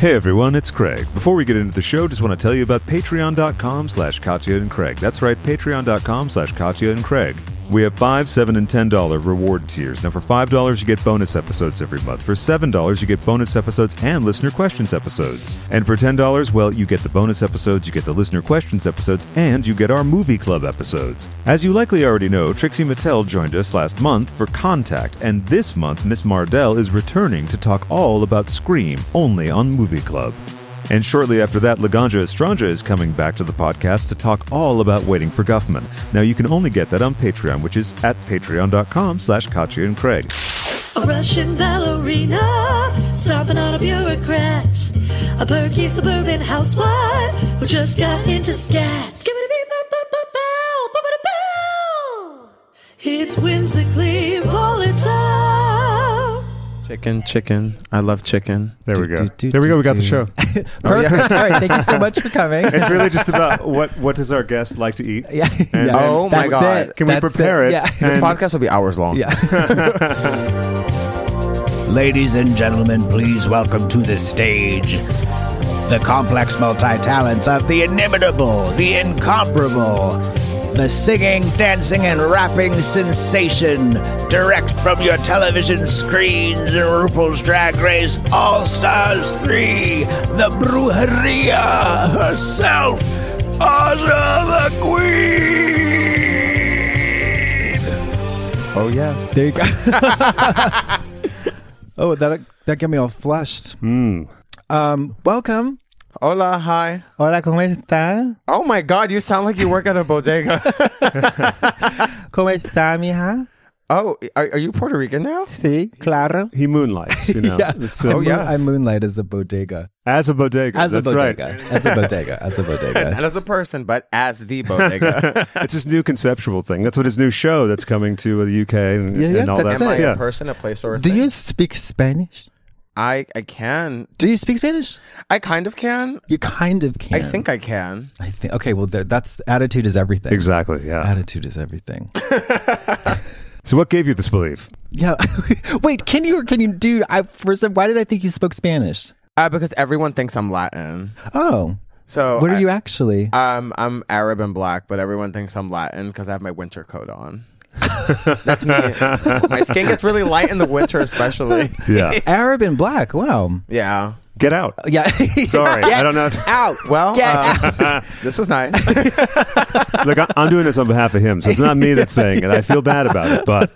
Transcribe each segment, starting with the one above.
Hey everyone, it's Craig. Before we get into the show, just want to tell you about patreon.com slash Katya and Craig. That's right, patreon.com slash Katya and Craig. We have five, seven, and ten dollar reward tiers. Now for five dollars you get bonus episodes every month. For seven dollars you get bonus episodes and listener questions episodes. And for ten dollars, well, you get the bonus episodes, you get the listener questions episodes, and you get our movie club episodes. As you likely already know, Trixie Mattel joined us last month for Contact, and this month Miss Mardell is returning to talk all about Scream only on Movie Club. And shortly after that, Laganja Estranja is coming back to the podcast to talk all about Waiting for Guffman. Now, you can only get that on Patreon, which is at patreon.com slash Katya and Craig. A Russian ballerina, stomping on a bureaucrat. A perky suburban housewife who just got into scat. Skibbidi-bee-bop-bop-bop-bow, bow-bow-bow. It's whimsically volatile. Chicken, chicken. I love chicken. There we Do, go. do, do, There we do, go. We got the do. show. Perfect. All right. Thank you so much for coming. It's really just about what, what does our guest like to eat? Yeah. And- Yeah. Oh my That's God. it. Can we That's prepare it? Yeah. This And- podcast will be hours long. Yeah. Ladies and gentlemen, please welcome to the stage the complex multi talents of the inimitable, the incomparable, the singing, dancing, and rapping sensation, direct from your television screens in RuPaul's Drag Race All Stars 3, the Brujeria herself, Ozra the Queen! Oh yeah. There you go. oh, that that got me all flushed. Hmm. Um, welcome. Hola, hi. Hola, cómo está? Oh my God, you sound like you work at a bodega. Cómo está, mija? oh, are, are you Puerto Rican now? Sí, claro. He moonlights, you know. It's, uh, Oh, yeah. I moonlight as a bodega. As a bodega. As that's a bodega. right. As a bodega. As a Not bodega. as a person, but as the bodega. It's his new conceptual thing. That's what his new show that's coming to the UK and, Yeah, yeah, and all that's that. Am I it. Yeah. a person, a place, or a Do thing? you speak Spanish? I, I can. Do you speak Spanish? I kind of can. You kind of I can. think I can. I think. Okay. Well, there, that's attitude is everything. Exactly. Yeah. Attitude is everything. So, what gave you this belief? Yeah. Wait, can you or can you do? I for some. Why did I think you spoke Spanish? Uh, because everyone thinks I'm Latin. Oh, So what are I- you actually? Um, I'm Arab and black, but everyone thinks I'm Latin because I have my winter coat on. That's me. my skin gets really light in the winter, especially. Yeah. Arab and black. Wow. Yeah. Get out. Yeah. Sorry. I don't know. Out. Well, Get um, this was nice. Look, I- I'm doing this on behalf of him, so it's not me that's saying it. I feel bad about it, but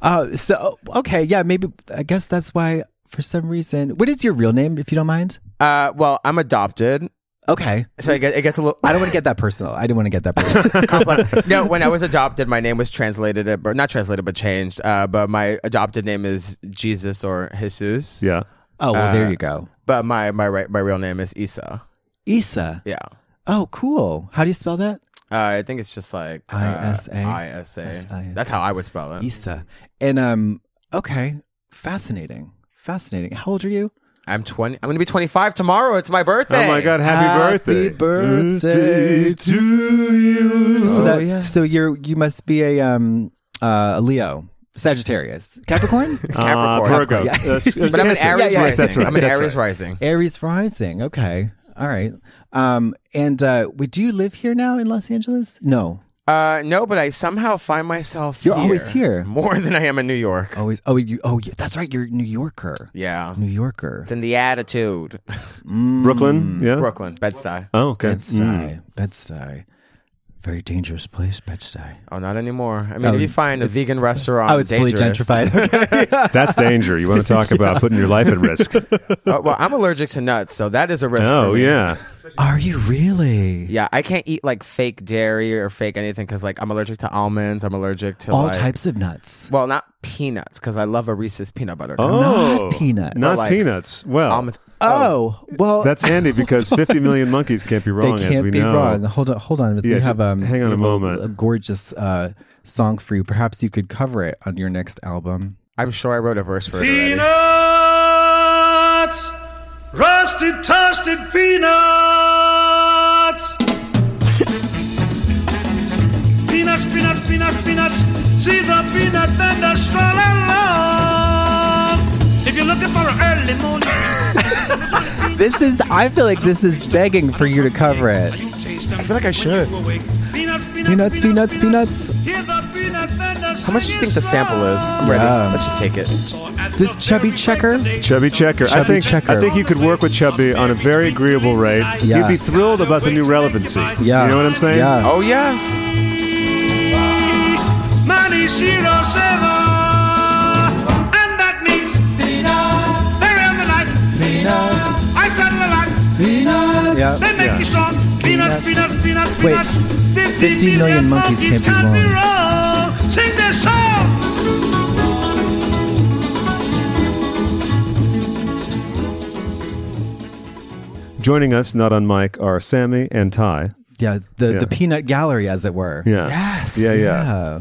Uh, so okay. Yeah. Maybe. I guess that's why. For some reason, what is your real name, if you don't mind? Uh, well, I'm adopted, Okay. so I get, it gets a little. I don't want to get that personal. I didn't want to get that personal. complex. No, when I was adopted, my name was translated, uh, but not translated, but changed. Uh, but my adopted name is Jesus or Jesus. yeah. oh well, Uh, there you go. But my my right, my real name is Isa. Issa. Yeah. Oh, cool. How do you spell that? Uh, I think it's just like uh, ISA? ISA. That's how I would spell it. Issa. And um. Okay. Fascinating. Fascinating. How old are you? I'm 20. I'm going to be 25 tomorrow. It's my birthday. Oh my God! Happy, birthday! Happy birthday to you. So, that, yes. so you're you must be a um uh, a Leo, Sagittarius, Capricorn, Uh, Capricorn. Virgo. yeah. That's- that's- But I'm an that's it. Aries Yeah, yeah, rising. That's right. I'm an that's Aries right. rising. Aries rising. Okay, all right. Um, and uh, would you live here now in Los Angeles? No, Uh, no, but I somehow find myself. You're always here. more than I am in New York. always. Oh, you. Oh, you, that's right. You're a New Yorker. Yeah, New Yorker. it's in the attitude. Mm-hmm. Brooklyn. Yeah. Brooklyn, Bed Stuy. Oh, okay. Mm. Bed-Stuy. Bed-Stuy. Very dangerous place, Bed-Stuy. Oh, not anymore. I mean, Oh, if you find a it's- vegan restaurant, Oh, it's fully dangerous. gentrified. Mm. That's danger. You want to talk about putting your life at risk? Oh, well, I'm allergic to nuts, so that is a risk. oh for me. yeah. Are you really? Yeah, I can't eat like fake dairy or fake anything because like I'm allergic to almonds. I'm allergic to All like, types of nuts. Well, not peanuts because I love a Reese's peanut butter. cup. Oh, Not peanuts. Not Like- peanuts. Well, almonds. Oh, well, that's handy because 50 million monkeys can't be wrong, they as can't we be know. wrong. Hold on, hold on. Yeah, we have ju- um, hang on a we have moment. A gorgeous uh, song for you. Perhaps you could cover it on your next album. I'm sure I wrote a verse for it. already. Peanuts, rusted, toasted peanuts. peanuts, peanuts, peanuts, peanuts. See the peanut vendor strolling along. If you're looking for an early morning, This is. I feel like this is begging for you to cover it. you taste them. I feel like I should. Peanuts, Peanuts, peanuts, peanuts. Hear the peanut vendor How much do you think the sample is? I'm ready. Yeah. Let's just take it. Does Chubby Checker? Chubby Checker. I Chubby think Checker. I think you could work with Chubby on a very agreeable rate. Yeah. You'd be thrilled about the new relevancy. Yeah. You know what I'm saying? Yeah. Oh yes. Money zero seven. And that means they run the light. Oh. I said the light. Uh, Yeah. They make you strong. Peanuts, peanuts, peanuts, Wait. peanuts. 50 million monkeys can't be wrong. wrong. Sing this song. Joining us, not on mic, are Sammy and Ty. Yeah. The Yeah. the peanut gallery, as it were. Yeah. Yes. Yeah, yeah.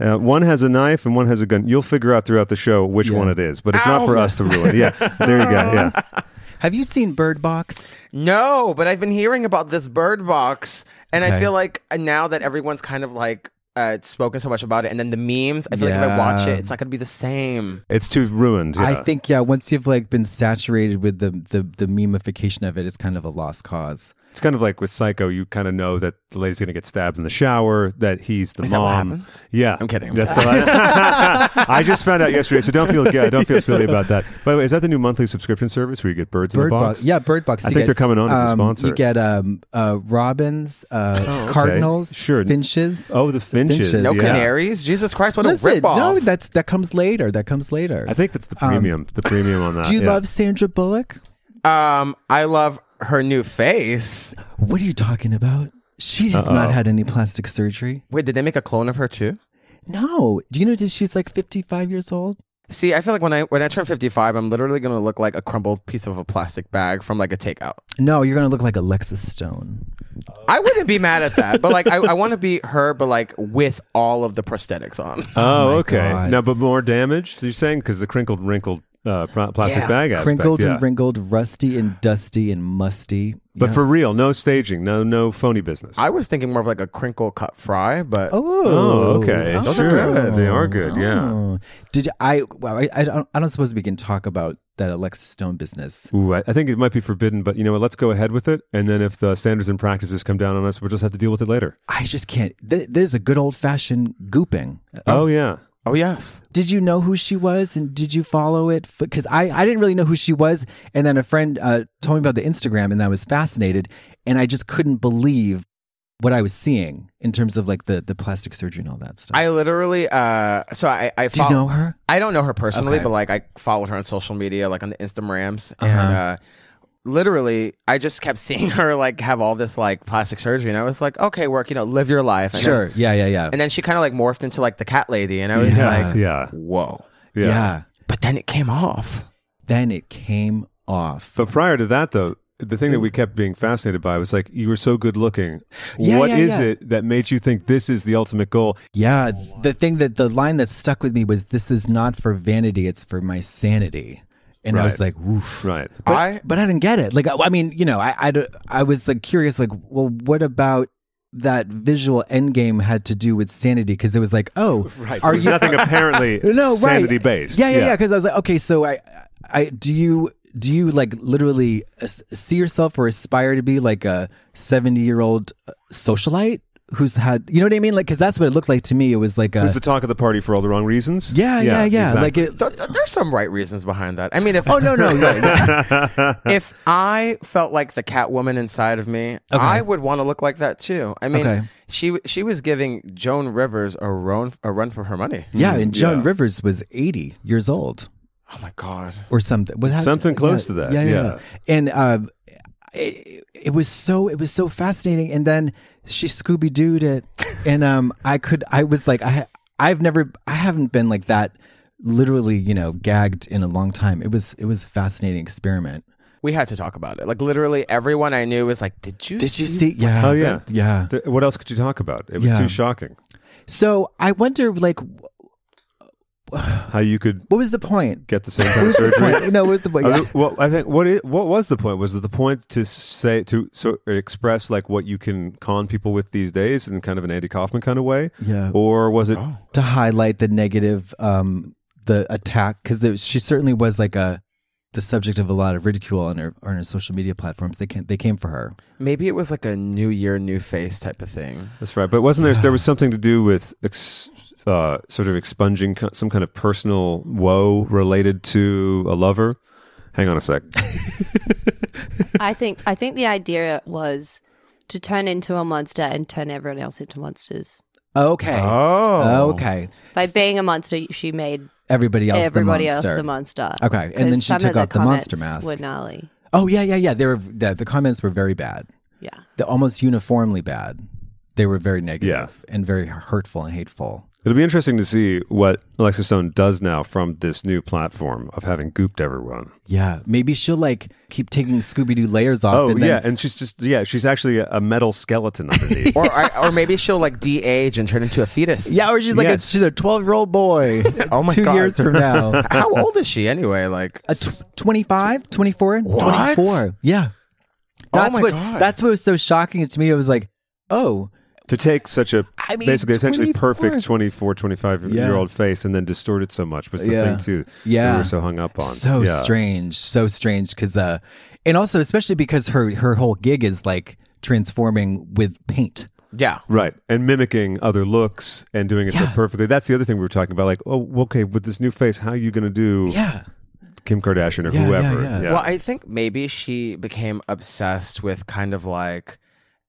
Uh, one has a knife and one has a gun. You'll figure out throughout the show which one it is, but it's not for us to ruin. Yeah, there you go. Yeah, Have you seen Bird Box? No, but I've been hearing about this bird box, and I Okay. feel like uh, now that everyone's kind of like uh, spoken so much about it, and then the memes, I feel like if I watch Yeah. it, it's not gonna be the same. it's too ruined. Yeah. I think yeah. Once you've like been saturated with the the the memification of it, it's kind of a lost cause. it's kind of like with Psycho. You kind of know that the lady's gonna get stabbed in the shower. That he's the Is that what mom. happens? yeah, I'm kidding. That's the line. I just found out yesterday, so don't feel yeah, don't feel silly about that. By the way, is that the new monthly subscription service where you get birds in Bird a box? Box. Yeah, Bird Box. I You think they're coming on as a um, sponsor. Oh, You get um, uh, robins, uh, cardinals, Sure. finches. Oh, the finches. Finches. No yeah. canaries. Jesus Christ, what a Listen, ripoff! no, that's that comes later. That comes later. I think that's the premium. the premium on that. Um, Do you yeah. love Sandra Bullock? um, I love her new face. What are you talking about? She has not had any plastic surgery. Wait, did they make a clone of her too? No. Do you know that she's like 55 years old? See, I feel like when I when I turn fifty five, I'm literally gonna look like a crumbled piece of a plastic bag from like a takeout. No, you're gonna look like Alexis Stone. I wouldn't be mad at that, but like I, I want to be her, but like with all of the prosthetics on. Uh, Oh, okay. God. Now, but more damaged. You're saying because the crinkled, wrinkled uh, pl- plastic bag aspect. Crinkled yeah. and wrinkled, rusty and dusty and musty. But Yeah. for real, no staging, no no phony business. I was thinking more of like a crinkle cut fry, but oh, oh, okay. Those sure. are good. They are good. Yeah. Oh. Did you- I? Well, I, I don't. I don't suppose we can talk about that Alexis Stone business. Ooh, I, I think it might be forbidden, but you know what? Let's go ahead with it, and then if the standards and practices come down on us, we'll just have to deal with it later. I just can't. Th- there's a good old fashioned gooping. Oh, yeah. oh yes, Did you know who she was, and did you follow it? Because I, I didn't really know who she was, and then a friend uh, told me about the Instagram, and I was fascinated, and I just couldn't believe what I was seeing in terms of like the the plastic surgery and all that stuff. I literally. uh So I, I Do you fol- know her? I don't know her personally, Okay. but like I followed her on social media, like on the Instagrams, and Uh-huh. uh, literally I just kept seeing her like have all this like plastic surgery, and I was like, okay, work, you know, live your life. And Sure. Then, Yeah. Yeah. Yeah. and then she kind of like morphed into like the cat lady, and I was Yeah. like, yeah. whoa. Yeah. yeah. But then it came off. Then it came off. But prior to that, though, the thing that we kept being fascinated by was like, you were so good looking. What is Yeah, yeah, yeah. it that made you think this is the ultimate goal? Yeah, Oh, the thing that the line that stuck with me was this is not for vanity, it's for my sanity. And I was Right. like, woof. Right. But, I- but I didn't get it. Like, I, I mean, you know, I, I, d- I was like curious, like, well, what about that visual end game had to do with sanity? Because it was like, oh, right. are There's you nothing apparently no right. sanity based. Yeah, yeah, yeah. Because I was like, okay, so I, I do you do you like literally as- see yourself or aspire to be like a seventy year old socialite who's had you know what I mean? Like, because that's what it looked like to me. It was like a It was the talk of the party for all the wrong reasons. yeah, yeah, yeah. exactly. Like it. Th- th- there's some right reasons behind that. I mean, if Oh no, no, no. if I felt like the Catwoman inside of me, I would want to look like that too. I mean, Okay. she she was giving Joan Rivers a run a run for her money. yeah, and Joan Mm, Yeah. Rivers was eighty years old Oh my god. or something. What happened- Something close yeah, to that, Yeah, yeah. yeah. yeah. And uh, it, it was so it was so fascinating and then she scooby dooed it and um i could i was like i i've never i haven't been like that literally you know gagged in a long time it was it was a fascinating experiment We had to talk about it. Like literally everyone I knew was like, "Did you? did you see yeah Oh yeah, yeah Th- what else could you talk about? It was Yeah. too shocking. so i wonder like what How you could was the point get the same kind of surgery? no what was the point I yeah. mean, well, I think what it, what was the point? Was it the point to say to so express like what you can con people with these days in kind of an Andy Kaufman kind of way? Yeah. Oh. Or was it? to highlight the negative um the attack because she certainly was like a the subject of a lot of ridicule on her on her social media platforms they came they came for her Maybe it was like a new year, new face type of thing." That's right. But wasn't there there was something to do with ex, uh, sort of expunging co- some kind of personal woe related to a lover? Hang on a sec. I think I think the idea was to turn into a monster and turn everyone else into monsters. okay Oh, okay By being a monster, she made everybody else everybody the else monster. the monster. Okay, and then 'Cause she some took of the off the monster comments mask. Were gnarly. oh yeah yeah yeah they were the, the comments were very bad Yeah. they almost uniformly bad they were very negative Yeah. and very hurtful and hateful It'll be interesting to see what Alexa Stone does now from this new platform of having gooped everyone. yeah maybe she'll like keep taking scooby-doo layers off Oh and then- yeah, and she's just yeah, she's actually a, a metal skeleton underneath. or I, or maybe she'll like de-age and turn into a fetus. yeah or she's like Yes. a, she's a 12 year old boy Oh my two God. years from now How old is she anyway? Like a tw- 25 24 What? 24 yeah Oh that's my what God. that's what was so shocking to me it was like oh to take such a I mean, basically essentially 24. perfect 24 25 year old face and then distort it so much was the Yeah. thing too that Yeah. we were so hung up on so Yeah. strange so strange because uh and also especially because her her whole gig is like transforming with paint yeah, right and mimicking other looks and doing it so Yeah. perfectly that's the other thing we were talking about like oh okay with this new face how are you gonna do yeah kim kardashian or Yeah, yeah, whoever yeah. Well, I think maybe she became obsessed with kind of like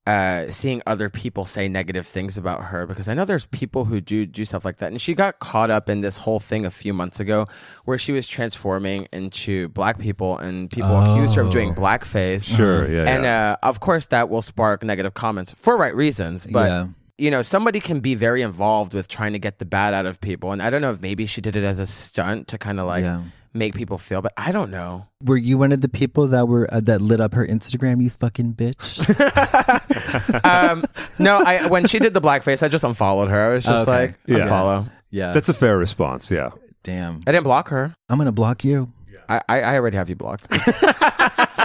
uh, seeing other people say negative things about her because I know there's people who do do stuff like that. And she got caught up in this whole thing a few months ago where she was transforming into black people and people accused her of doing blackface. uh-huh. Sure, yeah, And yeah. Uh, of course, that will spark negative comments for right reasons. But Yeah. you know, somebody can be very involved with trying to get the bad out of people. And I don't know if maybe she did it as a stunt to kind of like Yeah. make people feel, but I don't know. were you one of the people that were uh, that lit up her instagram you fucking bitch um, no, I when she did the blackface, I just unfollowed her. I was just Okay. like, Yeah. unfollow. yeah that's a fair response yeah damn I didn't block her. i'm gonna block you I, I, I already have you blocked.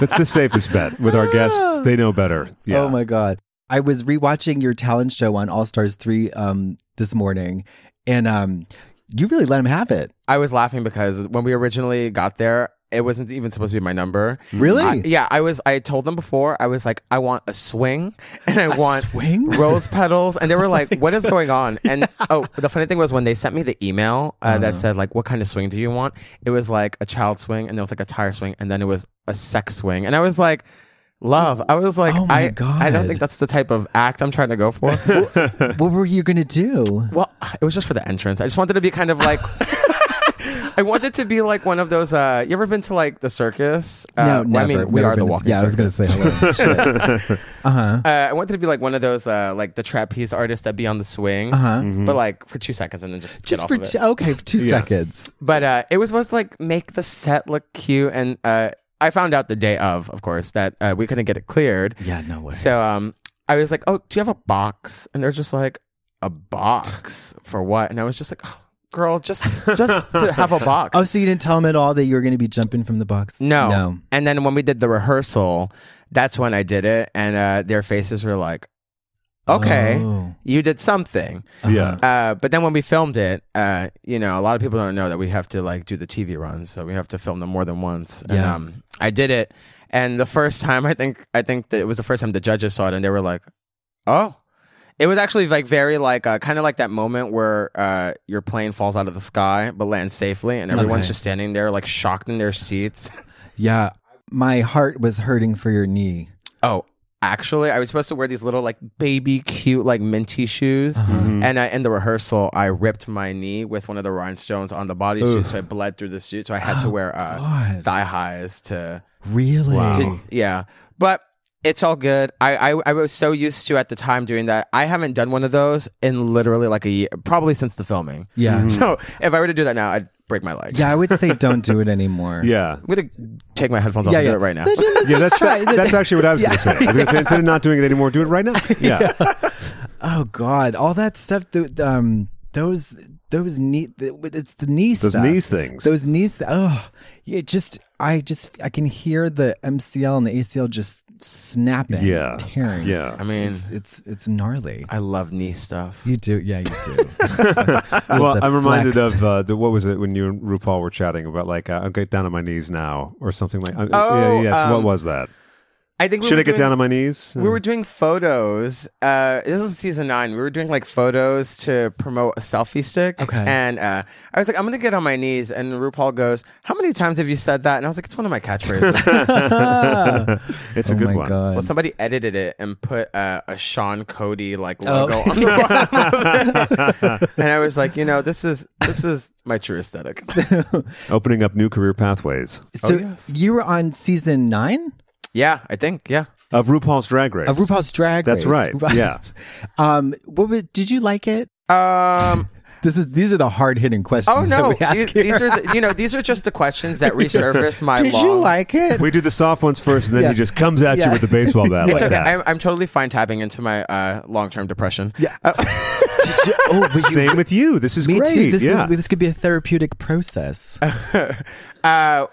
that's the safest bet with our guests they know better yeah Oh my god. I was rewatching your talent show on All Stars 3 um this morning and um you really let him have it. I was laughing because when we originally got there, it wasn't even supposed to be my number. Really? I- yeah, I was. I told them before. I was like, I want a swing, and I want swing? rose petals, and they were like, "What is going on?" And oh, the funny thing was when they sent me the email uh, Uh-huh. that said like, "What kind of swing do you want?" It was like a child swing, and there was like a tire swing, and then it was a sex swing, and I was like. Love. I was like, Oh my I, I don't God. think that's the type of act I'm trying to go for. what were you going to do? Well, it was just for the entrance. I just wanted to be kind of like. I wanted to be like one of those. Uh, you ever been to like the circus? Uh, no, well, I never. mean, we Never are the been- walking. Yeah, I was going to circus. say hello. Shit. Uh, I wanted to be like one of those, uh, like the trapeze artists that be on the Uh-huh. swings, but like for two seconds and then just get Mm-hmm. Just off for of it. two, okay, for 2 seconds. But uh, it was supposed to like make the set look cute, and uh, I found out the day of, of course, that uh, we couldn't get it cleared. Yeah, no way. So um, I was like, "Oh, do you have a box?" And they're just like, "A box for what?" And I was just like, oh, "Girl, just just to have a box." Oh, so you didn't tell him at all that you were going to be jumping from the box? no. No. And then when we did the rehearsal, that's when I did it, and uh, their faces were like, "Okay, Oh. you did something." yeah Uh, but then when we filmed it, uh, you know, a lot of people don't know that we have to like do the TV runs, so we have to film them more than once. And Yeah. um, I did it, and the first time I think I think that it was the first time the judges saw it, and they were like, "Oh." It was actually like very like uh, kind of like that moment where uh, your plane falls out of the sky but lands safely, and everyone's Okay. just standing there like shocked in their seats. Yeah. My heart was hurting for your knee. Oh, actually, I was supposed to wear these little like baby cute like minty shoes, Uh-huh. Mm-hmm. and I, in the rehearsal, I ripped my knee with one of the rhinestones on the bodysuit, so I bled through the suit. So I had to wear uh, Oh, God. thigh highs to, Really? to- yeah. But it's all good. I, I I was so used to at the time doing that. I haven't done one of those in literally like a year, probably since the filming. Yeah. Mhm. So if I were to do that now, I'd break my leg. Yeah, I would say don't do it anymore. Yeah. I'm gonna take my headphones off Yeah, and yeah. do it right now. Let's just- let's Yeah, that's just try it. that's actually what I was going to say. I was going to say instead of not doing it anymore, do it right now. Yeah, Oh God, all that stuff. th- um, those those knee. th- It's the knee those stuff. knees things. Those knees. Oh, yeah. Just I just I can hear the MCL and the ACL just snapping. and Yeah. tearing. yeah, I mean, it's it's, it's gnarly. I love knee stuff. You do, yeah, you do. well, Little I'm reminded deflex. of uh, the what was it when you and RuPaul were chatting about like uh, get down on my knees now or something like. Uh, Oh, yeah, yes. what um, was that? I think we Should were I get doing- down on my knees? Hmm. We were doing photos. Uh, this was season nine. We were doing like photos to promote a selfie stick. Okay. And uh, I was like, I'm going to get on my knees. And RuPaul goes, How many times have you said that? And I was like, It's one of my catchphrases. it's a oh good my one. God. well, somebody edited it and put uh, a Sean Cody like Oh. logo on the bottom of it. and I was like, You know, this is this is my true aesthetic. Opening up new career pathways So you were on season nine yeah, I think. Yeah. of RuPaul's Drag Race. of RuPaul's Drag That's Race. right. Yeah. Um. What would, did you like it? Um, This is these are the hard hitting questions. oh no! That we ask These, here. these are the, you know these are just the questions that resurface my. did you long- like it? We do the soft ones first, and then Yeah. he just comes at Yeah. you with the baseball bat It's like okay. that. I'm, I'm totally fine tapping into my uh, long term depression. Yeah. Did you- oh, but you- Same with you. This is me Uh, great. too. This, is- yeah. this could be a therapeutic process. Uh,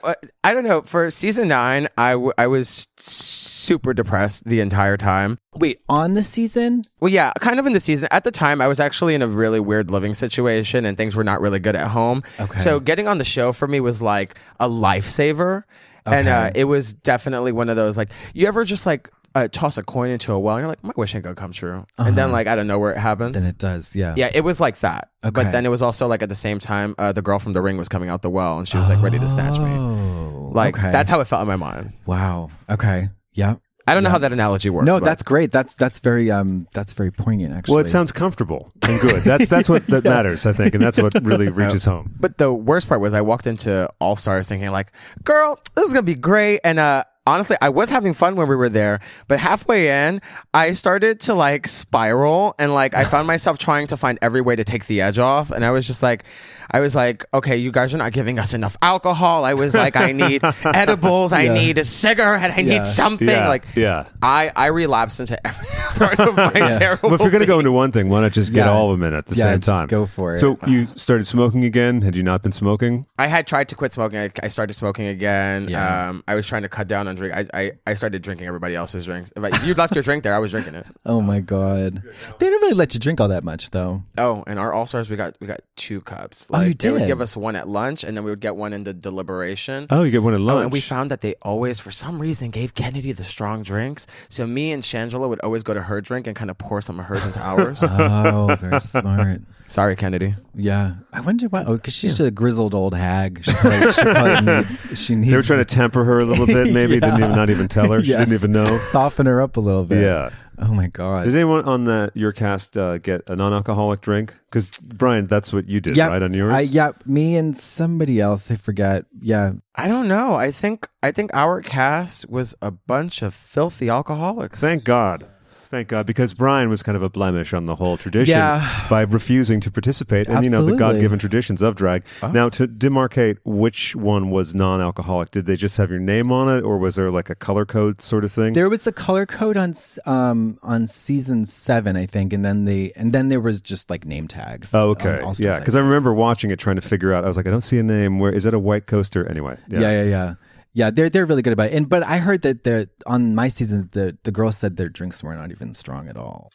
I don't know. For season nine, I, w- I was super depressed the entire time. Wait, on the season? Well, yeah, kind of in the season. At the time, I was actually in a really weird living situation and things were not really good at home. Okay. So getting on the show for me was like a lifesaver. And uh, it was definitely one of those like, you ever just like uh, toss a coin into a well and you're like, my wish ain't gonna come true. And then like, I don't know where it happens. Uh-huh. Then it does. Yeah. Yeah, it was like that. Okay. But then it was also like at the same time, uh, the girl from the ring was coming out the well, and she was like ready to snatch me. Oh. Like okay. that's how it felt in my mind. Wow. Okay. Yeah. I don't know how that analogy works. No, but- that's great. That's that's very um that's very poignant actually. Well, it sounds comfortable and good. That's that's what that matters, I think, and that's what really reaches home. But the worst part was I walked into All Stars thinking like, "Girl, this is gonna be great." And uh, honestly, I was having fun when we were there, but halfway in, I started to like spiral, and like I found myself trying to find every way to take the edge off, and I was just like, I was like, "Okay, you guys are not giving us enough alcohol." I was like, "I need edibles. I need a cigarette. I Yeah. need something." Yeah. Like, Yeah. I I relapsed into every part of my terrible. Well, if you're going to go into one thing, why not just get Yeah. all of them in at the Yeah, same just time? go for it. So you started smoking again? Had you not been smoking? I had tried to quit smoking. I, I started smoking again. Yeah. Um, I was trying to cut down on drink. I, I, I started drinking everybody else's drinks. If I, you left your drink there, I was drinking it. Oh my god. They didn't really let you drink all that much though. Oh, and our all stars, we got we got two cups. Oh, you Like, They would did? give us one at lunch, and then we would get one in the deliberation. Oh, you get one at lunch. Oh, and we found that they always, for some reason, gave Kennedy the strong drinks. So me and Shangela would always go to her drink and kind of pour some of hers into ours. Oh, very smart. Sorry, Kennedy. Yeah. I wonder why oh, cuz she's a grizzled old hag. She probably, she probably needs she needs they were trying to temper her a little bit, maybe. Didn't even not even tell her. She Yes. didn't even know. soften her up a little bit. Yeah. Oh my god. Did anyone on the your cast uh, get a non-alcoholic drink? Because Brian, that's what you did, Yep. right? On yours, I, yeah, me and somebody else, I forget. Yeah. I don't know. I think I think our cast was a bunch of filthy alcoholics. Thank God. Thank God, because Brian was kind of a blemish on the whole tradition Yeah. by refusing to participate and, you know, the Absolutely. God given traditions of drag. Now, to demarcate which one was non alcoholic, did they just have your name on it or was there like a color code sort of thing? There was a color code on s- um on season 7, I think, and then the and then there was just like name tags. Oh, okay. on All Stars, yeah. Because I remember watching it trying to figure out. I was like, I don't see a name. Where is that a white coaster? Anyway. Yeah, yeah, yeah. yeah. they're they're really good about it. And but I heard that they're on my season the the girls said their drinks were not even strong at all.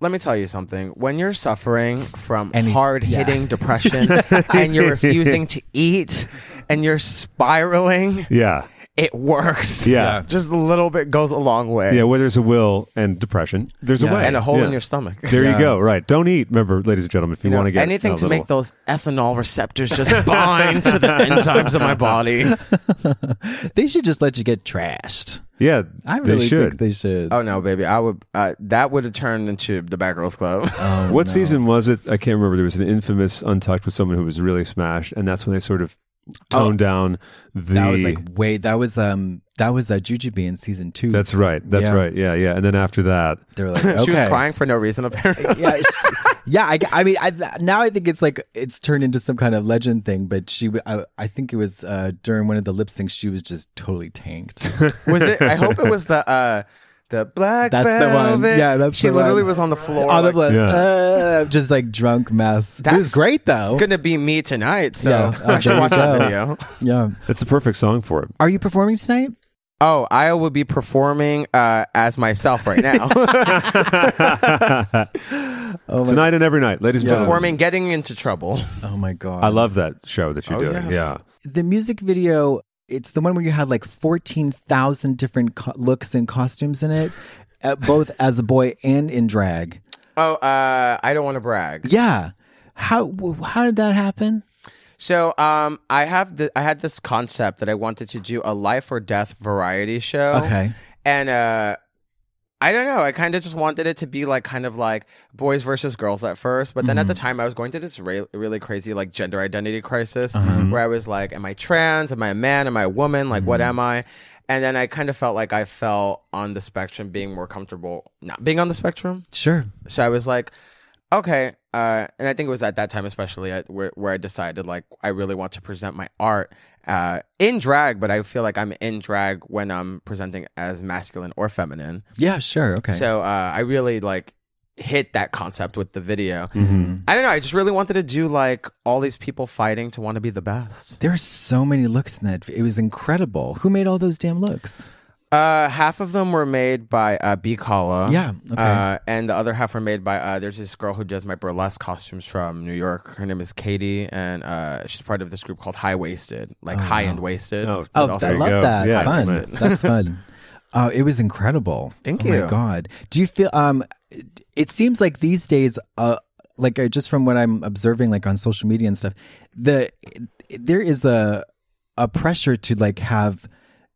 Let me tell you something. When you're suffering from Any- hard hitting depression and you're refusing to eat and you're spiraling, Yeah. it works. Yeah. Just a little bit goes a long way. Yeah, where there's a will and depression, there's Yeah. a way. And a hole in Yeah. your stomach. There you go. Right. Don't eat. Remember, ladies and gentlemen, if you, You know, want to get anything a to little- make those ethanol receptors just bind to the enzymes of my body. They should just let you get trashed. Yeah, I really they should. think they should. Oh no, baby! I would. Uh, that would have turned into the Bad Girls Club. What season was it? I can't remember. There was an infamous Untucked with someone who was really smashed, and that's when they sort of tone down the. Oh. That was like wait, that was um that was uh, Jujubee in season two. that's right. That's Yeah. right. Yeah, yeah. And then after that, they were like okay. She was crying for no reason, apparently. yeah, she- yeah. I, I mean, I, now I think it's like it's turned into some kind of legend thing. But she, w- I, I think it was uh, during one of the lip syncs, she was just totally tanked. was it? I hope it was the uh, the black That's the one. velvet. Yeah, that's she the literally one. was on the floor. All like, of like, Yeah. uh, just like drunk mess. That was That's great though. Gonna be me tonight, so Oh. Yeah, oh, I there should you watch that go. video. Yeah. that's the perfect song for it. Are you performing tonight? Oh, I will be performing uh, as myself right now, Oh my, Tonight and every night, ladies and gentlemen. performing, getting into trouble. oh my god! I love that show that you're Oh, doing. yes. Yeah. the music video. It's the one where you had like fourteen thousand different co- looks and costumes in it, uh, both as a boy and in drag. Oh, uh, I don't want to brag. Yeah. How wh- how did that happen? So um, I have the I had this concept that I wanted to do a life or death variety show. Okay. and uh, I don't know. I kind of just wanted it to be like kind of like boys versus girls at first, but then at the time I was going through this re- really crazy like gender identity crisis where I was like, "Am I trans? Am I a man? Am I a woman? Like, what am I?" And then I kind of felt like I fell on the spectrum, being more comfortable not being on the spectrum. Sure. So I was like, okay. Uh, and I think it was at that time, especially at, where, where I decided like I really want to present my art uh, in drag, but I feel like I'm in drag when I'm presenting as masculine or feminine. Yeah, sure. Okay. So uh, I really like hit that concept with the video. I don't know. I just really wanted to do like all these people fighting to want to be the best. there are so many looks in that. It was incredible. Who made all those damn looks? Uh, half of them were made by uh, B. Kala. Yeah, okay. Uh, and the other half were made by uh, there's this girl who does my burlesque costumes from New York. Her name is Katie, and uh, she's part of this group called High Waisted, like high end waisted. Oh, but Oh, also- I you love go. that. Yeah, fun. man. That's fun. Oh, it was incredible. Thank Oh you. my god. Do you feel um it- it seems like these days uh like uh, just from what I'm observing like on social media and stuff, the there is a a pressure to like have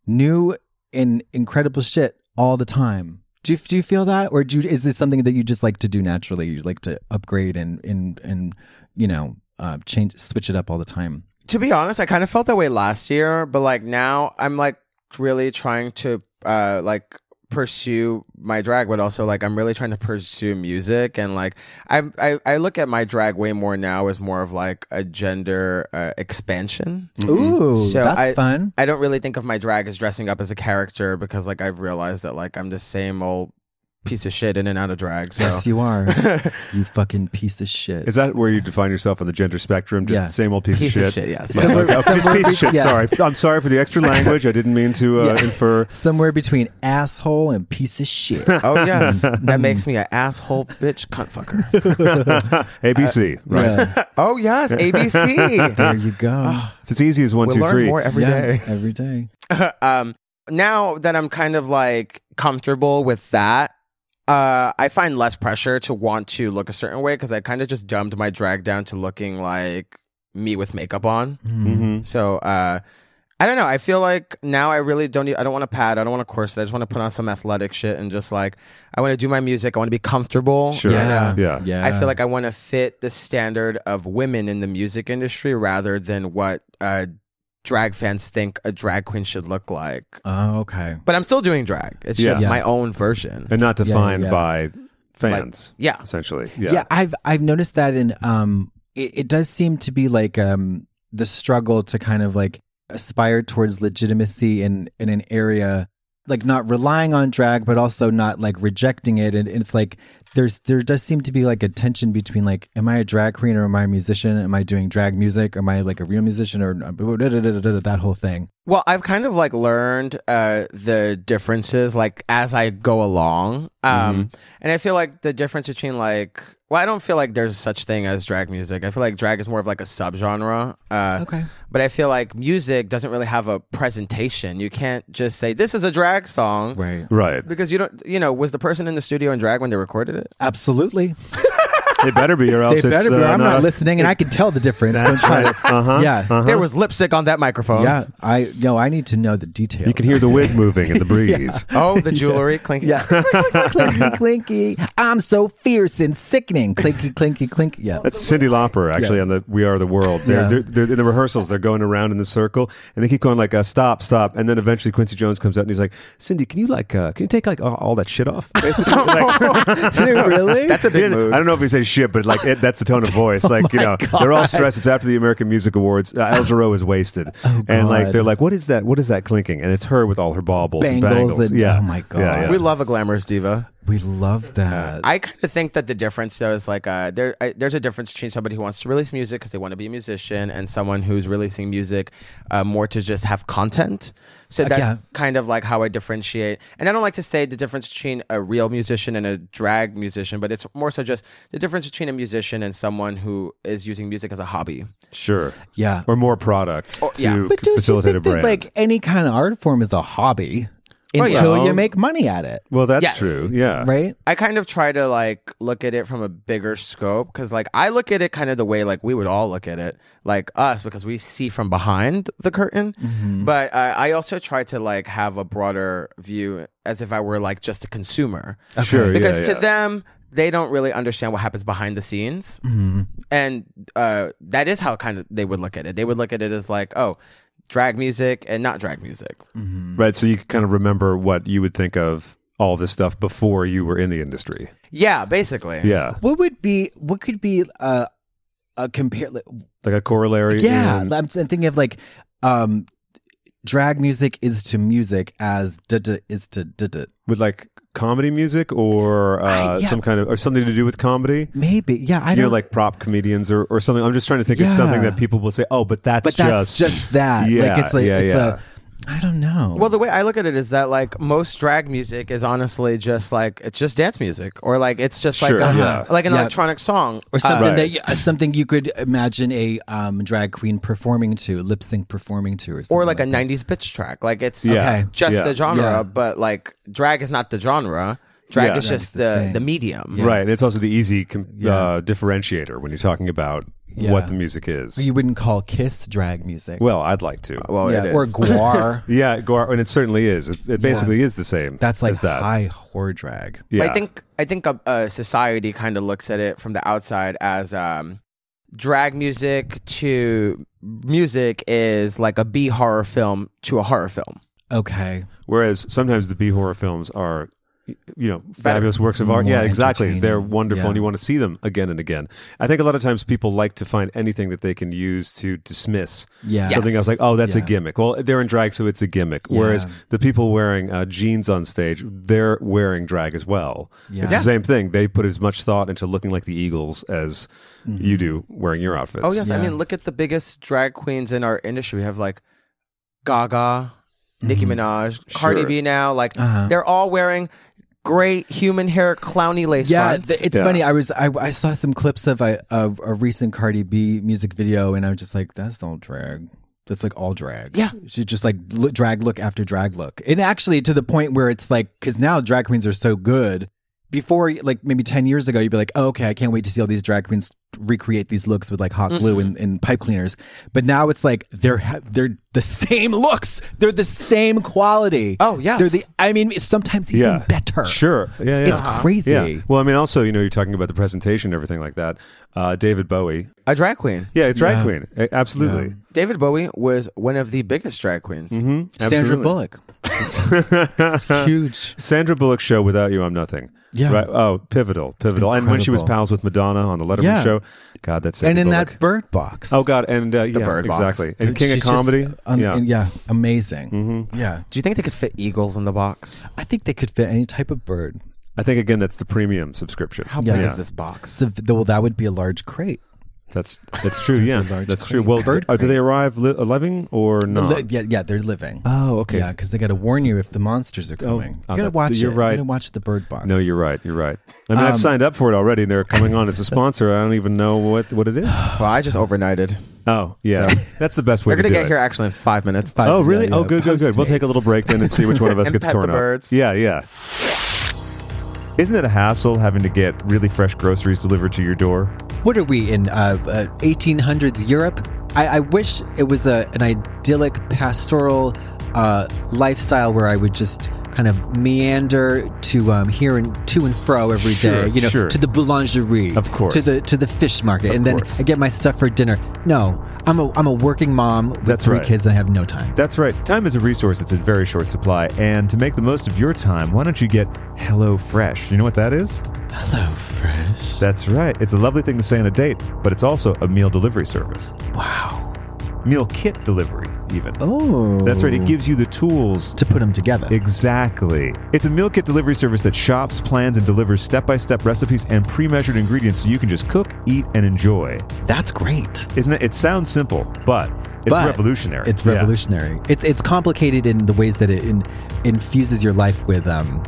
new and incredible shit all the time. Do you, do you feel that or do you, is this something that you just like to do naturally? You like to upgrade and and and you know, uh change switch it up all the time. to be honest, I kind of felt that way last year, but like now I'm like really trying to uh like pursue my drag, but also like I'm really trying to pursue music and like I I, I look at my drag way more now as more of like a gender uh, expansion. Ooh, Mm-hmm. So that's I- fun. I don't really think of my drag as dressing up as a character because like I've realized that like I'm the same old piece of shit in and out of drag. So Yes, you are. you fucking piece of shit. Is that where you define yourself on the gender spectrum? Just Yeah. same old piece, Piece of of shit. shit, yes. Like, Somewhere- oh, just somewhere piece of shit. be- yeah. Sorry, I'm sorry for the extra language. I didn't mean to uh, Yeah. infer. Somewhere between asshole and piece of shit. oh yes, that makes me an asshole bitch cunt fucker. ABC, right? Uh, Yeah, oh yes, there ABC. you go. It's as easy as one, We two, three. learn more every day. yeah, every day. um now that i'm kind of like comfortable with that uh i find less pressure to want to look a certain way because i kind of just dumbed my drag down to looking like me with makeup on hmm so uh i don't know i feel like now i really don't need, i don't want to pad i don't want to corset i just want to put on some athletic shit and just like i want to do my music i want to be comfortable Sure. Yeah. Yeah. Yeah, I feel like I want to fit the standard of women in the music industry rather than what uh, drag fans think a drag queen should look like. Oh, okay. But I'm still doing drag. It's Yeah. just Yeah. my own version. And not defined yeah. by fans. yeah. Essentially. Yeah. I've I've noticed that in um, it, it does seem to be like um, the struggle to kind of like aspire towards legitimacy in in an area like not relying on drag but also not like rejecting it and it's like there's there does seem to be like a tension between like am i a drag queen or am i a musician am i doing drag music am i like a real musician or uh, that whole thing Well, I've kind of like learned uh, the differences like as I go along, um, Mm-hmm. and I feel like the difference between like well, I don't feel like there's such thing as drag music. I feel like drag is more of like a subgenre. Uh, Okay. but I feel like music doesn't really have a presentation. You can't just say this is a drag song, right Right. Because you don't, you know, was the person in the studio in drag when they recorded it? absolutely It better be, or They else it's. better be. uh, I'm not not- listening, and I can tell the difference. That's Don't try right. to- Uh huh. Yeah. Uh-huh. There was lipstick on that microphone. Yeah, I no, I need to know the details. You can hear the wig moving in the breeze. Oh, the jewelry clinking. Yeah, clinky, clinky. I'm so fierce and sickening. Clinky, clinky, clinky. Yeah, That's Cindy Lauper, actually, on the We Are the World. They're, Yeah. they're, they're in the rehearsals. They're going around in the circle, and they keep going like, uh, "Stop, stop!" And then eventually Quincy Jones comes out and he's like, "Cindy, can you like, uh, can you take like all, all that shit off?" Basically, like, really. That's a He big didn't- move. I don't know if he says shit, but like it, that's the Oh tone of voice. Like you know, they're all stressed. It's after the American Music Awards. Uh, El Jarreau is wasted, and like Oh, God. they're like, "What is that? What is that clinking?" And it's her with all her baubles, and Bangles bangles. and- yeah. oh my God. Yeah, yeah. We love a glamorous diva. we love that. I kind of think that the difference though is like uh, there I, there's a difference between somebody who wants to release music because they want to be a musician and someone who's releasing music uh, more to just have content. So that's yeah. kind of like how I differentiate. And I don't like to say the difference between a real musician and a drag musician, but it's more so just the difference between a musician and someone who is using music as a hobby. sure, Yeah. or more product to yeah. Oh, but don't you facilitate think a brand. that like any kind of art form is a hobby Well, yeah. until you make money at it, well, that's Yes. true. Yeah, right? I kind of try to like look at it from a bigger scope because like I look at it kind of the way like we would all look at it, like us because we see from behind the curtain. Mm-hmm. But uh, I also try to like have a broader view as if I were like just a consumer Sure. yeah, because yeah. to them they don't really understand what happens behind the scenes, Mm-hmm. and uh, that is how kind of they would look at it. They would look at it as like oh, drag music and not drag music. Mm. Mm-hmm. Right. So you kind of remember what you would think of all this stuff before you were in the industry. Yeah, basically. Yeah. What would be? What could be uh, a compare? Like, Like a corollary. yeah, in- I'm, I'm thinking of like, um, drag music is to music as da da is to da da. with like comedy music or uh, I- yeah. some kind of, or something to do with comedy. Maybe yeah, I you know, don't like prop comedians or, or something. I'm just trying to think of something Yeah. that people will say, oh, but that's, but that's just, that. Yeah, like it's like yeah, it's yeah. a I don't know. Well, the way I look at it is that like most drag music is honestly just like it's just dance music, or like it's just Sure, like a, yeah. like an Yeah. electronic song or something Right. that you, uh, something you could imagine a um, drag queen performing to, lip sync performing to, or something or like a that. '90s bitch track. Like it's Yeah. Okay. just Yeah. the genre, Yeah. but like drag is not the genre. Drag Yeah. is just Drag's the the thing. the medium. Right. And it's also the easy com- uh, differentiator when you're talking about what Yeah. the music is. you Uh, wouldn't call kiss drag music. well, I'd like to. Well, yeah, it is. or guar. yeah, Gar- and it certainly is. It, it basically is the same. That's like as that. high whore drag. yeah. But I think I think uh, uh, society kind of looks at it from the outside as um, drag music to music is like a B horror film to a horror film. Okay, Whereas sometimes the B horror films are, y- you know, fabulous works of art. More Yeah, exactly. entertaining. They're wonderful, Yeah. and you want to see them again and again. I think a lot of times people like to find anything that they can use to dismiss Yeah. something Yes. else. Like, oh, that's a Yeah. gimmick. Well, they're in drag, so it's a gimmick. Whereas Yeah. the people wearing uh, jeans on stage, they're wearing drag as well. Yeah. It's the same thing. They put as much thought into looking like the Eagles as Mm-hmm. you do wearing your outfits. Oh yes, I Yeah. mean look at the biggest drag queens in our industry. We have like Gaga, Nicki Minaj, Cardi Sure. B now. Like Mm-hmm. Uh-huh. they're all wearing great human hair clowny lace yeah, fronts. th- it's Yeah. funny. I was I, I saw some clips of a, of a recent Cardi B music video, and I was just like, that's all drag. That's like all drag. Yeah. she just like lo- drag look after drag look, and actually to the point where it's like because now drag queens are so good. Before, like maybe ten years ago, you'd be like, oh, "Okay, I can't wait to see all these drag queens recreate these looks with like hot glue and, and pipe cleaners." But now it's like they're ha- they're the same looks, they're the same quality. Oh, yes. they're the. I mean, sometimes even Yeah. better. Sure. Yeah, yeah. it's Uh-huh. crazy. Yeah. Well, I mean, also, you know, you're talking about the presentation and everything like that. Uh, David Bowie. a drag queen. Yeah, a drag queen. A- Absolutely. David Bowie was one of the biggest drag queens. Mm-hmm. Sandra Absolutely. Bullock. Huge. Sandra Bullock show Without You I'm Nothing. Yeah. Right. Oh, pivotal, pivotal. And when she was Incredible. pals with Madonna on the Letterman Yeah. show. God, that's Sandra and in Bullock. that bird box. Oh God, and uh, yeah, Bird Box. exactly. And King She's of just Comedy. un- yeah. Mm-hmm. and yeah, amazing. Yeah. Do you think they could fit eagles in the box? I think they could fit any type of bird. I think again that's the premium subscription. How Yeah. big Yeah. is this box? So, th- well, that would be a large crate. That's that's true. Yeah, large that's true. crane. Well, Bird uh, do they arrive li- living or not? Li- yeah, yeah, they're living. Uh-huh. Oh, okay. Yeah, because they got to warn you if the monsters are coming. oh, you got to that- watch you're it. right. You got to watch the bird box. no, you're right. You're right. I mean, I've signed up for it already, and they're coming on as a sponsor. I don't even know what what it is. Well, I just overnighted. Oh, yeah, that's the best way We're gonna to do get it. here actually in five minutes. Five- Oh, yeah, really? yeah, oh, good, good, good. We'll postmates. take a little break then and see which one of us And gets pet torn the up. birds. Yeah, yeah. Isn't it a hassle having to get really fresh groceries delivered to your door? What are we in uh, uh, 1800s Europe? I, I wish it was a, an idyllic pastoral uh, lifestyle where I would just kind of meander to um, here and to and fro every day. Sure, you know, sure. to the boulangerie, Of course. to the to the fish market, Of and then course. I get my stuff for dinner. No, I'm a I'm a working mom with That's three right. kids, and I have no time. That's right. Time is a resource that's in very short supply. And to make the most of your time, why don't you get HelloFresh? You know what that is? Hello, fresh. That's right. It's a lovely thing to say on a date, but it's also a meal delivery service. Wow. Meal kit delivery, even. Oh, That's right. It gives you the tools to put them together. Exactly. It's a meal kit delivery service that shops, plans, and delivers step by step recipes and pre measured ingredients so you can just cook, eat, and enjoy. That's great. Isn't it? It sounds simple, but it's But revolutionary. It's Yeah. revolutionary. It's it's complicated in the ways that it in, infuses your life with um,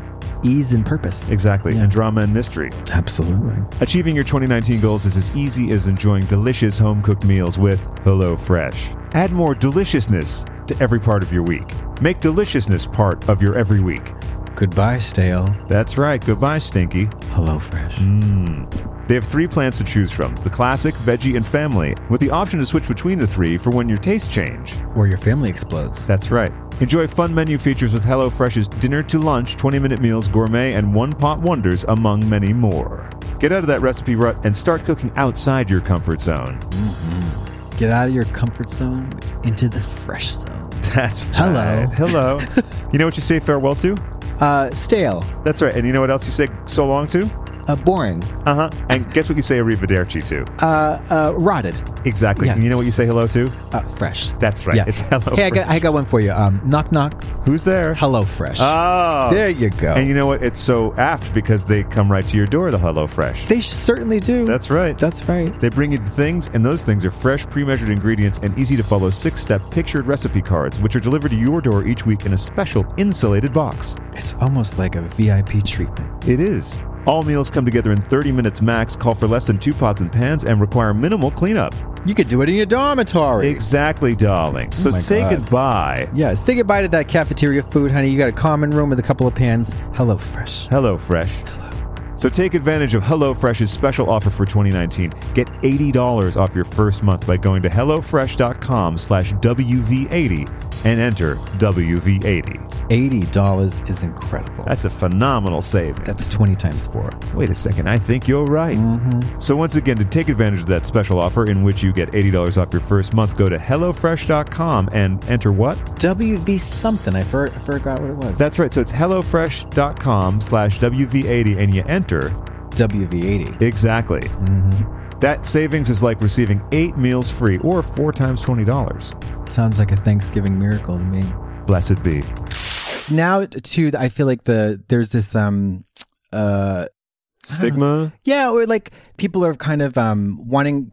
ease and purpose. Exactly. Yeah. And drama and mystery. Absolutely. Achieving your 2019 goals is as easy as enjoying delicious home cooked meals with HelloFresh. Add more deliciousness to every part of your week. Make deliciousness part of your every week. Goodbye, stale. That's right. Goodbye, Stinky. Hello, fresh. Mm. They have three plans to choose from the classic, veggie, and family, with the option to switch between the three for when your tastes change. Or your family explodes. That's right. Enjoy fun menu features with HelloFresh's dinner to lunch, 20 minute meals, gourmet, and one pot wonders, among many more. Get out of that recipe rut and start cooking outside your comfort zone. Get out of your comfort zone into the fresh zone. That's Hello. right. Hello. you know what you say farewell to? Uh, stale. That's right. And you know what else you say so long to? Uh, boring. Uh huh. And guess what you say arrivederci to? Uh, uh, rotted. exactly. yeah. And you know what you say hello to? Uh, fresh. That's right. Yeah. It's hello. Hey, I got, I got one for you. Um, knock knock. Who's there? Hello, fresh. Oh. there you go. And you know what? It's so apt because they come right to your door, the HelloFresh. they certainly do. That's right. That's right. They bring you the things, and those things are fresh, pre measured ingredients and easy to follow six step pictured recipe cards, which are delivered to your door each week in a special insulated box. It's almost like a VIP treatment. It is. All meals come together in 30 minutes max, call for less than two pots and pans, and require minimal cleanup. You could do it in your dormitory. Exactly, darling. So Oh my say God. goodbye. Yeah, say goodbye to that cafeteria food, honey. You got a common room with a couple of pans. Hello, fresh. HelloFresh. So take advantage of HelloFresh's special offer for 2019. Get $80 off your first month by going to HelloFresh.com slash WV80 and enter WV80. Eighty dollars is incredible. That's a phenomenal saving. That's twenty times four. Wait a second, I think you're right. So once again, to take advantage of that special offer in which you get $80 off your first month, go to E HelloFresh.com and enter what? WV something. I for- forgot what it was. That's right, so it's E HelloFresh.com slash WV80 and you enter WV eighty. Exactly. That savings is like receiving eight meals free or four times $20. Sounds like a Thanksgiving miracle to me. Blessed be. Now, too, I feel like the there's this um uh Stigma? Yeah, or like people are kind of um, wanting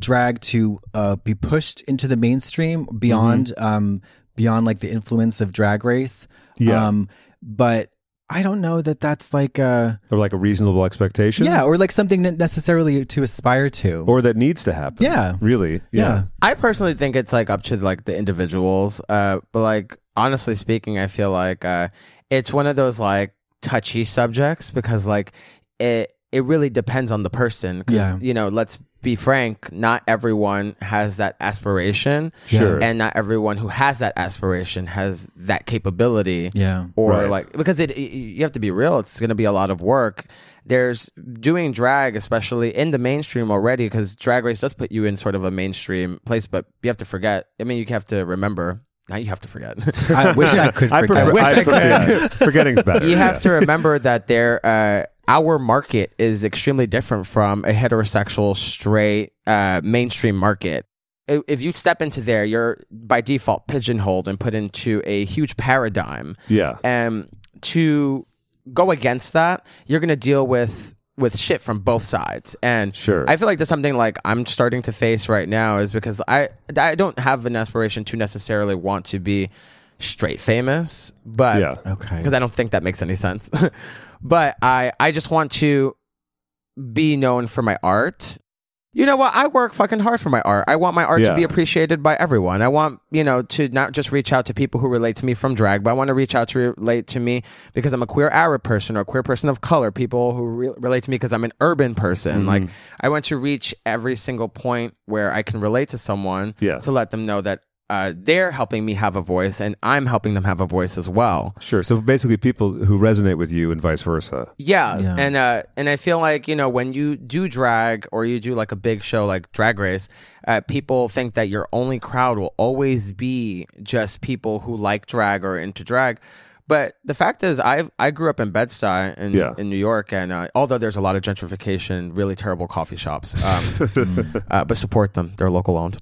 drag to uh, be pushed into the mainstream beyond Mm-hmm. um, beyond like the influence of Drag Race. Yeah. Um, but I don't know that that's like a Or like a reasonable expectation? yeah, or like something ne- necessarily to aspire to. Or that needs to happen. Yeah. Really? yeah. I personally think it's like up to like the individuals. Uh, but like honestly speaking, I feel like uh, it's one of those like touchy subjects because like it it really depends on the person. 'Cause, Yeah. you know, let's be frank, not everyone has that aspiration. Sure. And not everyone who has that aspiration has that capability yeah, or Right. like because it y- you have to be real it's going to be a lot of work there's doing drag especially in the mainstream already because drag race does put you in sort of a mainstream place but you have to forget i mean you have to remember now you have to forget I wish I could. I forget. prefer, wish I I prefer- forgetting's better. you have yeah. to remember that there uh, our market is extremely different from a heterosexual straight uh, mainstream market I- if you step into there you're by default pigeonholed and put into a huge paradigm Yeah. um, to go against that, you're going to deal with with shit from both sides. And Sure. I feel like that's something like I'm starting to face right now is because I I don't have an aspiration to necessarily want to be straight famous, but Yeah. Okay. because I don't think that makes any sense. but I I just want to be known for my art you know what? I work fucking hard for my art. I want my art Yeah. to be appreciated by everyone. I want, you know, to not just reach out to people who relate to me from drag, but I want to reach out to relate to me because I'm a queer Arab person or a queer person of color, people who re- relate to me because I'm an urban person. Like, I want to reach every single point where I can relate to someone Yeah. to let them know that uh, they're helping me have a voice and I'm helping them have a voice as well. Sure. So basically, people who resonate with you and vice versa. Yeah, and uh, and I feel like you know when you do drag or you do like a big show like Drag Race, uh, people think that your only crowd will always be just people who like drag or into drag. But the fact is, I I grew up in Bed Stuy in, Yeah. in New York, and uh, although there's a lot of gentrification, really terrible coffee shops, um, uh, but support them; they're local owned.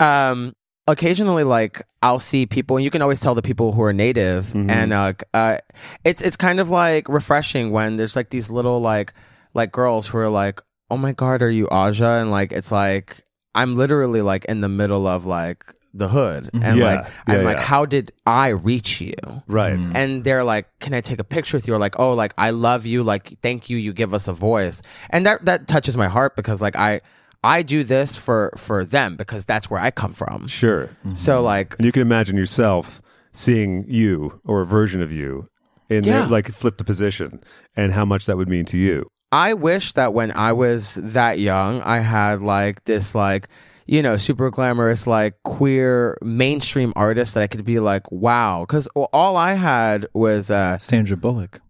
um, occasionally like I'll see people and you can always tell the people who are native Mm-hmm. and uh, c- uh it's it's kind of like refreshing when there's like these little like like girls who are like oh my god are you Aja and like it's like I'm literally like in the middle of like the hood and Yeah. like Yeah, I'm like yeah. how did I reach you Right. Mm-hmm. and they're like, "Can I take a picture with you?" Or like, "Oh, like I love you. Like thank you. You give us a voice." And that that touches my heart because like I I do this for for them because that's where I come from. Sure. So like And you can imagine yourself seeing you or a version of you in their, Yeah. like flipped a position and how much that would mean to you. I wish that when I was that young, I had like this like you know super glamorous like queer mainstream artist that I could be like, "Wow," because all I had was uh Sandra Bullock.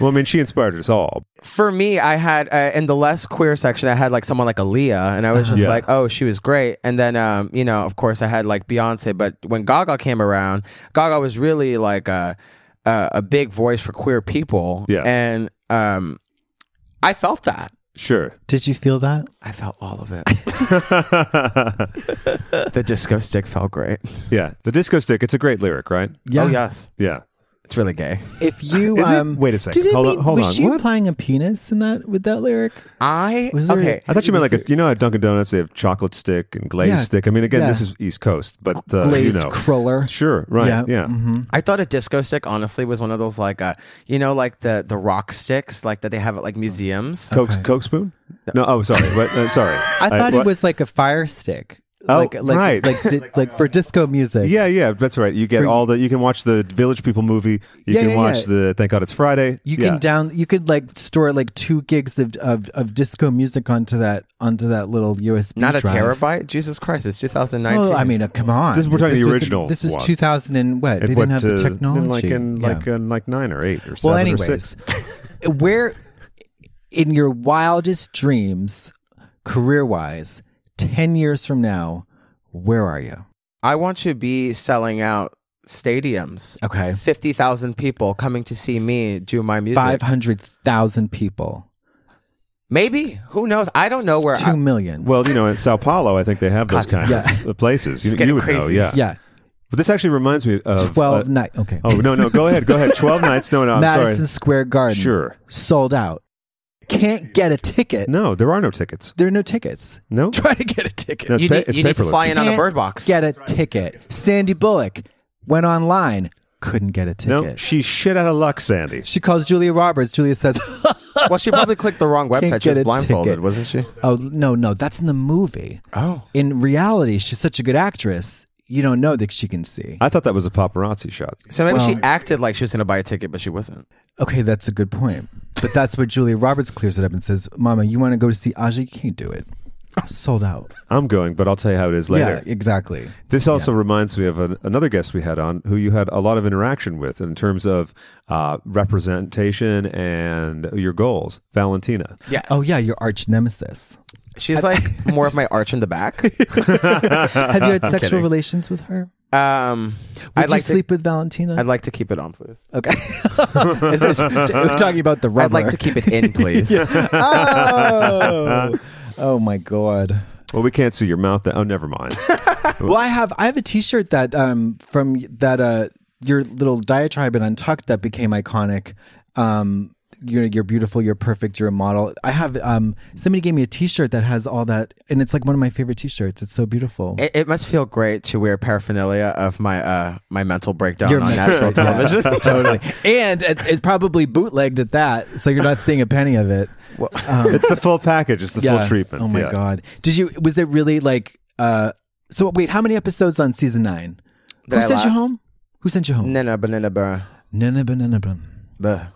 Well, I mean, she inspired us all. for me, I had uh, in the less queer section, I had like someone like Aaliyah, and I was just Yeah. like, oh, she was great. And then, um, you know, of course, I had like Beyonce, but when Gaga came around, Gaga was really like a a, a big voice for queer people, Yeah. and um, I felt that. Sure. Did you feel that? I felt all of it. the disco stick felt great. Yeah. The disco stick. It's a great lyric, right? Oh yes, Yeah. it's really gay. If you Is it? um, Wait a second. did it Hold on- mean, hold was on. she What? implying a penis in that with that lyric? I Was there- okay. I thought you meant like a, you know, at Dunkin' Donuts they have chocolate stick and glazed Yeah. stick. I mean, again, Yeah. this is East Coast, but uh, you Glazed know, cruller. sure, right, yeah, Mm-hmm. I thought a disco stick honestly was one of those like uh you know like the the rock sticks like that they have at like museums. Oh, Coke, Coke spoon. No, oh, sorry, what, uh, sorry. I thought what- it was like a fire stick. Oh, like, like, right. Like, di- like for disco music. Yeah, yeah, that's right. You get all the. You can watch the Village People movie. You Yeah, can yeah, watch yeah. the Thank God It's Friday. You Yeah. can down. You could like store like two gigs of, of, of disco music onto that onto that little USB. Not a drive. terabyte? Jesus Christ, it's 2019. Well, I mean, uh, come on. This- we're talking the was- original this was one. 2000 and what? It they went didn't have to- the technology. In like in Yeah. like in like nine or eight or seven well, or six. anyways, where in your wildest dreams, career wise, ten years from now, where are you? I want to be selling out stadiums. Okay, 50,000 people coming to see me do my music. five hundred thousand people, Maybe. Who knows? I don't know where two I, million. Well, you know, in Sao Paulo, I think they have those kind of places. You, getting you would know, crazy. yeah. yeah, But this actually reminds me of twelve uh, night. Okay, oh no, no, go ahead, go ahead. Twelve nights. No, no, I'm Madison sorry. Square Garden, Sure. sold out. Can't get a ticket. No, there are no tickets. There are no tickets. No, Try to get a ticket. No, it's you, pa- need, it's you need to paperless. fly in on a Can't bird box. Get a ticket. Sandy Bullock went online, couldn't get a ticket. No, she's shit out of luck, Sandy. She calls Julia Roberts. Julia says, Well, she probably clicked the wrong Can't website. She get was a blindfolded, ticket. wasn't she? "Oh no, no, that's in the movie. Oh. In reality, she's such a good actress. You don't know that she can see." I thought that was a paparazzi shot. So maybe she acted like she was going to buy a ticket, but she wasn't. Okay, that's a good point. But that's where Julia Roberts clears it up and says, "Mama, you want to go to see Aja? You can't do it. Sold out. I'm going, but I'll tell you how it is later. Yeah, exactly. This also reminds me of an, another guest we had on who you had a lot of interaction with in terms of uh, representation and your goals, Valentina. Yeah. Oh yeah, your arch nemesis. She's like more of my arch in the back. Have you had sexual relations with her? Um, Would I'd like you sleep with Valentina? To, I'd like to keep it on, please. okay. Is this, we're talking about the rubber. I'd like to keep it in, please. oh. oh my god. Well, we can't see your mouth. That, oh, never mind. Well, I have I have a T-shirt that um from that uh your little diatribe and untucked that became iconic um you know, you're beautiful, you're perfect, you're a model. I have um somebody gave me a t-shirt that has all that and it's like one of my favorite t-shirts. It's so beautiful. It, it must feel great to wear paraphernalia of my uh, my mental breakdown Your on mental national breakdown. television. totally. And it, it's probably bootlegged at that, so you're not seeing a penny of it. Um, it's the full package. It's the full treatment. Oh my yeah. god. Did you was it really like uh so wait, how many episodes on season 9? That Who I sent you lost. home? Who sent you home? Nana banana bra. Nana banana bun. Buh.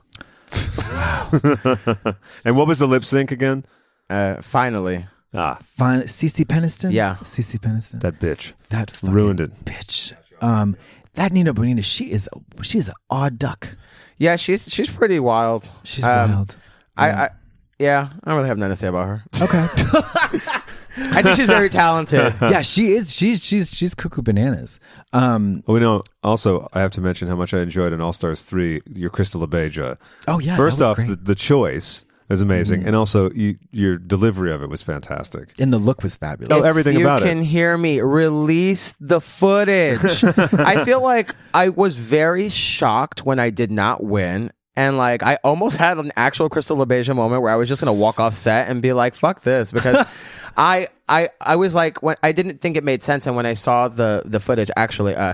and what was the lip sync again? Uh, finally, Ah, Fine, Cece Peniston. Yeah. Cece Peniston. that bitch. that fucking ruined it. bitch. Um, that Nina Bonina, she is a, she is an odd duck. yeah, she's she's pretty wild. She's Um, wild. I, I yeah, I don't really have nothing to say about her. Okay. I think she's very talented. yeah, she is. She's she's she's cuckoo bananas. Um. Oh, we know. Also, I have to mention how much I enjoyed in All Stars Three. Your Crystal Abeja. Oh yeah. that First was off, great. Mm-hmm. the, the choice is amazing, and also you, your delivery of it was fantastic. and the look was fabulous. Oh, everything you about it. can hear me. Release the footage. I feel like I was very shocked when I did not win. And like I almost had an actual Crystal LaBeija moment where I was just gonna walk off set and be like, fuck this because I I I was like when I didn't think it made sense and when I saw the the footage actually uh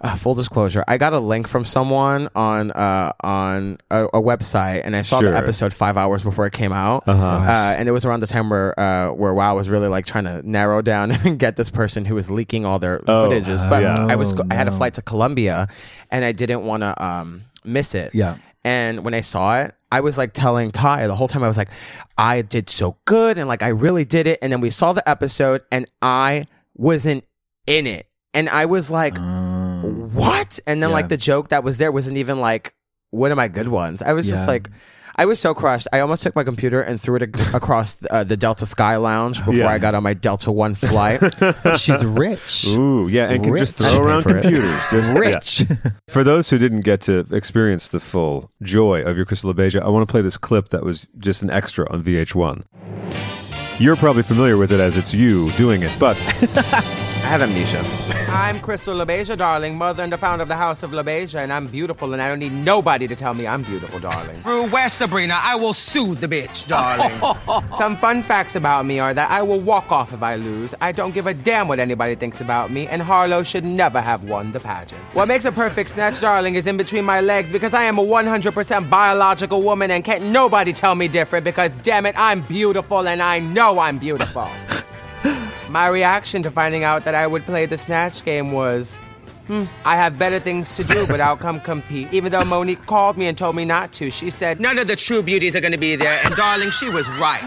uh, full disclosure, I got a link from someone on uh, on a, a website, and I saw Sure. the episode five hours before it came out, uh Uh-huh. and it was around the time where uh, where Wow was really like trying to narrow down and get this person who was leaking all their Oh. footages. But Yeah. I was go- I had a Oh, no. flight to Colombia, and I didn't want to um, miss it. Yeah. And when I saw it, I was like telling Ty the whole time. I was like, I did so good, and like I really did it. And then we saw the episode, and I wasn't in it, and I was Oh. like Oh. what? And then Mm. Yeah. like the joke that was there wasn't even like one of my good ones. I was Yeah. just like, I was so crushed. I almost took my computer and threw it ac- across uh, the Delta Sky Lounge before Yeah. I got on my Delta One flight. But she's rich. Ooh, yeah, and can just Rich. throw around For it. computers. Just, yeah. Rich. For those who didn't get to experience the full joy of your Crystal Abeja, I want to play this clip that was just an extra on VH1. You're probably familiar with it as it's you doing it, but I have amnesia. I'm Crystal LaBeija, darling, mother and the founder of the House of LaBeija, and I'm beautiful, and I don't need nobody to tell me I'm beautiful, darling. Rue, where's Sabrina? I will soothe the bitch, darling. Some fun facts about me are that I will walk off if I lose. I don't give a damn what anybody thinks about me, and Harlow should never have won the pageant. What makes a perfect snatch, darling, is in between my legs because I am a 100% biological woman and can't nobody tell me different because, damn it, I'm beautiful and I know I'm beautiful. my reaction to finding out that I would play the snatch game was. "Hmm, I have better things to do, but I'll come compete. Even though Monique called me and told me not to, she said, None of the true beauties are going to be there, and darling, she was right.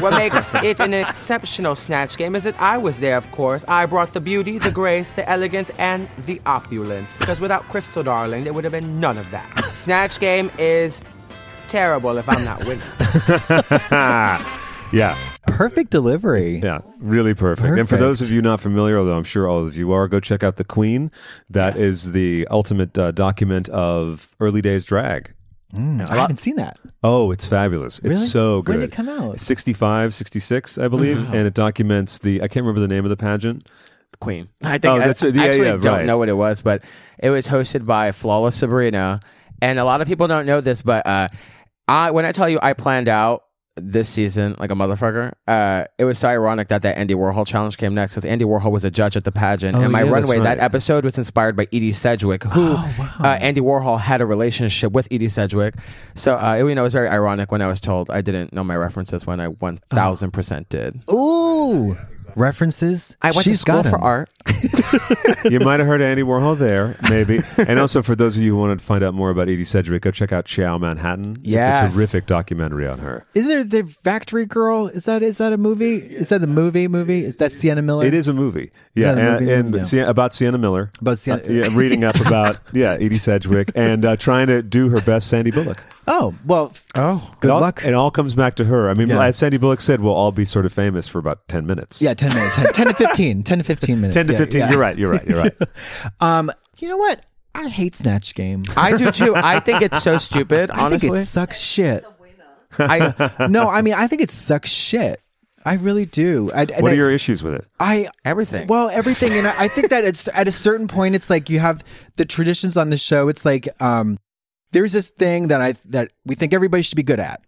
what makes it an exceptional snatch game is that I was there, of course. I brought the beauty, the grace, the elegance, and the opulence. Because without Crystal Darling, there would have been none of that. Snatch game is terrible if I'm not winning. yeah, Perfect delivery. yeah, really perfect. And for Perfect. those of you not familiar, although I'm sure all of you are, go check out The Queen. That is the ultimate uh, document of early days drag. I haven't seen that. Oh, it's fabulous. Really? It's so good. When did it come out? Oh, It's 65, 66, I believe. And it documents the, I can't remember the name of the pageant. Queen. I think Oh, I that's right. Yeah, actually yeah, don't right. know what it was, but it was hosted by Flawless Sabrina. And a lot of people don't know this, but uh, I when I tell you I planned out this season like a motherfucker, uh, it was so ironic that that Andy Warhol challenge came next because Andy Warhol was a judge at the pageant. Oh, and my yeah, that's runway, right. that Oh, episode was inspired by Edie Sedgwick, who uh, Andy Warhol had a relationship with Edie Sedgwick. So uh, it, you know, it was very ironic when I was told I didn't know my references when I 1000% did. Ooh. References. I went to She's school got 'em. for art. you might have heard Andy Warhol there, maybe. And also, for those of you who want to find out more about Edie Sedgwick, go check out Chow Manhattan. It's Yes. a terrific documentary on her. Is there the Factory Girl? Is that is that a movie? Is that the movie movie? Is that Sienna Miller? It is a movie. Yeah. that a and movie? and Yeah. Sien- about Sienna Miller. About Sienna- Uh, yeah, reading up about, yeah, Edie Sedgwick and uh, trying to do her best Sandy Bullock. Oh well. Oh. Good it all, luck. It all comes back to her. I mean, Yeah. as Sandy Bullock said, we'll all be sort of famous for about 10 minutes. Yeah, ten minutes. 10, 10 to fifteen. Ten to fifteen minutes. 10 to Yeah, 15. yeah. You're right. You're right. You're right. Um, you know what? I hate Snatch Game. I do too. I think it's so stupid. I think Honestly, it sucks shit. I No, I mean I think it sucks shit. I really do. I, and what I- are your issues with it? I Everything. Well, everything, and I, I think that it's at a certain point, it's like you have the traditions on the show. It's like um, there's this thing that I that we think everybody should be good at.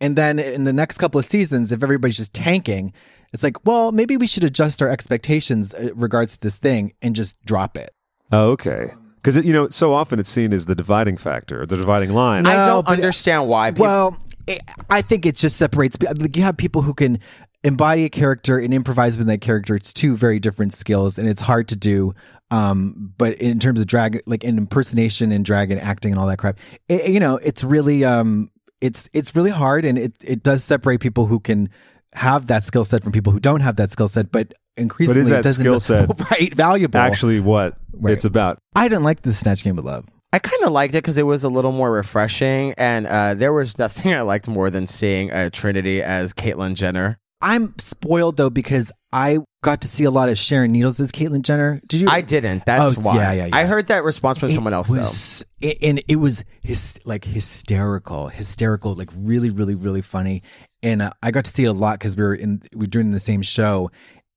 And then in the next couple of seasons, if everybody's just tanking, it's like, well, maybe we should adjust our expectations uh, regards to this thing and just drop it. Oh, okay. Because you know, so often it's seen as the dividing factor, the dividing line. I don't understand why. People, Well, it, I think it just separates. Like you have people who can embody a character and improvise with that character. It's two very different skills, and it's hard to do. Um, but in terms of drag, like in impersonation and drag and acting and all that crap, it, you know, it's really, um, it's it's really hard, and it it does separate people who can have that skill set from people who don't have that skill set. But increasingly, it that doesn't skill set right valuable? actually, what Right. it's about. I didn't like the Snatch Game of Love. I kind of liked it because it was a little more refreshing, and uh, there was nothing I liked more than seeing uh, Trinity as Caitlyn Jenner. I'm spoiled though because I got to see a lot of Sharon Needles as Caitlyn Jenner. Did you? I didn't. That's Oh, why. yeah, yeah, yeah. I heard that response from someone else was, though. and it was his like hysterical, hysterical, like really, really, really funny. And uh, I got to see it a lot because we were in we were doing the same show,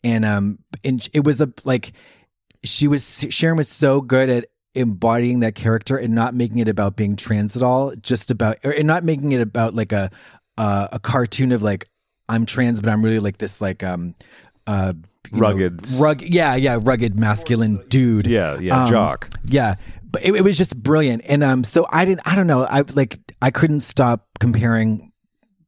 and um, and it was a like she was Sharon was so good at embodying that character and not making it about being trans at all, just about or, and not making it about like a uh, a cartoon of like I'm trans, but I'm really like this like um uh you know, Rugged. rug yeah yeah rugged masculine dude Yeah, yeah, um, jock. yeah, but it, it was just brilliant. And um, so I didn't. I don't know. I like. I couldn't stop comparing.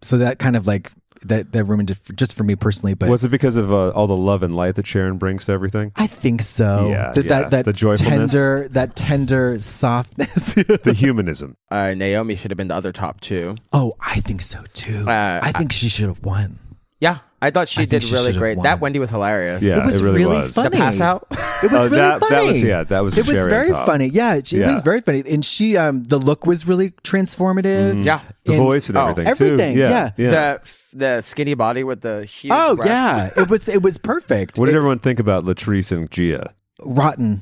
So that kind of like that that ruined it for, just for me personally. But Was it because of uh, all the love and light that Sharon brings to everything? I think so. Yeah, that, yeah. that that The joyfulness. tender that tender softness. The humanism. though. Uh, Naomi should have been the other top two. oh, I think so too. Uh, I think she should have won. Yeah, I thought she I think did she really should've great. won. That Wendy was hilarious. Yeah, it was really really was. funny. The pass out. It was Oh, really that- that funny. was- yeah, that was the It was cherry on very top. funny. Yeah, it, it Yeah. was very funny. And she, um, the look was really transformative. Mm-hmm. Yeah. The And- voice and oh, everything. everything, Too. yeah. The the skinny body with the huge. Oh breasts. yeah, it was it was perfect. what did It- everyone think about Latrice and Gia? rotten.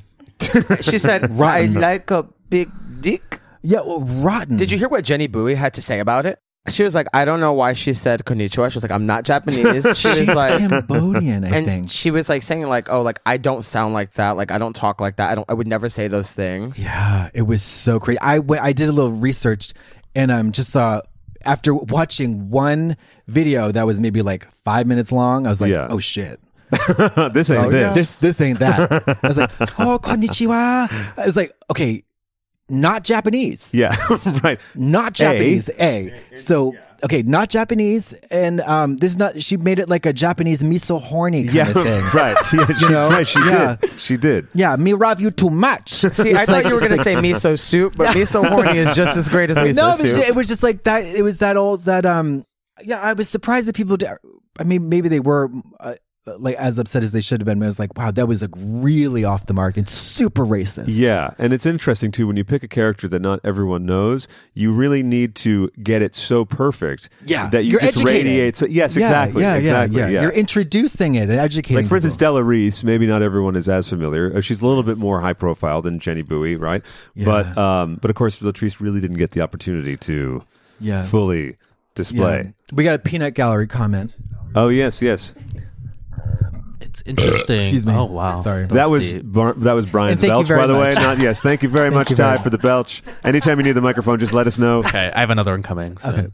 She said, "I Rotten. like a big dick." Yeah, well, rotten. Did you hear what Jenny Bowie had to say about it? She was like, "I don't know why she said konnichiwa." She was like, "I'm not Japanese." She She's was like, Cambodian, I and think. she was like saying like, "Oh, like I don't sound like that. Like I don't talk like that. I don't. I would never say those things." yeah, it was so crazy. I went, I did a little research, and um, just uh, after watching one video that was maybe like five minutes long, I was like, Yeah. oh shit. this ain't this. yeah. Oh, This this ain't that. I was like, oh konnichiwa. I was like, okay, not Japanese. Yeah, right. Not Japanese. A. So okay, not Japanese. And um this is not she made it like a Japanese miso horny kind Yeah, of thing. right. Yeah, she, know? right, she Yeah. did. She did. Yeah, me love you too much. See, I thought you were gonna say miso soup, but miso horny is just as great as miso no, it was, soup. just, it was just like that. It was that old that um. Yeah, I was surprised that people. Did, I mean, maybe they were uh, like as upset as they should have been. But I was like, wow, that was like really off the mark and super racist. Yeah, and it's interesting too when you pick a character that not everyone knows, you really need to get it so perfect Yeah, that you you're just educating. radiates it. Yes, Yeah, exactly. Yeah, yeah, exactly. Yeah, You're introducing it and educating. like for instance, people. Della Reese. Maybe not everyone is as familiar. Uh, She's a little bit more high profile than Jenny Bowie, right? But um, but of course, Latrice really didn't get the opportunity to Yeah. fully display. Yeah. We got a peanut gallery comment. Oh yes, yes. It's interesting. Excuse me. Oh wow. Sorry. that was deep. Bar- that was Brian's And thank you belch, very by the way. much. Not yes. Thank you very much, you Ty, very for the belch. Anytime you need the microphone, just let us know. Okay, I have another one coming. So. Okay.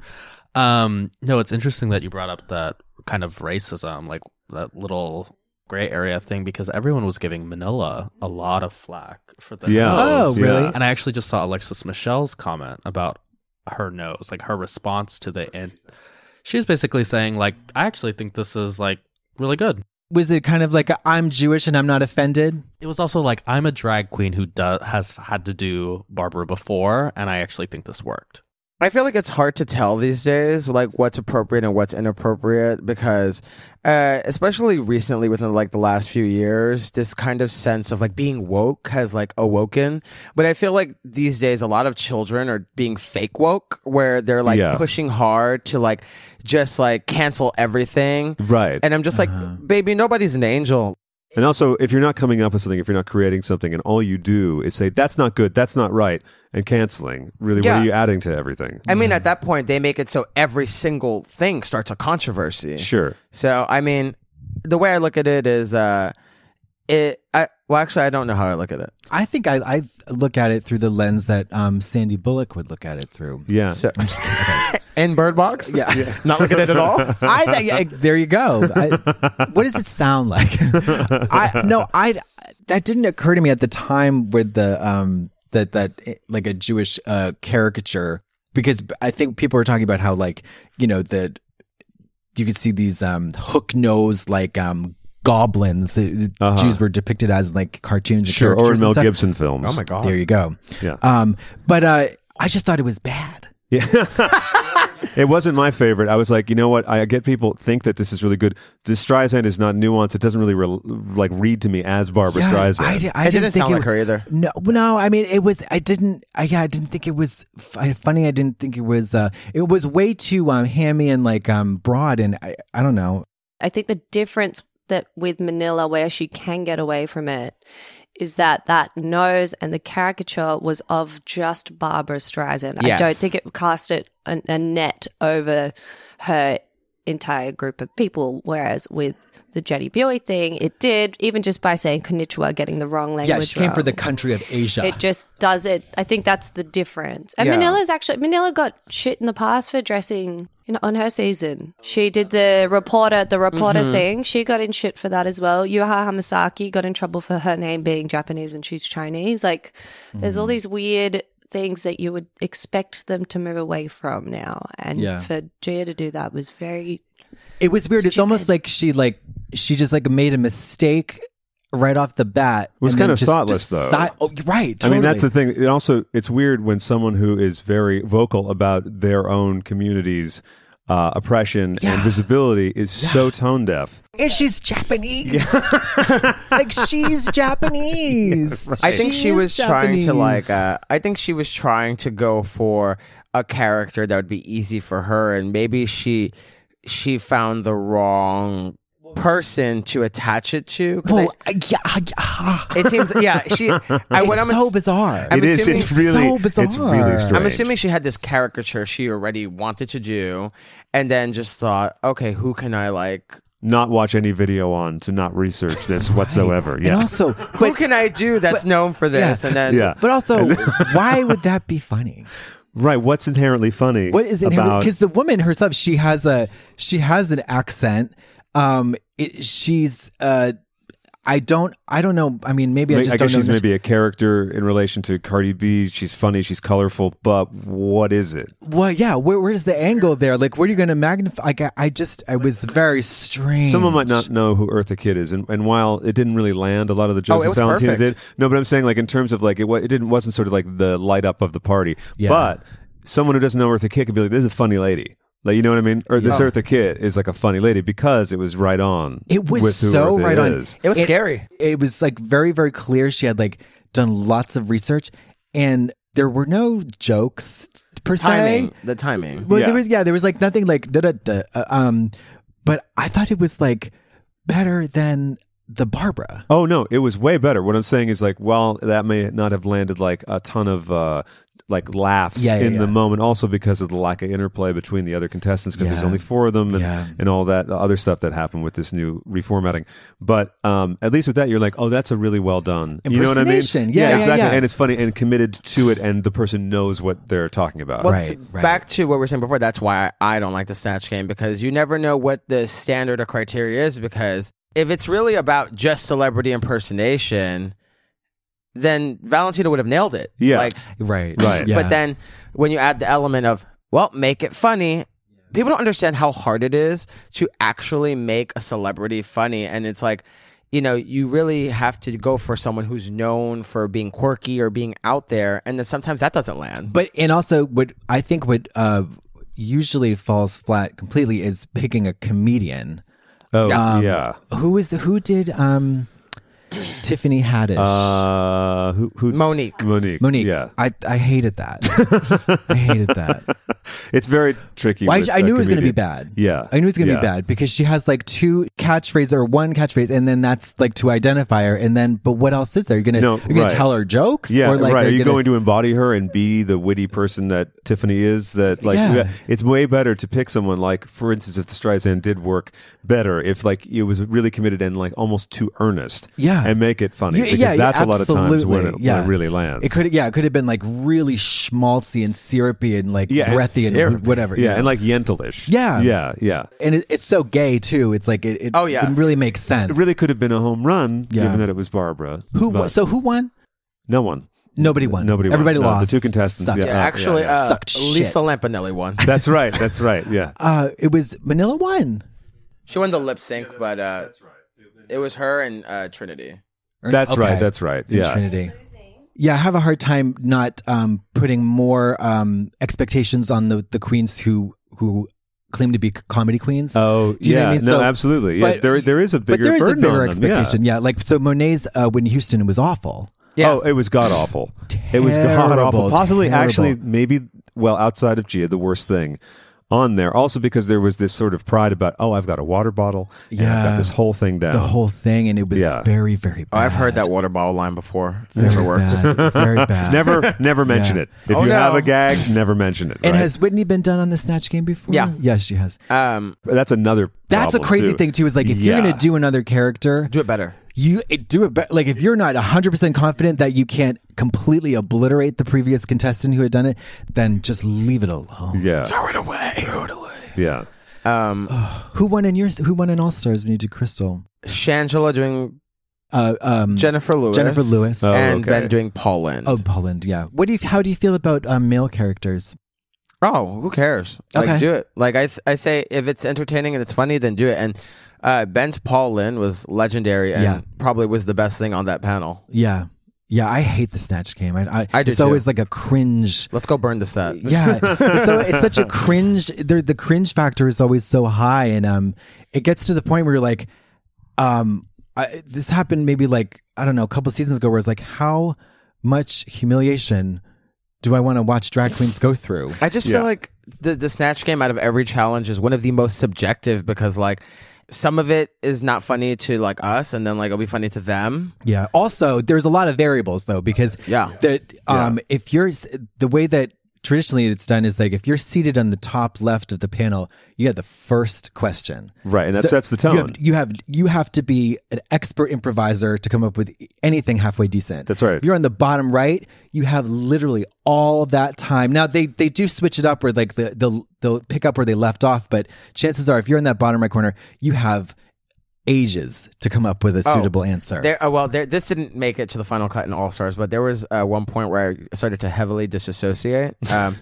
Um, no, it's interesting that you brought up that kind of racism, like that little gray area thing, because everyone was giving Manila a lot of flack for the Yeah. nose. Oh, really? Yeah. And I actually just saw Alexis Michelle's comment about her nose, like her response to the and she was basically saying like, I actually think this is like really good. Was it kind of like a, I'm Jewish and I'm not offended? It was also like I'm a drag queen who does has had to do Barbara before, and I actually think this worked. I feel like it's hard to tell these days, like what's appropriate and what's inappropriate, because uh, especially recently within like the last few years, this kind of sense of like being woke has like awoken. But I feel like these days, a lot of children are being fake woke, where they're like Yeah. pushing hard to like just like cancel everything. Right. And I'm just like, baby, nobody's an angel. And also, if you're not coming up with something, if you're not creating something, and all you do is say, that's not good, that's not right, and canceling, really, what Yeah. are you adding to everything? I mean, at that point, they make it so every single thing starts a controversy. Sure. So I mean, the way I look at it is, uh, it I Well, actually, I don't know how I look at it. I think I, I look at it through the lens that um, Sandy Bullock would look at it through. Yeah. I'm just kidding. Okay. In Bird Box? Yeah. Not look at it at all? I think I- there you go. I, what does it sound like? I no, I that didn't occur to me at the time with the um that that eh, like a Jewish uh caricature because I think people were talking about how like you know that you could see these um hook nose like um goblins that Jews were depicted as like cartoons and Uh-huh. Sure, or in caricatures and Mel stuff. Gibson films. Oh my God. there you go Yeah. um but uh I just thought it was bad It wasn't my favorite. I was like, you know what? I get people think that this is really good. This Streisand is not nuanced. It doesn't really re- like read to me as Barbara Yeah, Streisand. I, di- I didn't, think it, either. No, no. I mean, it was. I didn't. I, yeah, I didn't think it was f- funny. I didn't think it was. Uh, it was way too um, hammy and like um, broad. And I, I don't know. I think the difference that with Manila, where she can get away from it, is that that nose and the caricature was of just Barbara Streisand. I don't Yes. think it cast it a, a net over her entire group of people. Whereas with the Jenny Buey thing, it did, even just by saying Konnichiwa, getting the wrong language. yeah, she came for wrong. the country of Asia. It just does it. I think that's the difference. And Yeah. Manila's actually Manila got shit in the past for dressing in, on her season. She did the reporter, the reporter Mm-hmm. Mhm. thing. She got in shit for that as well. Yuha Hamasaki got in trouble for her name being Japanese and she's Chinese. Like, there's Mm. all these weird things that you would expect them to move away from now, and Yeah. for Gia to do that was very. It was weird. It's almost like she like she just like made a mistake right off the bat. It was and kind then of just thoughtless, though. decide- Oh, right. Totally. I mean, that's the thing. It also, it's weird when someone who is very vocal about their own community's uh, oppression and visibility is so tone deaf. And she's Japanese. like she's Japanese. I think she is was trying to Japanese. like. Uh, I think she was trying to go for a character that would be easy for her, and maybe she she found the wrong person to attach it to. 'Cause I- Well, I- yeah, I- ah. it seems yeah. She. I, it's what I'm so ass- bizarre. I'm assuming- so bizarre. I'm assuming she had this caricature she already wanted to do, and then just thought, okay, who can I like? Not watch any video on to not research this whatsoever. Yeah. also, who can I do that's known for this? And then yeah. But also, why would that be funny? Right. What's inherently funny? What is it? about? Because the woman herself, she has a she has an accent. Um, it, she's uh, I don't I don't know. I mean, maybe I Ma- just I don't guess know. she's maybe a character in relation to Cardi B. She's funny. She's colorful. But what is it? well, yeah. Where, where's the angle there? Like, where are you going to magnify? Like, I, I just I was very strange. Someone might not know who Eartha Kitt is, and, and while it didn't really land, a lot of the Oh, jokes it that was Valentina perfect. did. No, but I'm saying like in terms of like it, wa- it didn't wasn't sort of like the light up of the party. Yeah. But someone who doesn't know Eartha Kitt could be like, "This is a funny lady." Like you know what I mean? Or this Yeah. Eartha Kitt is like a funny lady because it was right on. It was with who so Eartha right is. on. It was scary. It was like very, very clear. She had like done lots of research, and there were no jokes per timing, se. the timing. Well, there was yeah, there was like nothing like da da da. uh, Um, but I thought it was like better than the Barbara. Oh no, it was way better. What I'm saying is like, while that may not have landed like a ton of uh like laughs Yeah, yeah, in yeah. the moment, also because of the lack of interplay between the other contestants, because there's Yeah. only four of them and, Yeah. and all that other stuff that happened with this new reformatting. But um at least with that, you're like, oh, that's a really well done. You know what I mean? Impersonation. Yeah, yeah, exactly. yeah. And it's funny and committed to it, and the person knows what they're talking about. Well, Back to what we were saying before, that's why I don't like the Snatch game because you never know what the standard or criteria is. Because if it's really about just celebrity impersonation, then Valentina would have nailed it. Yeah. Like, Right. Right. But then when you add the element of, well, make it funny, people don't understand how hard it is to actually make a celebrity funny. And it's like, you know, you really have to go for someone who's known for being quirky or being out there. And then sometimes that doesn't land. But and also what I think what uh usually falls flat completely is picking a comedian. Oh Um, yeah. Who is who did um Tiffany Haddish? Uh who who Monique. Monique. Monique. Yeah. I, I hated that. I hated that. It's very tricky. Why- with I a knew it was gonna be comedian. bad. Yeah, I knew it was going to Yeah. be bad because she has like two catchphrases or one catchphrase, and then that's like to identify her. And then, but what else is there? You're gonna No, you're gonna right. tell her jokes? Yeah, or like right. Are they're you gonna- going to embody her and be the witty person that Tiffany is? That like Yeah. yeah, it's way better to pick someone like, for instance, if the Streisand did work better, if like it was really committed and like almost too earnest, Yeah. and make it funny Yeah, because yeah, that's yeah, a lot of times when it, absolutely. Yeah. when it really lands. It could yeah, it could have been like really schmaltzy and syrupy and like yeah, breathy and syrupy. whatever. Yeah, you know? and like Yentlish. Yeah. yeah, yeah. and it, it's so gay too. It's like it, it Oh, yes. it really makes sense. It really could have been a home run, Yeah. given that it was Barbara. who but won? So who won? No one. Nobody won. Nobody. won. Everybody No, lost. The two contestants. Sucked. Yeah, Yeah, uh, actually, yeah. uh, Sucked shit. Lisa Lampanelli won. that's right. That's right. Yeah. Uh, it was Manila won. She won the lip sync, but uh, it was her and uh, Trinity. Or- That's Er, okay. right. That's right. In Yeah. Trinity. Yeah, I have a hard time not um, putting more um, expectations on the the queens who who claim to be c- comedy queens. Oh, Do you know yeah. what I mean? No, So- absolutely. Yeah. but- There, there is a but bigger there is a burden bigger on them. Yeah. expectation. Yeah. like so Monet's uh, when Houston was awful. Yeah. Oh, it was god awful. It was god awful. Terrible, Possibly, terrible. actually, maybe, well, outside of Gia, the worst thing on there. Also because there was this sort of pride about, oh, I've got a water bottle. and I've got Yeah. this whole thing down. The whole thing, and it was Oh. Yeah. very, very bad. Oh, I've heard that water bottle line before. Very Never works. bad. Very bad. never, never mention Yeah. it. If Oh, you no. have a gag, never mention it. And right? has Whitney been done on the Snatch Game before? Yeah. Yes, she has. Um, that's another. That's a problem, crazy too. thing too. Is like if Yeah. you're gonna do another character, do it better. you it, do it but like if you're not 100% confident that you can't completely obliterate the previous contestant who had done it then just leave it alone Yeah, Throw it away. Throw it away. yeah. Um, who won in yours who won in all stars when you did crystal Shangela doing uh um Jennifer Lewis. Jennifer Lewis. Oh, and okay. then doing Paul Lynde. oh poland yeah what do you how do you feel about um, male characters Oh, who cares? Like, Okay. do it. Like, I, th- I say, if it's entertaining and it's funny, then do it. And uh, Ben's Paul Lynn was legendary and Yeah. probably was the best thing on that panel. yeah yeah i hate the snatch game i i, I do it's too. always like a cringe Let's go burn the set. yeah it's, so, it's such a cringe there the cringe factor is always so high and um it gets to the point where you're like um I, this happened maybe like i don't know a couple seasons ago where it's like how much humiliation do i want to watch drag queens go through I just Yeah. feel like the the snatch game out of every challenge is one of the most subjective because like some of it is not funny to like us, and then like it'll be funny to them. yeah also there's a lot of variables though because Yeah. that um if you're s- the way that traditionally it's done is like if you're seated on the top left of the panel you have the first question Right, and that sets the you have- tone. you have you have to be an expert improviser to come up with anything halfway decent. That's right. If you're on the bottom right, you have literally all that time. Now they they do switch it up where like the they'll they'll pick up where they left off, but chances are if you're in that bottom right corner, you have ages to come up with a suitable answer. There, oh, well, there, this didn't make it to the final cut in All Stars, but there was uh, one point where I started to heavily disassociate um,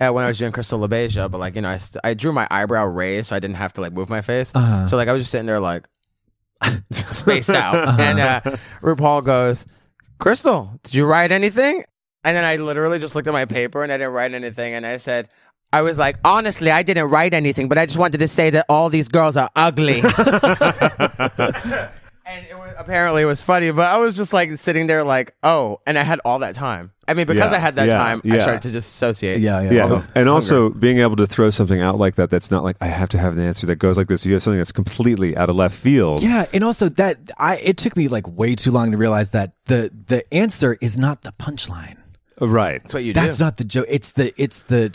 uh, when I was doing Crystal LaBeija. But like, you know, I, st- I drew my eyebrow raised, so I didn't have to like move my face. So like, I was just sitting there like spaced out, Uh-huh. and uh, RuPaul goes, "Crystal, did you write anything?" And then I literally just looked at my paper and I didn't write anything, and I said. I was like, honestly, I didn't write anything, but I just wanted to say that all these girls are ugly. And it was, apparently it was funny, but I was just like sitting there, like, oh, and I had all that time. I mean, because Yeah, I had that yeah, time, I yeah. started to just associate. yeah, yeah. Yeah, Oh, and also being able to throw something out like that that's not like I have to have an answer that goes like this. You have something that's completely out of left field. Yeah, and also that I it took me like way too long to realize that the the answer is not the punchline. Right. That's what you That's do. not the joke. It's the it's the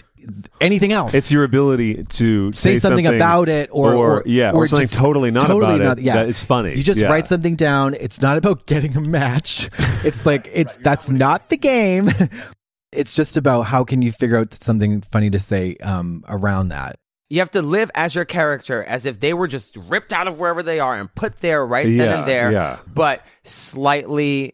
anything else. It's your ability to say, something, about it or, or, yeah, or, something just totally not totally about not- it. Yeah. that is funny. You just Yeah. write something down. It's not about getting a match. It's like it's that's not the game. It's just about how can you figure out something funny to say um, around that. you have to live as your character as if they were just ripped out of wherever they are and put there right Yeah, then and there, yeah. but slightly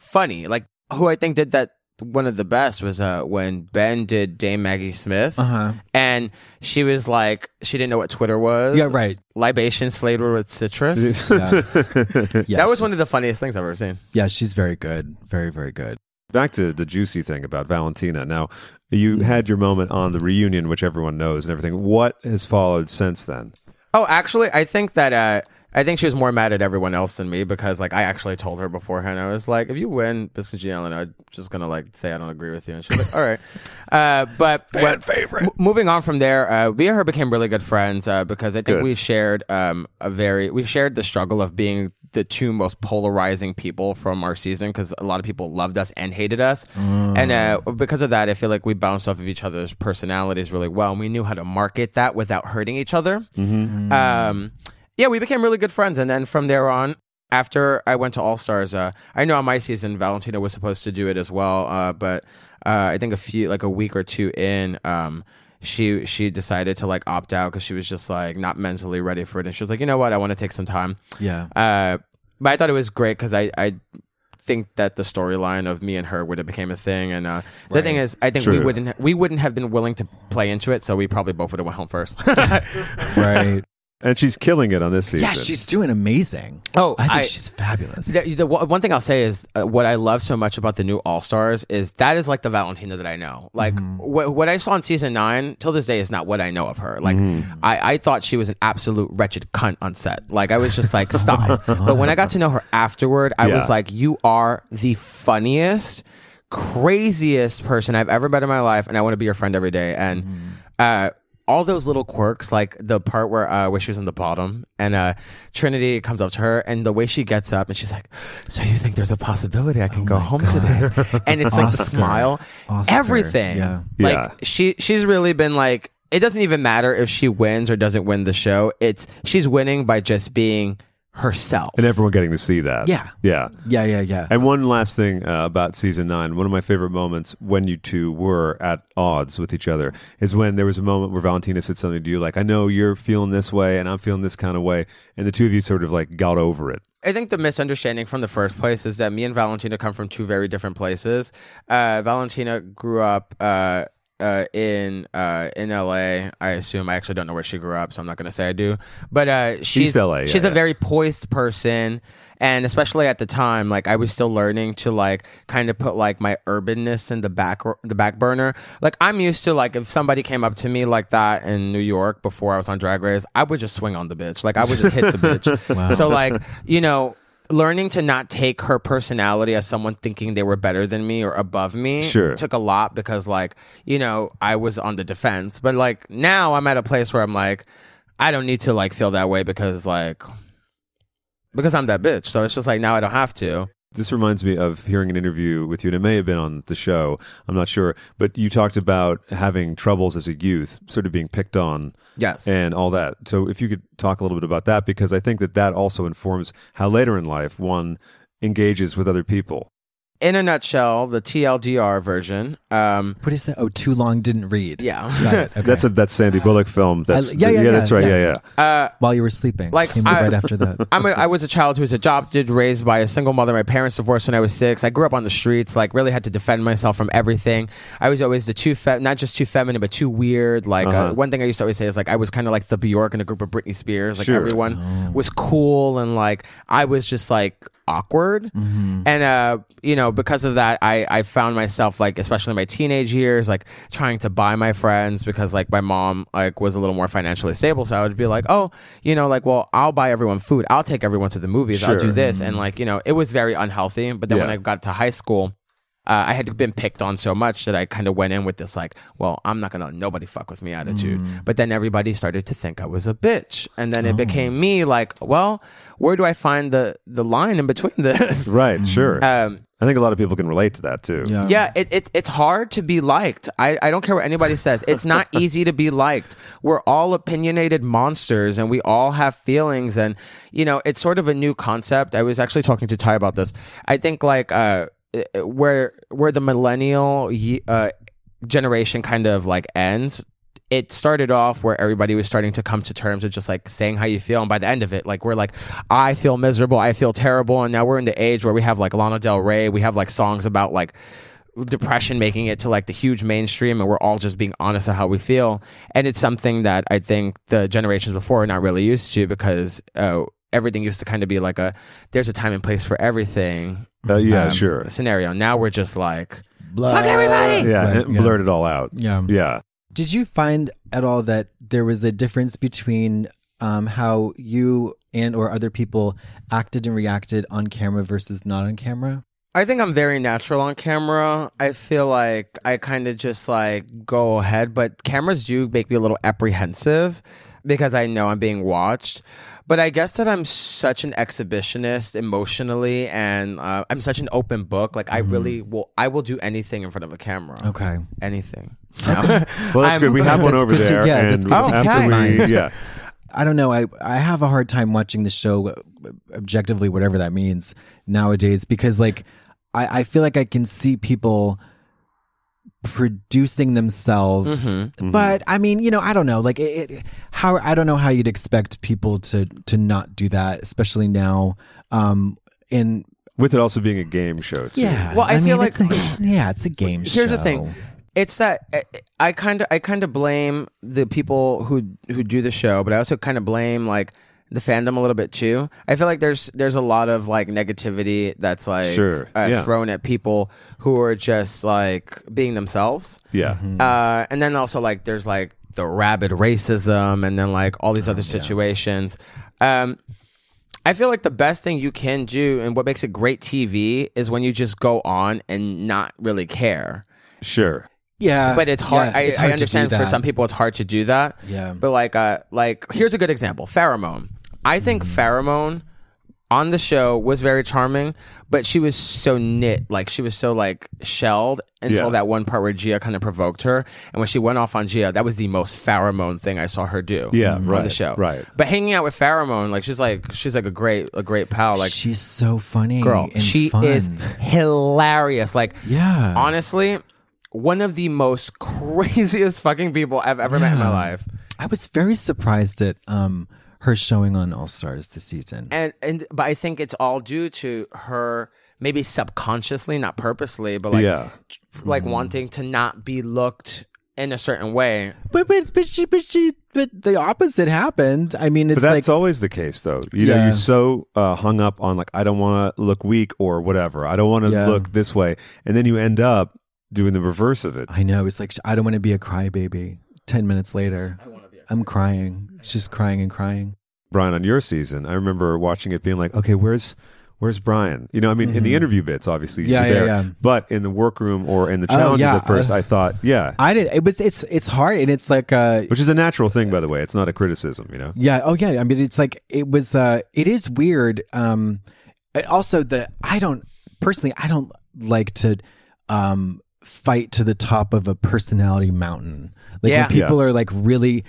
funny. Like, who I think did that one of the best was uh, when Ben did Dame Maggie Smith. Uh-huh. And she was like, she didn't know what Twitter was. Yeah, right. Libations flavored with citrus. Yeah. Yeah, that was she's- one of the funniest things I've ever seen. Yeah, she's very good. Very, very good. Back to the juicy thing about Valentina. Now, Mm-hmm. you had your moment on the reunion, which everyone knows and everything. What has followed since then? Oh, actually, I think that uh, I think she was more mad at everyone else than me because like I actually told her beforehand. I was like, if you win Biscuit G Ellen, I'm just gonna like say I don't agree with you. And she's like, all right. Uh, but what, favorite. moving on from there, uh, we and her became really good friends uh, because I think Good. we shared um, a very we shared the struggle of being the two most polarizing people from our season because a lot of people loved us and hated us. And uh, because of that, I feel like we bounced off of each other's personalities really well. And we knew how to market that without hurting each other. Mm-hmm. Um, yeah, we became really good friends, and then from there on, after I went to All Stars, uh, I know on my season Valentina was supposed to do it as well, uh, but uh, I think a few like a week or two in. Um, she she decided to like opt out because she was just like not mentally ready for it, and she was like, you know what, I want to take some time. Yeah. Uh, but I thought it was great because I, I think that the storyline of me and her would have became a thing. And uh, the thing is, I think we True. wouldn't we wouldn't have been willing to play into it, so we probably both would have went home first. right. And she's killing it on this season. Yeah, she's doing amazing. Oh, I think I- she's fabulous. The, the one one thing I'll say is uh, what I love so much about the new All Stars is that is like the Valentina that I know. Like what what I saw in season nine till this day is not what I know of her. Like I, I thought she was an absolute wretched cunt on set. Like I was just like stop. but when I got to know her afterward, I Yeah. was like, you are the funniest, craziest person I've ever met in my life, and I want to be your friend every day. And Mm. uh, all those little quirks, like the part where uh, where she was in the bottom, and uh, Trinity comes up to her, and the way she gets up, and she's like, "So you think there's a possibility I can go home today?" And it's like the Oh Oscar. smile, Oscar, everything. yeah. Like Yeah. she she's really been like. It doesn't even matter if she wins or doesn't win the show. It's she's winning by just being herself. and everyone getting to see that. Yeah. Yeah. Yeah, yeah, yeah. And one last thing uh, about season nine, one of my favorite moments when you two were at odds with each other is when there was a moment where Valentina said something to you, like, I know you're feeling this way and I'm feeling this kind of way. And the two of you sort of like got over it. I think the misunderstanding from the first place is that me and Valentina come from two very different places. Uh, Valentina grew up uh, uh, in uh, in L.A. I assume I actually don't know where she grew up, so I'm not going to say I do. But uh, she's LA, yeah, she's yeah. a very poised person, and especially at the time, like I was still learning to like kind of put like my urbanness in the back the back burner. Like I'm used to like if somebody came up to me like that in New York before I was on Drag Race, I would just swing on the bitch. Like I would just hit the bitch. Wow. So like you know, learning to not take her personality as someone thinking they were better than me or above me Sure. took a lot because like you know I was on the defense, but like now I'm at a place where I'm like I don't need to like feel that way because like because I'm that bitch. So it's just like now I don't have to. This reminds me of hearing an interview with you, and it may have been on the show. I'm not sure, but you talked about having troubles as a youth, sort of being picked on, Yes. and all that. So, if you could talk a little bit about that, because I think that that also informs how later in life one engages with other people. In a nutshell, the TLDR version. Um, what is that? Oh, too long didn't read. Yeah. Got it. Okay. That's a that's Sandy Bullock film. That's I- yeah, yeah, yeah, that's right. Yeah, yeah. Uh, While you were sleeping, Like, came I- right after that. I'm a, I was a child who was adopted, raised by a single mother. My parents divorced when I was six. I grew up on the streets, like really had to defend myself from everything. I was always the too fe- not just too feminine, but too weird. Like uh Uh-huh. one thing I used to always say is like I was kind of like the Bjork in a group of Britney Spears. Like Sure. everyone Oh. was cool and like I was just like awkward. Mm-hmm. And uh, you know, because of that, I I found myself like, especially in my teenage years, like trying to buy my friends because like my mom like was a little more financially stable, so I would be like, oh, you know, like well, I'll buy everyone food, I'll take everyone to the movies, I'll Sure. Mm-hmm. do this, and like you know, it was very unhealthy. But then when Yeah. I got to high school. Uh, I had been picked on so much that I kind of went in with this like, well, I'm not gonna let nobody fuck with me attitude. But then everybody started to think I was a bitch, and then it became me like, well, where do I find the the line in between this? Right, sure. Um, I think a lot of people can relate to that too. yeah, it, it, it's hard to be liked. I, I don't care what anybody says. It's not easy to be liked. We're all opinionated monsters and we all have feelings. And, you know, it's sort of a new concept. I was actually talking to Ty about this. I think, like, uh, uh, where, where the millennial ye- uh, generation kind of like ends. It started off where everybody was starting to come to terms with just like saying how you feel. And by the end of it, like we're like, I feel miserable, I feel terrible. And now we're in the age where we have like Lana Del Rey, we have like songs about like depression making it to like the huge mainstream and we're all just being honest of how we feel and it's something that i think the generations before are not really used to because uh, everything used to kind of be like a there's a time and place for everything Uh, yeah, um, sure. scenario now we're just like Fuck Yeah, everybody. and blurt it all out. Yeah. yeah. Did you find at all that there was a difference between um, how you and or other people acted and reacted on camera versus not on camera? I think I'm very natural on camera. I feel like I kind of just like go ahead, but cameras do make me a little apprehensive because I know I'm being watched. But I guess that I'm such an exhibitionist emotionally, and uh, I'm such an open book. Like Mm-hmm. I really will, I will do anything in front of a camera. Okay, anything. Well, that's good. We have one That's over good to- there. yeah, and that's good to keep in after we, mind. yeah. I don't know. I, I have a hard time watching the show uh, objectively, whatever that means nowadays, because like I, I feel like I can see people producing themselves. Mhm. Mhm. But I mean, you know, I don't know. Like it, it, how I don't know how you'd expect people to to not do that, especially now. Um, and With it also being a game show, too. yeah, Well, I mean, feel it's like- a- yeah, it's a game show. Here's the thing. It's that I- I kind of I kind of blame the people who who do the show, but I also kind of blame like the fandom a little bit too. I feel like there's there's a lot of like negativity that's like Sure, uh, yeah. thrown at people who are just like being themselves. Yeah. Mm-hmm. Uh, and then also like there's like the rabid racism and then like all Oh, these other situations. Um, I feel like the best thing you can do and what makes it great TV is when you just go on and not really care. Sure. Yeah, But it's hard. yeah, I, it's I hard to do understand for that. some people it's hard to do that. Yeah. But like, uh, like here's a good example: pheromone. I think Mm-hmm. pheromone on the show was very charming, but she was so knit, like she was so like shelled until Yeah. that one part where Gia kind of provoked her, and when she went off on Gia, that was the most pheromone thing I saw her do. Yeah, on the right, show, right. But hanging out with pheromone, like she's like she's like a great a great pal, like she's so funny, girl and she fun. is hilarious like Yeah. honestly one of the most craziest fucking people i've ever met in my Yeah. life I was very surprised at um her showing on All Stars this season. and and but i think it's all due to her maybe subconsciously not purposely but like Yeah. like wanting to not be looked in a certain way But but but she but she but the opposite happened. I mean, it's but that's like always the case, though. You know, Yeah. you're so uh, hung up on like I don't want to look weak or whatever. I don't want to Yeah. look this way, and then you end up doing the reverse of it. I know it's like I don't want to be a crybaby. Ten minutes later, I am crying. She's crying and crying. Brian, on your season, I remember watching it, being like, okay, where's Where's Brian? You know, I mean, in the interview bits, obviously, Mm-hmm. Yeah, you're yeah, there. yeah. But in the workroom or in the Oh, challenges yeah, at first, uh, I thought, yeah, I did. It was it's it's hard and it's like uh which is a natural thing, by the way. It's not a criticism, you know. Yeah. Oh, yeah. I mean, it's like it was. uh It is weird. Um, it- also the I don't personally I don't like to um fight to the top of a personality mountain. Like Yeah. when people are like really,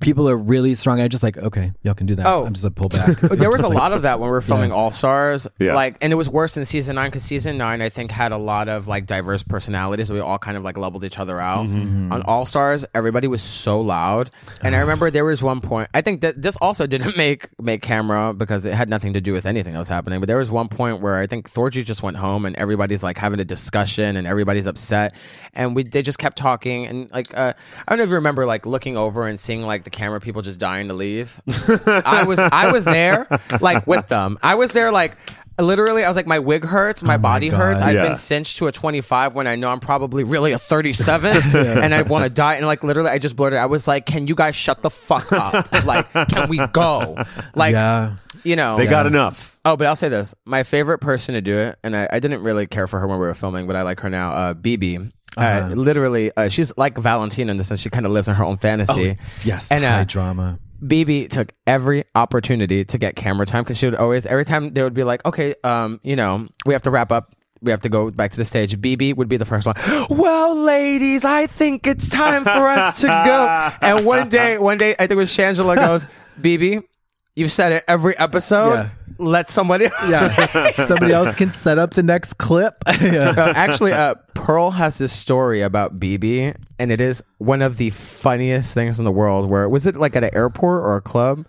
people are really strong. I just like okay, y'all can do that. Oh. I'm just a pull back. there was a lot of that when we were filming All Stars. Yeah. Like, and it was worse than season nine because season nine, I think, had a lot of like diverse personalities. We all kind of like leveled each other out. On All Stars, everybody was so loud, and I remember there was one point. I think that this also didn't make make camera because it had nothing to do with anything that was happening. But there was one point where I think Thorgy just went home, and everybody's like having a discussion, and everybody's upset, and we they just kept talking, and like uh, I don't know if you remember like looking over and seeing like the camera people just dying to leave. I was I was there like with them. I was there like literally I was like my wig hurts, my body hurts. I've Yeah. been cinched to a 25 when I know I'm probably really a 37 and I want to die and like literally I just blurted I was like can you guys shut the fuck up? like can we go? Like Yeah. you know. They got enough. Oh, but I'll say this. My favorite person to do it, and I, I didn't really care for her when we were filming, but I like her now, uh, BB. Uh, Literally, uh, she's like Valentina in the sense she kind of lives in her own fantasy. Yes. And, And uh, high drama. BB took every opportunity to get camera time because she would always, every time they would be like, okay, um, you know, we have to wrap up. We have to go back to the stage. BB would be the first one. Well, ladies, I think it's time for us to go. And one day, one day, I think it was Shangela goes, BB, you've said it every episode. Yeah. Let somebody else. Yeah. Somebody else can set up the next clip. Oh, yeah. Uh, actually, uh, Pearl has this story about BB, and it is one of the funniest things in the world. Where was it like at an airport or a club?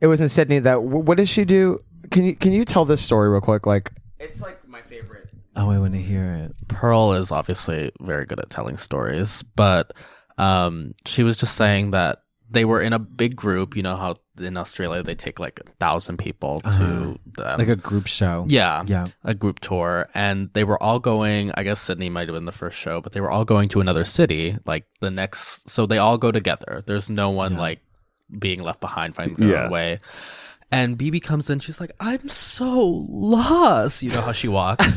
It was in Sydney. That wh- what did she do? Can you can you tell this story real quick? Like it's like my favorite. Oh, I want to hear it. Pearl is obviously very good at telling stories, but um, she was just saying that they were in a big group. You know how in Australia they take like a thousand people to the, Like a group show. yeah, Yeah. a group tour, and they were all going. I guess Sydney might have been the first show, but they were all going to another city, like the next. So they all go together. There's no one like being left behind, finding their Yeah. own way. And BB comes in, she's like, I'm so lost. You know how she walks.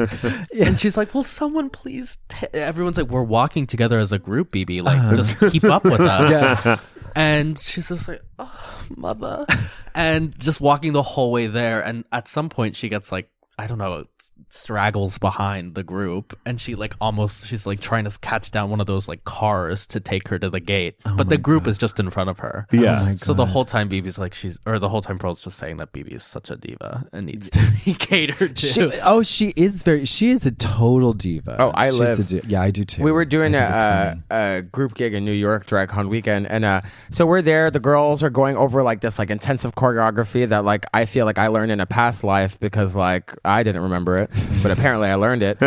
And she's like, Will someone please? T-? Everyone's like, We're walking together as a group, BB. Like, Uh-huh. just keep up with us. Yeah. And she's just like, Oh, mother. And just walking the whole way there. And at some point, she gets like, I don't know, straggles behind the group. And she like um almost, she's like trying to catch down one of those like cars to take her to the gate. but the group is just in front of her. Oh Yeah. Oh my so the whole time BB's like she's or the whole time Pearl's just saying that BB is such a diva and needs to be catered to. She, oh, she is very. She is a total diva. Oh, I She's live. a di- yeah, I do too. We were doing I a, think it's uh, a group gig in New York, DragCon weekend, and uh, so we're there. The girls are going over like this, like intensive choreography that like I feel like I learned in a past life because like I didn't remember it, but apparently I learned it.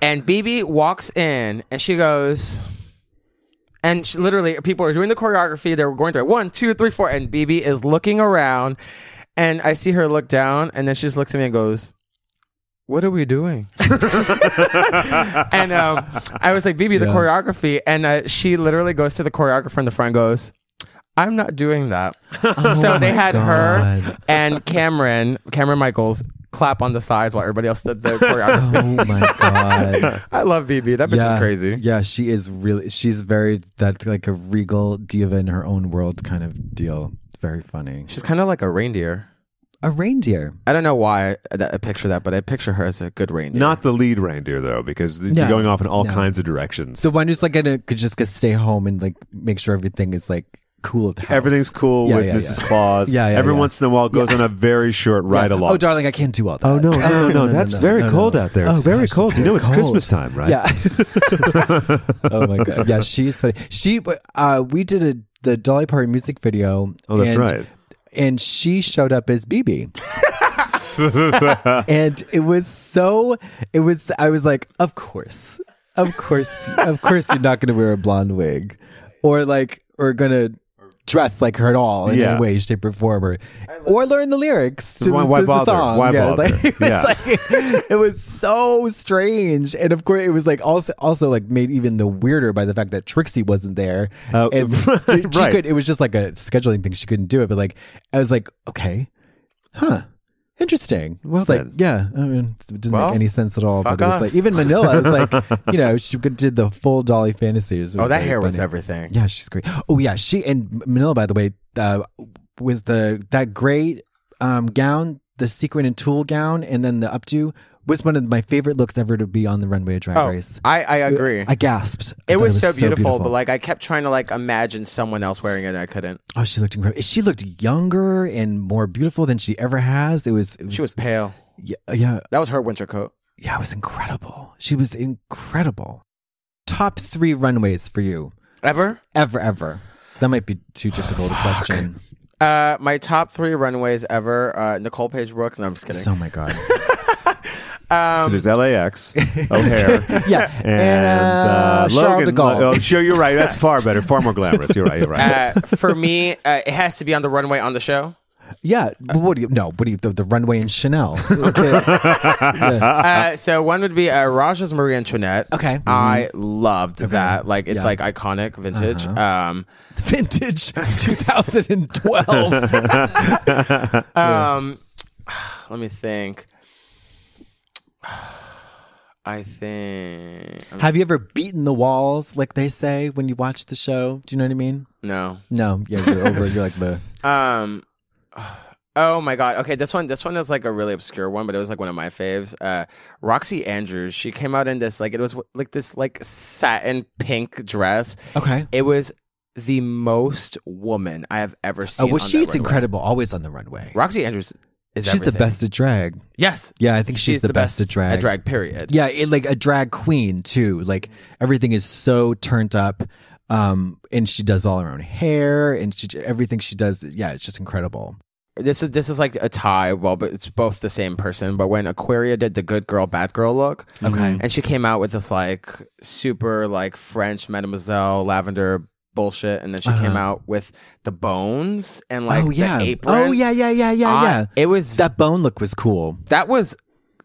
and BB walks in and she goes, and she, literally people are doing the choreography. They were going through it. one, two, three, four, and BB is looking around, and I see her look down, and then she just looks at me and goes. What are we doing? and um, I was like, BB, the Yeah. choreography. And uh, she literally goes to the choreographer in the front and goes, I'm not doing that. uh, Oh so they my had God. her and Cameron, Cameron Michaels, clap on the sides while everybody else did the choreography. oh my god! I love BB. That bitch yeah, is crazy. Yeah, she is really. She's very that's like a regal diva in her own world kind of deal. It's very funny. She's kind of like a reindeer. A reindeer. I don't know why I, that, I picture that, but I picture her as a good reindeer. Not the lead reindeer though, because th- No. you're going off in all No. kinds of directions. The one who's like gonna could just gonna stay home and like make sure everything is like cool at the house. Everything's cool Yeah, with yeah, Mrs. yeah. Claus. Yeah, yeah, Every yeah. once in a while, goes on a very short ride along. Oh, darling, I can't do all that. Oh no, no, no, no! That's very no, no. cold out there. It's Oh, very gosh, cold. You know, it's cold. Christmas time, right? Yeah. oh my god. Yeah, she's funny. She, uh, we did a the Dolly Parton music video. Oh, that's and- right. And she showed up as BB. and it was so. It was. I was like, of course, of course, of course, you're not going to wear a blonde wig, or like, or going to dress like her at all in Yeah. any way, shape, or form, or, or learn the lyrics to Why- the, why to the bother? song. Why Yeah, bother? like, it was Yeah. like- it was so strange, and of course, it was like also also like made even the weirder by the fact that Trixie wasn't there. Oh, Uh, and she, she right. could. It was just like a scheduling thing; she couldn't do it. But like, I was like, okay, huh. Interesting. Well, like, yeah. I mean, it didn't Well, make any sense at all. But fuck it was us. like, even Manila was like, you know, she did the full Dolly fantasies. Oh, that hair was everything. Yeah, she's great. Oh, yeah, she and Manila, by the way, uh, was the that great um, gown, the sequin and tulle gown, and then the updo was one of my favorite looks ever to be on the runway of Drag Oh, Race. I, I agree. I gasped. I it thought was, so, beautiful, but like I kept trying to like imagine someone else wearing it and I couldn't. oh, she looked incredible. She looked younger and more beautiful than she ever has. It was. It was She was pale. Yeah, yeah. That was her winter coat. Yeah, it was incredible. She was incredible. Top three runways for you Ever? ever ever. That might be too difficult a question. Uh, my top three runways ever. Uh, Nicole Page Brooks. No, I'm just kidding. Oh my god. um, so there's LAX, O'Hare, yeah, and, uh, uh, Charles Logan. de Gaulle. oh, sure, you're right. That's far better, far more glamorous. You're right. You're right. uh, for me, uh, it has to be on the runway on the show. Yeah, but what do you? No, what do you? The, the runway in Chanel. Okay. Uh, so one would be uh, Raja's Marie Antoinette. Okay. Mm-hmm. I loved that. Like it's Yeah. Uh-huh. like iconic, vintage. Um, Vintage 2012. um, let me think. I think. Have you ever beaten the walls, like they say when you watch the show? Do you know what I mean? No. No. Yeah, you're over. You're like the. Um. Oh my god. Okay, this one this one is like a really obscure one, but it was like one of my faves. Uh Roxy Andrews, she came out in this like it was like this like satin pink dress. Okay. It was the most woman I have ever seen. Oh, well, on that she's runway. incredible. Always on the runway. Roxy Andrews is she's everything. the best at drag. Yes. Yeah, I think she's, the, best, at drag. At drag period. Yeah, it, like a drag queen too. Like everything is so turned up, um, and she does all her own hair and she everything she does. Yeah, it's just incredible. This is this is like a tie. Well, but it's both the same person. But when Aquaria did the good girl, bad girl look, Okay. and she came out with this like super like French Mademoiselle lavender bullshit, and then she came Uh-huh. out with the bones and like oh the yeah. apron. Oh yeah, yeah, yeah, yeah, I- yeah. It was that bone look was cool. That was.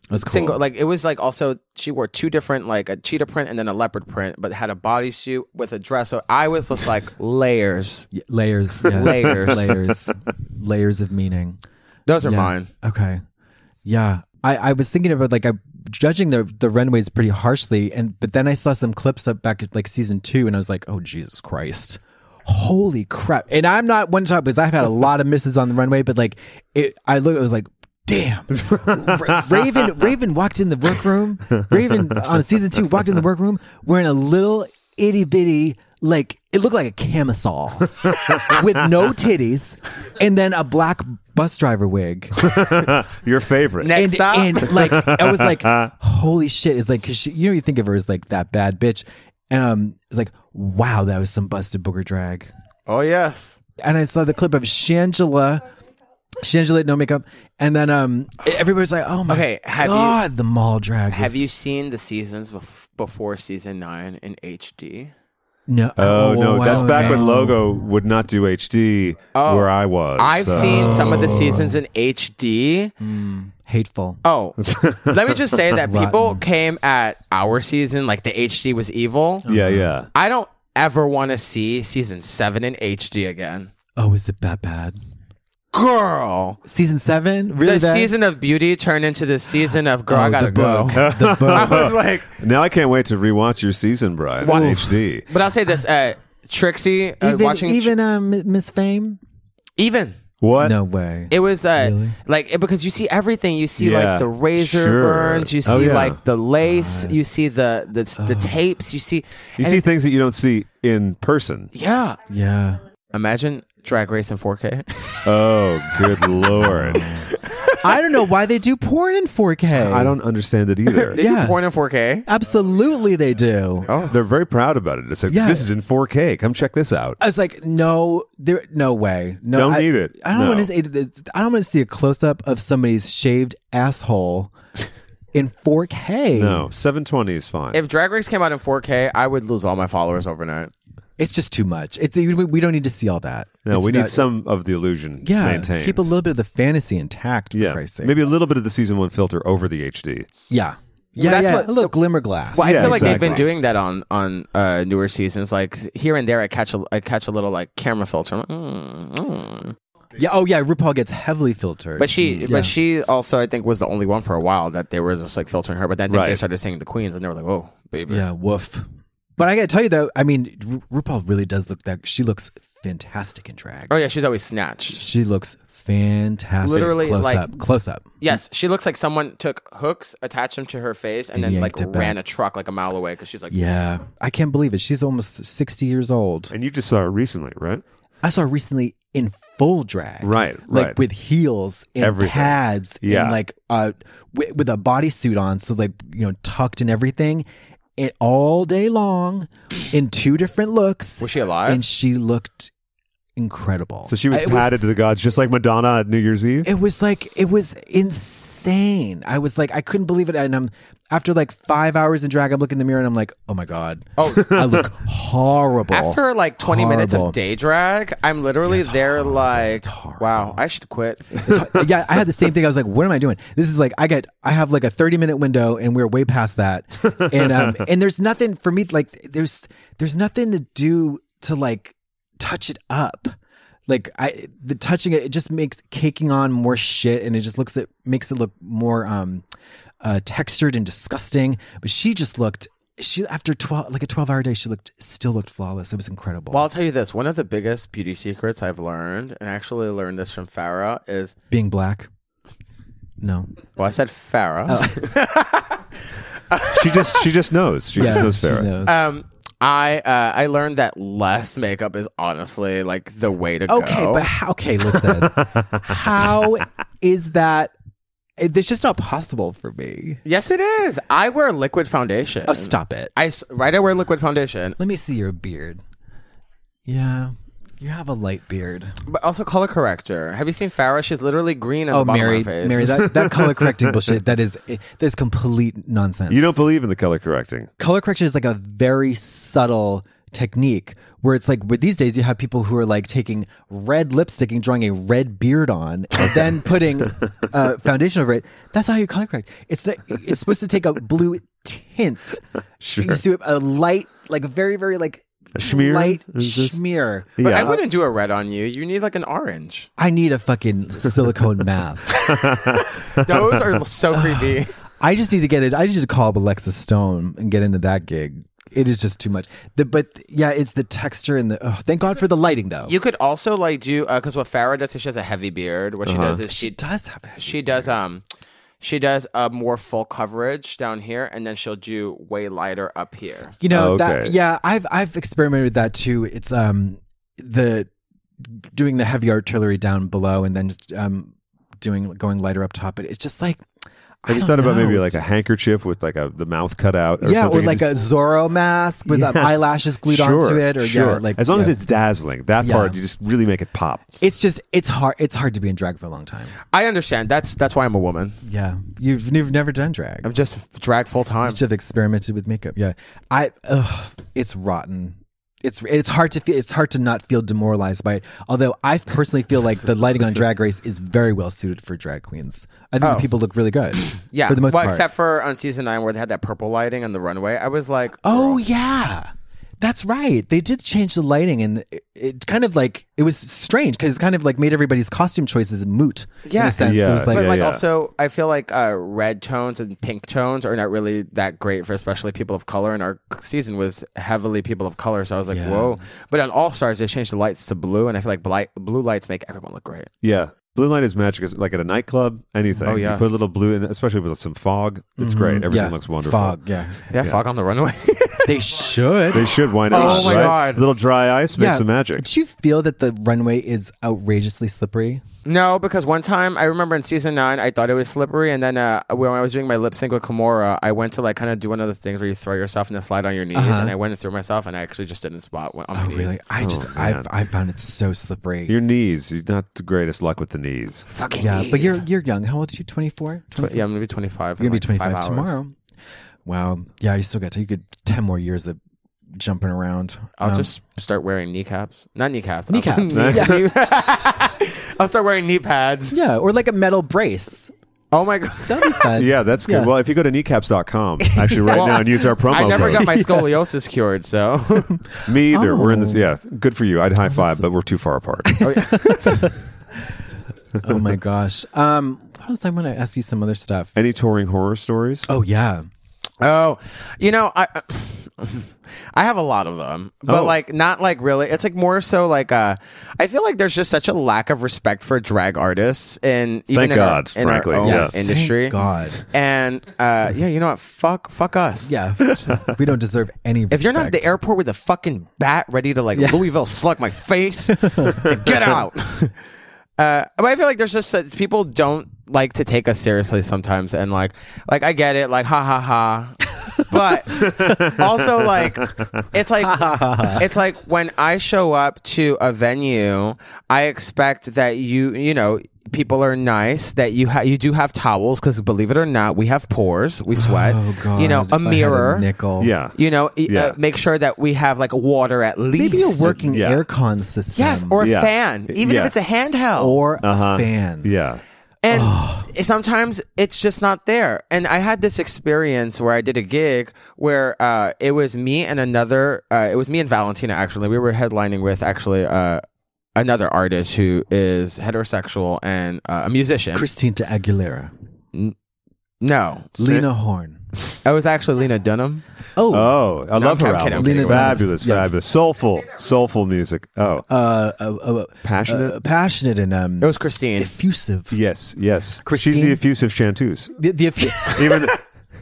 was cool. Single, like it was like also she wore two different like a cheetah print and then a leopard print, but had a bodysuit with a dress. So I was just like layers. Yeah, layers, yeah. Layers. layers, layers of meaning. Those are Yeah. mine. Okay. Yeah. I, I was thinking about like I judging the the runways pretty harshly and but then I saw some clips up back at like season two and I was like, Oh Jesus Christ. Holy crap. And I'm not one shot because I've had a lot of misses on the runway, but like it I looked I was like, damn. Ra- Raven Raven walked in the workroom. Raven on season two walked in the workroom wearing a little itty bitty like it looked like a camisole with no titties and then a black bus driver wig Your favorite. and, and, like I was like, holy shit! It's like 'cause she, you know you think of her as like that bad bitch, and um, it's like wow, that was some busted booger drag. Oh yes. And I saw the clip of Shangela, Shangela no makeup, and then um, everybody's like, oh my Okay, have you- god, the mall drag. was- Have you seen the seasons bef- before season nine in HD? No. Oh, no, that's wow, back no. when Logo would not do HD Oh, where I was. I've so- seen some of the seasons in HD. hateful? Oh, let me just say that Rotten. people came at our season like the HD was evil. Oh. Yeah, yeah. I don't ever want to see season seven in HD again. Oh, is it that bad? Girl, Season seven, really? the bad? season of beauty turned into the season of girl. Oh, I gotta the go. book. The book. I was like, Now I can't wait to rewatch your season, Brian, What- in HD. but I'll say this: uh, Trixie uh, even watching even um, Miss Fame. even What? No way. It was uh, like it- because you see everything. You see Yeah, like the razor sure. burns. You see Oh, yeah. like the lace. You see the the, the tapes. You see. You and see it- things that you don't see in person. yeah. yeah. Imagine Drag Race in 4K. Oh, good lord. I don't know why they do porn in 4K. I don't understand it either. They do Yeah. Porn in 4K. Absolutely, they do. They're very proud about it. It's like, Yeah. this is in 4K. Come check this out. I was like, no, there, no way. No, Don't I, need it. I don't No. want to. I don't want to see a close up of somebody's shaved asshole in 4K. No, 720 is fine. If Drag Race came out in 4K, I would lose all my followers overnight. it's just too much. It's we, we don't need to see all that. no, It's we not- need some of the illusion Yeah, maintained. keep a little bit of the fantasy intact. For yeah, Christ's sake. maybe a little bit of the season one filter over the HD. Yeah, yeah, that's yeah. what- a little glimmer glass. Well, I Yeah, feel like they've been exactly. doing that on on uh, newer seasons. Like here and there, I catch a I catch a little like camera filter. I'm like, mm, mm. Yeah. Oh, yeah. RuPaul gets heavily filtered. But she, Mm, yeah. but she also I think was the only one for a while that they were just like filtering her. But then I think they Right. started seeing the queens, and they were like, "Whoa, baby." Yeah, woof. But I gotta tell you though, I mean, Ru- RuPaul really does look that. She looks fantastic in drag. Oh yeah, she's always snatched. She looks fantastic. Literally, close like- up, close up. Yes, she looks like someone took hooks, attached them to her face, and then like Yanked it back. ran a truck like a mile away because she's like, Yeah, I can't believe it. She's almost sixty years old. And you just saw her recently, right? I saw her recently in full drag, Right, Like right. with heels and Everything. pads, Yeah. and like uh, with, with a bodysuit on, so like you know, tucked and everything, and all day long, in two different looks, "Was she alive?" and she looked incredible. So she was It padded to the gods, just like Madonna at New Year's Eve. It was like it was insane. I was like, I couldn't believe it. And I'm after like five hours in drag, I'm looking in the mirror and I'm like, oh my god, Oh. I look horrible. After like 20 minutes Horrible. of day drag, I'm literally there like, horrible. "Wow, I should quit." yeah, I had the same thing. I was like, what am I doing? This is like I get I have like a 30 minute window and we're way past that. And um and there's nothing for me like there's there's nothing to do to like touch it up. Like I the touching it, it just makes caking on more shit and it just looks it makes it look more um uh textured and disgusting. But she just looked she after twelve like a twelve hour day, she looked still looked flawless. It was incredible. well, I'll tell you this: one of the biggest beauty secrets I've learned, and I actually learned this from Farah, is Being black. No. well, I said Farah. she just she just knows. She just knows she Farrah. knows. Um, I uh, I learned that less makeup is honestly like the way to Okay, go. but how, okay, listen. how is that? it- It's just not possible for me. yes, it is. I wear liquid foundation. Oh, stop it. I s- right. I wear liquid foundation, Let me see your beard. Yeah, you have a light beard. but also color corrector. Have you seen Farah? She's literally green on Oh, the bottom Mary, of her face. Mary, that, that color correcting bullshit. That is it- that's complete nonsense. You don't believe in the color correcting. color correction is like a very subtle technique where it's like with these days you have people who are like taking red lipstick and drawing a red beard on and then putting uh, foundation over it that's how you color correct it's not, it's supposed to take a blue tint Sure. you see a light like very very like A schmear? Light Is this- schmear. But I wouldn't do a red on you. You need like an orange. I need a fucking silicone mask. Those are so creepy. I just need to get it. I need to call up Alexa Stone and get into that gig. It is just too much. The, but yeah, it's the texture and the. Oh, thank God for the lighting, though. You could also like do because what Farrah does is she has a heavy beard. What she Uh-huh. does is she, does have a she does um she does a more full coverage down here, and then she'll do way lighter up here. You know, Oh, that, okay. yeah, I've I've experimented with that too. It's um the doing the heavy artillery down below and then just, um doing going lighter up top. But it's just like I just don't thought about maybe know. like a handkerchief with like a the mouth cut out, or yeah, something or like a Zorro mask with um, Yeah. eyelashes glued Sure, onto it, or yeah, sure. like as long as yeah. it's dazzling, that Yeah. part you just really make it pop. it's just it's hard it's hard to be in drag for a long time. I understand. That's that's why I'm a woman. Yeah, you've never never done drag. I'm just drag full time. You should have experimented with makeup. Yeah, I. Ugh, it's rotten. It's it's hard to feel. It's hard to not feel demoralized by it. Although I personally feel like the lighting on Drag Race is very well suited for drag queens. I think Oh. the people look really good. Yeah, for the most well, part. except for on season nine where they had that purple lighting on the runway. I was like, oh yeah, that's right. They did change the lighting, and it, it kind of like it was strange because it kind of like made everybody's costume choices moot. in yeah, a sense. It was like, but like also, I feel like uh, red tones and pink tones are not really that great for especially people of color. And our season was heavily people of color, so I was like, whoa. But on All Stars, they changed the lights to blue, and I feel like blight, blue lights make everyone look great. Yeah. Blue light is magic. It's like at a nightclub, anything. Oh, yeah. You put a little blue in, especially with some fog. It's Mhm. great. Everything Yeah. looks wonderful. Fog, Mm-hmm. yeah. Yeah, fog on the runway. they should. They should. Why not? Oh my right? God. little dry ice makes Yeah. some magic. Do you feel that the runway is outrageously slippery? No, because one time I remember in season nine, I thought it was slippery, and then uh, when I was doing my lip sync with Kimora, I went to like kind of do one of those things where you throw yourself and then slide on your knees, Uh-huh. Oh, and I went and threw myself, and I actually just didn't spot one on my knees. Really, I just I I found it so slippery. Your knees. You're not the greatest luck with the knees. Fucking yeah, but you're you're young. How old are you? 24? Tw- yeah, I'm gonna be 25. You're in, gonna be like, 25 five hours. tomorrow. Wow. Yeah, you still got to. You could 10 more years of jumping around. I'll Um, just start wearing kneecaps. Not kneecaps. Kneecaps. I'll, Yeah. I'll start wearing knee pads. yeah, or like a metal brace. Oh my god, that'd be fun. Yeah, that's good. Yeah. Well, if you go to kneecaps.com, actually, right Well, now, and use our promo I never code. got my scoliosis cured, so. Me either. We're in this. Oh. Yeah, good for you. I'd high five, but we're too far apart. oh my gosh. Um, what else I want to ask you some other stuff. Any touring horror stories? Oh yeah. Oh, you know, I I have a lot of them, but like not like really. It's like more so like uh, I feel like there's just such a lack of respect for drag artists and even Thank in our- God, in our, frankly, own yeah. Thank industry. God. and uh, yeah, you know what? Fuck, fuck us. Yeah, we don't deserve any. If you're not at the airport with a fucking bat ready to like Louisville slug my face, then get out. Uh, but I feel like there's just that people don't like to take us seriously sometimes, and like, like I get it, like ha ha ha, but also like it's like it's like when I show up to a venue, I expect that you you know people are nice that you ha- you do have towels because believe it or not we have pores we sweat you know God, if I a had a mirror nickel. Yeah. Oh. you know i- Yeah. uh, make sure that we have like water at least Maybe a working aircon system. Yes, or a fan, even if it's a handheld. Or a Uh-huh. fan. Yeah. And sometimes it's just not there. And I had this experience where I did a gig where uh, it was me and another, uh, it was me and Valentina actually. We were headlining with actually uh, another artist who is heterosexual and uh, a musician. Christine to Aguilera. no. Lena Horne. It was actually Lena Dunham. Oh. Oh, I No, love I'm her kidding, I'm album. kidding. Fabulous, fabulous, soulful, soulful music. Oh, uh, uh, uh, passionate, uh, passionate, and um, it was Christine. Effusive. Yes, yes. She's the effusive chanteuse. The, the effusive. Even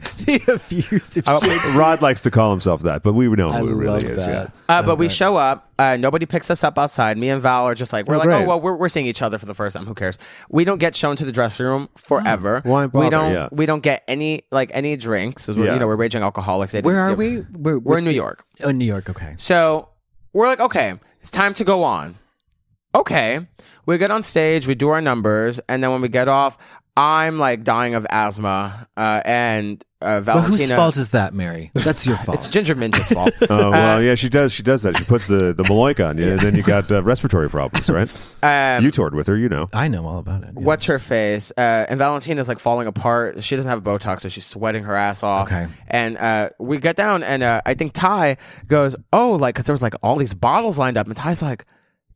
the effusive. uh, Rod likes to call himself that, but we know who it love really is. that. Uh, but we show up. Uh, nobody picks us up outside. Me and Val are just like we're Oh, like, great. oh well, we're, we're seeing each other for the first time. Who cares? We don't get shown to the dressing room forever. Why bother? We don't. Yeah. We don't get any like any drinks. 'cause we're- Yeah. You know, we're raging alcoholics. They- Where are yeah. we? We're, We're in New se- York. Oh, New York. Okay. So we're like, okay, it's time to go on. Okay, we get on stage, we do our numbers, and then when we get off, I'm like dying of asthma, uh, and uh, But Valentina. whose fault is that, Mary? That's your fault. It's Ginger Minja's fault. Oh well, yeah, she does. She does that. She puts the the Maloika on you, and then you got uh, respiratory problems, right? Um, you toured with her, you know. I know all about it. What's her face? Uh, and Valentina's like falling apart. She doesn't have Botox, so she's sweating her ass off. Okay. And uh, we get down, and uh, I think Ty goes, "Oh, like, cause there was like all these bottles lined up," and Ty's like.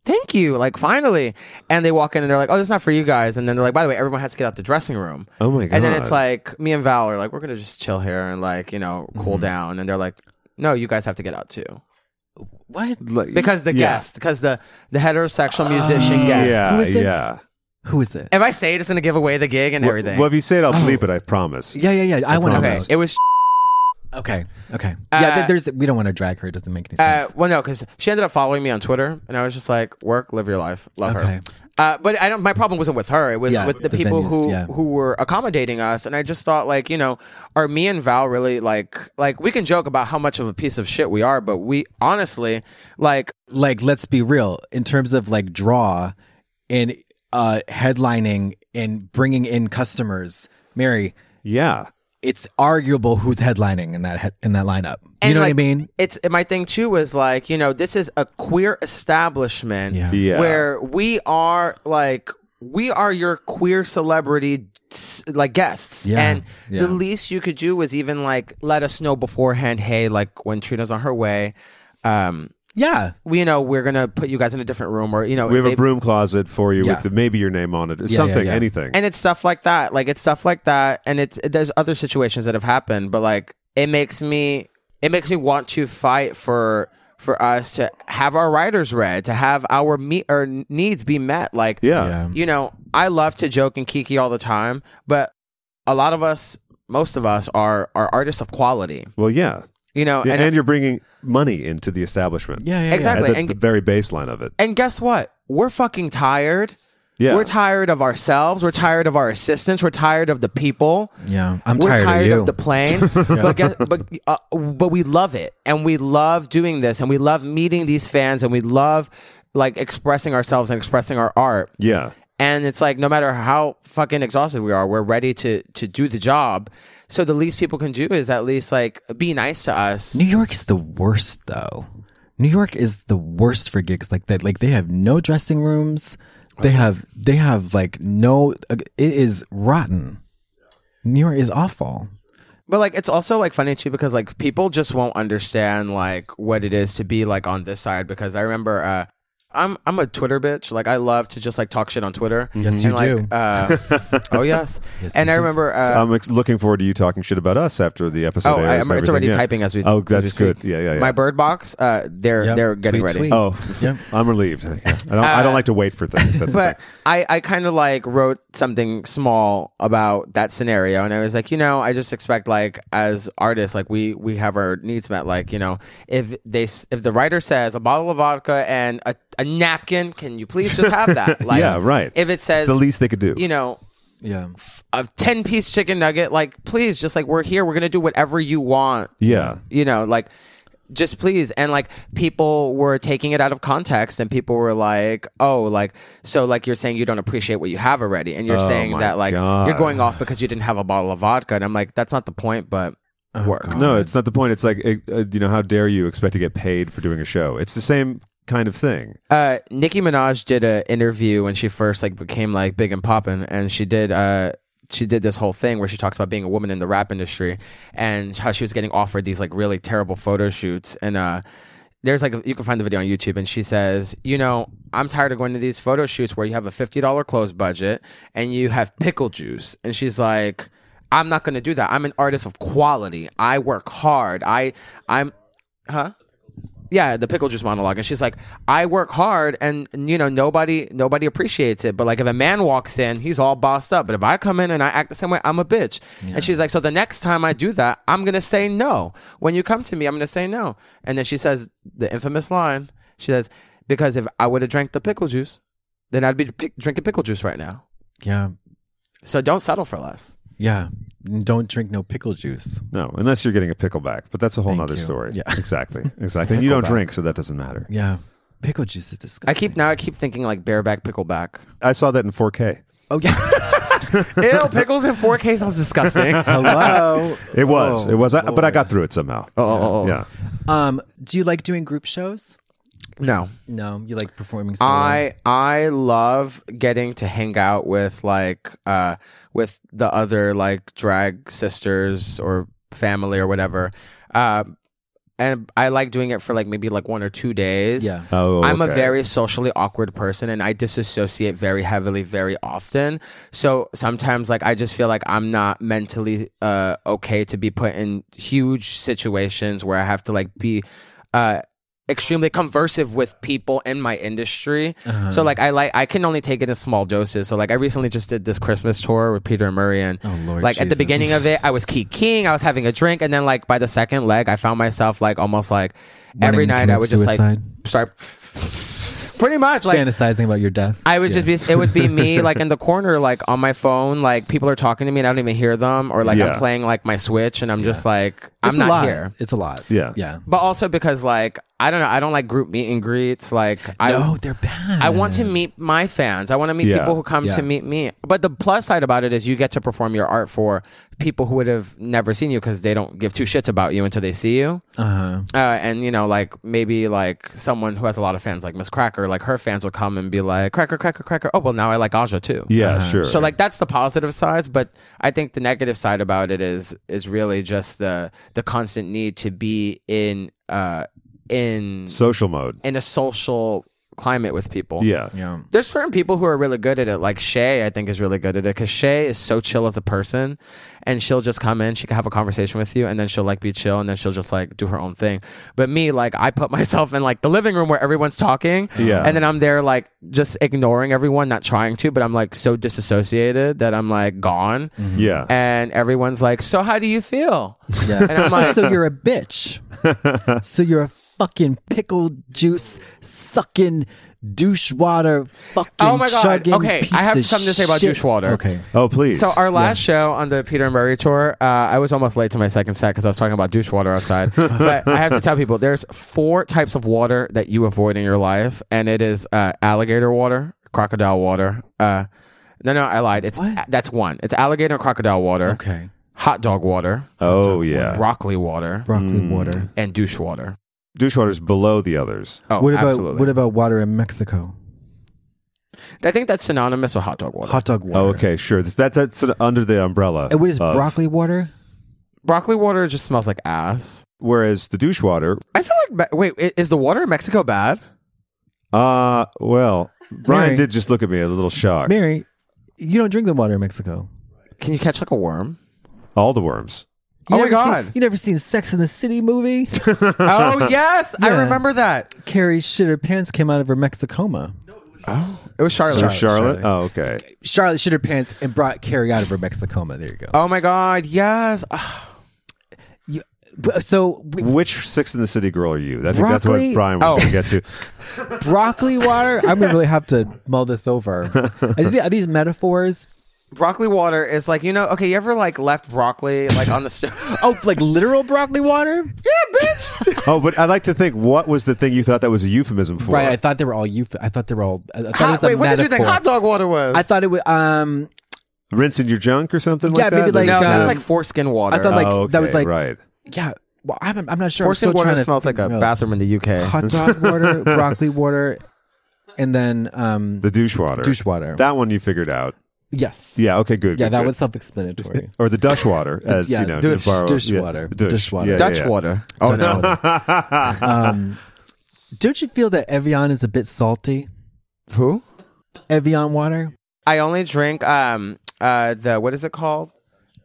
Thank you, like finally. And they walk in and they're like, oh, that's not for you guys. And then they're like, by the way, everyone has to get out the dressing room. Oh my And then it's God. like, me and Val are like, we're going to just chill here and like, you know, Mm-hmm. cool down. And they're like, no, you guys have to get out too. What? Like, Because the yeah. Ah, guest, because the, the heterosexual musician guest. Yeah, Who is this? yeah. Who is it? If I say it, it's going to give away the gig and everything. Oh. Well, if you say it, I'll bleep it. I promise. Yeah, yeah, yeah. I, want to okay, know. it was. Okay, okay. yeah, th- Uh, there's. We don't want to drag her. It doesn't make any Uh, sense. well, no, because she ended up following me on Twitter, and I was just like, "Work, live your life, love Okay. her." Uh, but I don't. My problem wasn't with her; it was Yeah, with the, the people venues, who yeah. who were accommodating us. And I just thought, like, you know, are me and Val really like like we can joke about how much of a piece of shit we are, but we honestly like like, let's be real. In terms of like draw, and uh, headlining and bringing in customers, Mary, Yeah. it's arguable who's headlining in that he- in that lineup. And, you know what I like, mean? it's and my thing too was like you know this is a queer establishment Yeah. Yeah. where we are like we are your queer celebrity s- like guests Yeah. and Yeah. the least you could do was even like let us know beforehand hey like when trina's on her way um Yeah. we you know we're gonna put you guys in a different room or you know We have a maybe- broom closet for you Yeah. with the, maybe your name on it, yeah, something, yeah. anything. and it's stuff like that like it's stuff like that and it's it, there's other situations that have happened but like it makes me it makes me want to fight for for us to have our writers read to have our meet or needs be met like yeah. Yeah. you know i love to joke and kiki all the time but a lot of us most of us are are artists of quality Well, yeah. you know Yeah, and, Oh, and, you're bringing money into the establishment. Yeah, yeah, yeah. Exactly, At the, and- the very baseline of it. and guess what we're fucking tired Yeah. We're tired of ourselves. We're tired of our assistants. We're tired of the people. Yeah, I'm We're tired tired, of you. the plane, but guess, but uh, but we love it, and we love doing this, and we love meeting these fans, and we love like expressing ourselves and expressing our art. yeah. And it's like no matter how fucking exhausted we are, we're ready to to do the job. So the least people can do is at least like be nice to us. New York is the worst though. New York is the worst for gigs like that. Like they have no dressing rooms. They have they have like no uh, it is rotten. New York is awful. But like it's also like funny too because like people just won't understand like what it is to be like on this side because I remember uh I'm I'm a Twitter bitch. Like I love to just like talk shit on Twitter. Yes, you like, do. Uh, oh yes. and you I do. remember uh, I'm ex- looking forward to you talking shit about us after the episode. Oh, airs and I, am it's everything. already Yeah. typing as we. Oh, as we that's good. speak. Yeah, yeah, yeah. My bird box, uh, they're Yep. they're getting Tweet, ready. tweet. Oh, Yeah. I'm relieved. I don't, I don't like to wait for things. That's Uh, but the thing. I, I kind of like wrote something small about that scenario, and I was like, you know, I just expect like as artists, like we we have our needs met. Like you know, if they s- if the writer says a bottle of vodka and a, a napkin, can you please just have that? Like, Yeah, right. If it says It's the least they could do. you know, Yeah. a ten piece chicken nugget, like please, just like we're here, we're gonna do whatever you want yeah. you know like just please and like people were taking it out of context and people were like oh like so like you're saying you don't appreciate what you have already and you're Oh saying my that like God. you're going off because you didn't have a bottle of vodka and i'm like that's not the point but Oh work No, it's not the point. It's like, it, uh, you know, how dare you expect to get paid for doing a show? It's the same kind of thing. uh nicki minaj did an interview when she first like became like big and poppin and she did uh she did this whole thing where she talks about being a woman in the rap industry and how she was getting offered these like really terrible photo shoots and uh there's like you can find the video on YouTube, and she says, you know, I'm tired of going to these photo shoots where you have a fifty dollar clothes budget and you have pickle juice, and she's like, I'm not going to do that. I'm an artist of quality. I work hard. I I'm, huh? Yeah, the pickle juice monologue, and she's like, I work hard, and you know nobody nobody appreciates it. But like if a man walks in, he's all bossed up. But if I come in and I act the same way, I'm a bitch. And she's like, so the next time I do that, I'm gonna say no. When you come to me, I'm gonna say no. And then she says the infamous line. She says, because if I would have drank the pickle juice, then I'd be pick- drinking pickle juice right now. Yeah. So don't settle for less. Yeah. Don't drink no pickle juice. No, unless you're getting a pickleback, but that's a whole Thank nother you. story. Yeah. Exactly. Exactly. And you don't Pickleback. drink, so that doesn't matter. Yeah. Pickle juice is disgusting. I keep now. I keep thinking like bareback pickleback. I saw that in 4K. Oh yeah. Ew, pickles in 4K sounds disgusting. Oh, It was. Oh, it was. I, but I got through it somehow. Oh, yeah. Um, do you like doing group shows? No. No, you like performing. Solo? I I love getting to hang out with like uh with the other like drag sisters or family or whatever. Um and I like doing it for like maybe like one or two days. Yeah. Oh, I'm a okay. very socially awkward person and I disassociate very heavily very often. So sometimes like I just feel like I'm not mentally uh okay to be put in huge situations where I have to like be uh extremely conversive with people in my industry. Uh-huh. So like I like I can only take it in small doses. So like I recently just did this Christmas tour with Peter and Murray and Oh, Lord like at the Jesus. beginning of it I was key king, I was having a drink and then like by the second leg I found myself like almost like every Wanting to night I commit would just suicide? like start pretty much like fantasizing about your death. I would just be it would be me like in the corner like on my phone like people are talking to me and I don't even hear them or like Yeah. I'm playing like my switch and I'm just like I'm It's a not lot. here. It's a lot. Yeah. Yeah. But also because like I don't know, I don't like group meet and greets. Like I no, they're bad. I want to meet my fans. I want to meet Yeah. people who come Yeah. to meet me. But the plus side about it is you get to perform your art for people who would have never seen you because they don't give two shits about you until they see you. Uh-huh. Uh, and you know, like maybe like someone who has a lot of fans, like Miss Cracker, like her fans will come and be like, Cracker, Cracker, Cracker. Oh well, now I like Aja too. Yeah, Uh-huh. sure. So like that's the positive sides, but I think the negative side about it is is really just the the constant need to be in uh in social mode. in a social climate with people. Yeah. Yeah. There's certain people who are really good at it. Like Shay, I think is really good at it because Shay is so chill as a person, and she'll just come in, she can have a conversation with you, and then she'll like be chill, and then she'll just like do her own thing. But me, like I put myself in like the living room where everyone's talking, Yeah. and then I'm there like just ignoring everyone, not trying to, but I'm like so disassociated that I'm like gone, Yeah. and everyone's like, "So how do you feel?" Yeah. And I'm like- so you're a bitch. so you're a fucking pickle juice sucking douche water fucking Oh my God. chugging Okay, I piece have of something to say about shit. douche water. Okay. oh, please. So our last show on the Peter Murray tour, uh, I was almost late to my second set because I was talking about douche water outside. but I have to tell people, there's four types of water that you avoid in your life, and it is uh, alligator water, crocodile water. Uh, no, no, I lied. It's that's one. It's alligator and crocodile water. Okay. Hot dog water, oh, yeah. broccoli water, Broccoli water. and douche water. Douche water's below the others. Oh, what about absolutely. what about water in Mexico? I think that's synonymous with hot dog water. Hot dog water. Oh, okay, sure. That's that's, that's sort of under the umbrella. And what is of- broccoli water? broccoli water just smells like ass. Whereas the douche water, I feel like wait, is the water in Mexico bad? uh, well, Brian Mary. did just look at me a little shocked. Mary, you don't drink the water in Mexico. Can you catch like a worm? All the worms. You Oh my never seen- God. you never seen Sex in the City movie? oh yes, Yeah. I remember that. Carrie shit her pants came out of her Mexicoma. It was Charlotte. Or Charlotte. Oh, okay. Charlotte shit her pants and brought Carrie out of her Mexicoma. There you go. Oh my God, yes. Ah, B- Uh, So we, Which Six in the City girl are you? I think that's what Broccoli- Brian was Oh. going to get to. broccoli water. I'm gonna really have to mull this over. Are these, are these metaphors? broccoli water is like you know. Okay, you ever like left broccoli like on the stove? Oh, like literal broccoli water? yeah, bitch. Oh, but I like to think what was the thing you thought that was a euphemism for? Right. I thought they were all you. I thought they were all. I I thought it Hot- was a wait, what did you metaphor. think hot dog water was? I thought it was. Um, Rinsing your junk or something Yeah, like that? maybe like, no, um, that's like foreskin water. I thought like Oh, that was okay, like right. yeah. Well, I'm, I'm not sure. I'm foreskin still water trying to smells like a figure out. bathroom in the UK. Hot dog water, broccoli water, and then um, The douche water. douche water. That one you figured out. yes. Yeah. Okay. Good. Yeah, good, that good. was self-explanatory. or the Dutch water, as Yeah, you know, douche- to borrow- douche yeah, water. douche, Douche water. Yeah, Dutch yeah, yeah. water. Oh no. um, don't you feel that Evian is a bit salty? Who? Evian water. I only drink um uh the what is it called?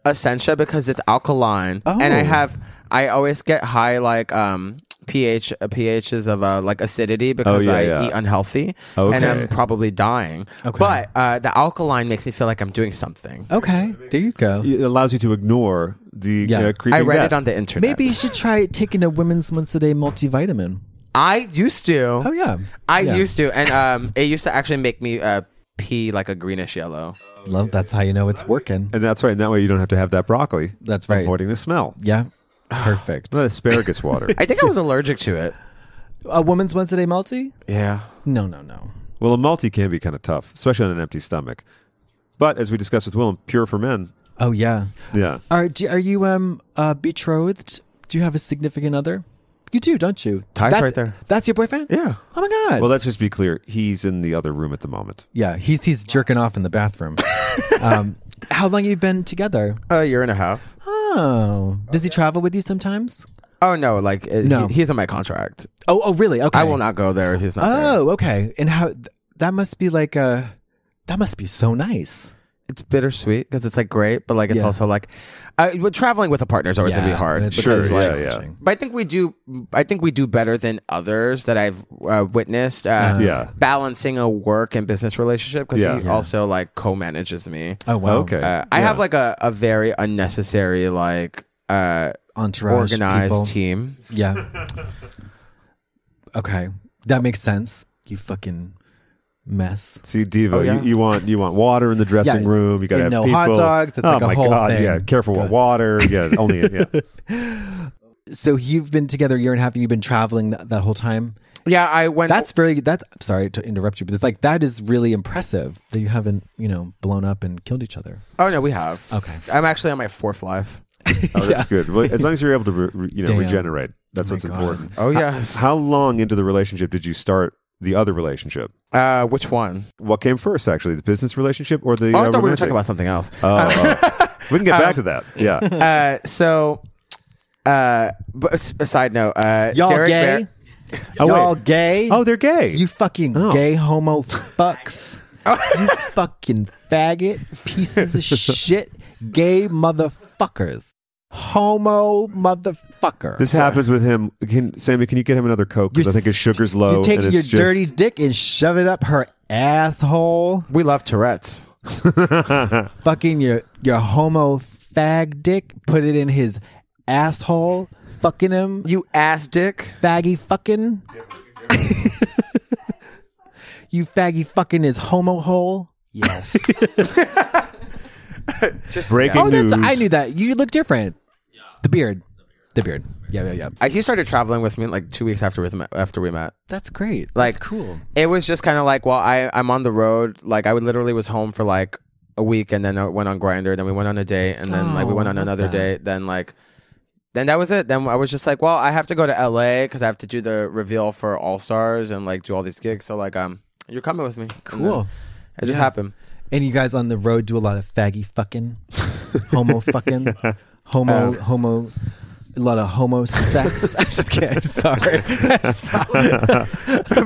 Essentia because it's alkaline. Oh. And I have I always get high like um pH uh, pHs of uh, like acidity because yeah, I yeah. eat unhealthy and Okay. I'm probably dying. Okay. But uh, the alkaline makes me feel like I'm doing something. Okay, there you go. It allows you to ignore the Yeah. uh, creeping I read death. it on the internet. Maybe you should try taking a women's once a day multivitamin. I used to. Oh yeah, I Yeah. used to, and um, it used to actually make me uh pee like a greenish yellow. Love. That's how you know it's working. and that's right. And that way you don't have to have that broccoli. That's right. Avoiding the smell. Yeah, perfect. Not asparagus water. I think I was allergic to it. a woman's once a day multi? Yeah. No, no, no. well, a multi can be kind of tough, especially on an empty stomach. But as we discussed with Willem, pure for men. Oh yeah. Yeah. Are do, are you um uh, betrothed? Do you have a significant other? You do, don't you? Ty's that's, right there. That's your boyfriend. Yeah. Oh my god. Well, let's just be clear. He's in the other room at the moment. yeah, he's he's jerking off in the bathroom. um, how long you been together? A year and a half. Oh, does he travel with you sometimes? Oh no, like it, No. He, he's on my contract. Oh, oh, really? Okay. I will not go there if he's not there. Oh, okay. And how th- that must be like uh that must be so nice. It's bittersweet because it's like great, but like it's Yeah. also like, uh, well, traveling with a partner is always gonna Yeah, be hard. and it's Sure, because, yeah, like, yeah. But I think we do. I think we do better than others that I've uh, witnessed. Uh, Uh-huh. Yeah. balancing a work and business relationship because Yeah. he Yeah. also like co-manages me. Oh wow. Okay. Uh, I Yeah. have like a, a very unnecessary like uh, Entourage organized people. team. Yeah. okay. That makes sense. You fucking mess. See, Diva, Oh, yeah. you, you want you want water in the dressing Yeah, room. You got to have and no people. hot dogs. That's oh like a my whole god! thing. Yeah, careful with Good. water. Yeah, only yeah. So you've been together a year and a half and you've been traveling that, that whole time. Yeah, I went. That's very that's sorry to interrupt you, but it's like that is really impressive that you haven't, you know, blown up and killed each other. oh no, we have. Okay. I'm actually on my fourth life. Oh, that's good. Well, as long as you're able to re, re- you know Damn. regenerate, that's Oh my what's God. important. Oh yes. How long into the relationship did you start the other relationship? uh, which one? What came first, actually, the business relationship or the? Oh, I uh, thought we were romantic? talking about something else. Oh, oh. we can get back to that. Yeah. uh, so, uh, but s- a side note, uh, Y'all Derek gay? Bear- Oh, wait. Y'all gay? Oh, they're gay. You fucking Oh. gay homo fucks. you fucking faggot pieces of shit. Gay motherfuckers. Homo motherfucker. this happens with him. Can, Sammy, can you get him another Coke? Because I think his sugar's low. You take and your it's just, dirty dick and shove it up her asshole. we love Tourette's. Fucking your your homo fag dick. Put it in his asshole. Fucking him. You ass dick. faggy fucking. you faggy fucking is homo hole. Yes. breaking oh, news. that's I knew that. You look different. The beard. The beard. Yeah, yeah, yeah. I, Uh, he started traveling with me like two weeks after we met, after we met. That's great. Like- that's cool. It was just kind of like, well, I I'm on the road. Like I would literally was home for like a week, and then I went on Grinder, then we went on a date, and then like we Oh, went on I love another that. date, then like. Then that was it. Then I was just like, well, I have to go to LA because I have to do the reveal for All Stars and like do all these gigs. So like, um, you're coming with me. And then Cool. It just Yeah. happened. And you guys on the road do a lot of faggy fucking, homo fucking, Um, homo homo, a lot of homo sex. I'm just kidding. I'm sorry. I'm sorry.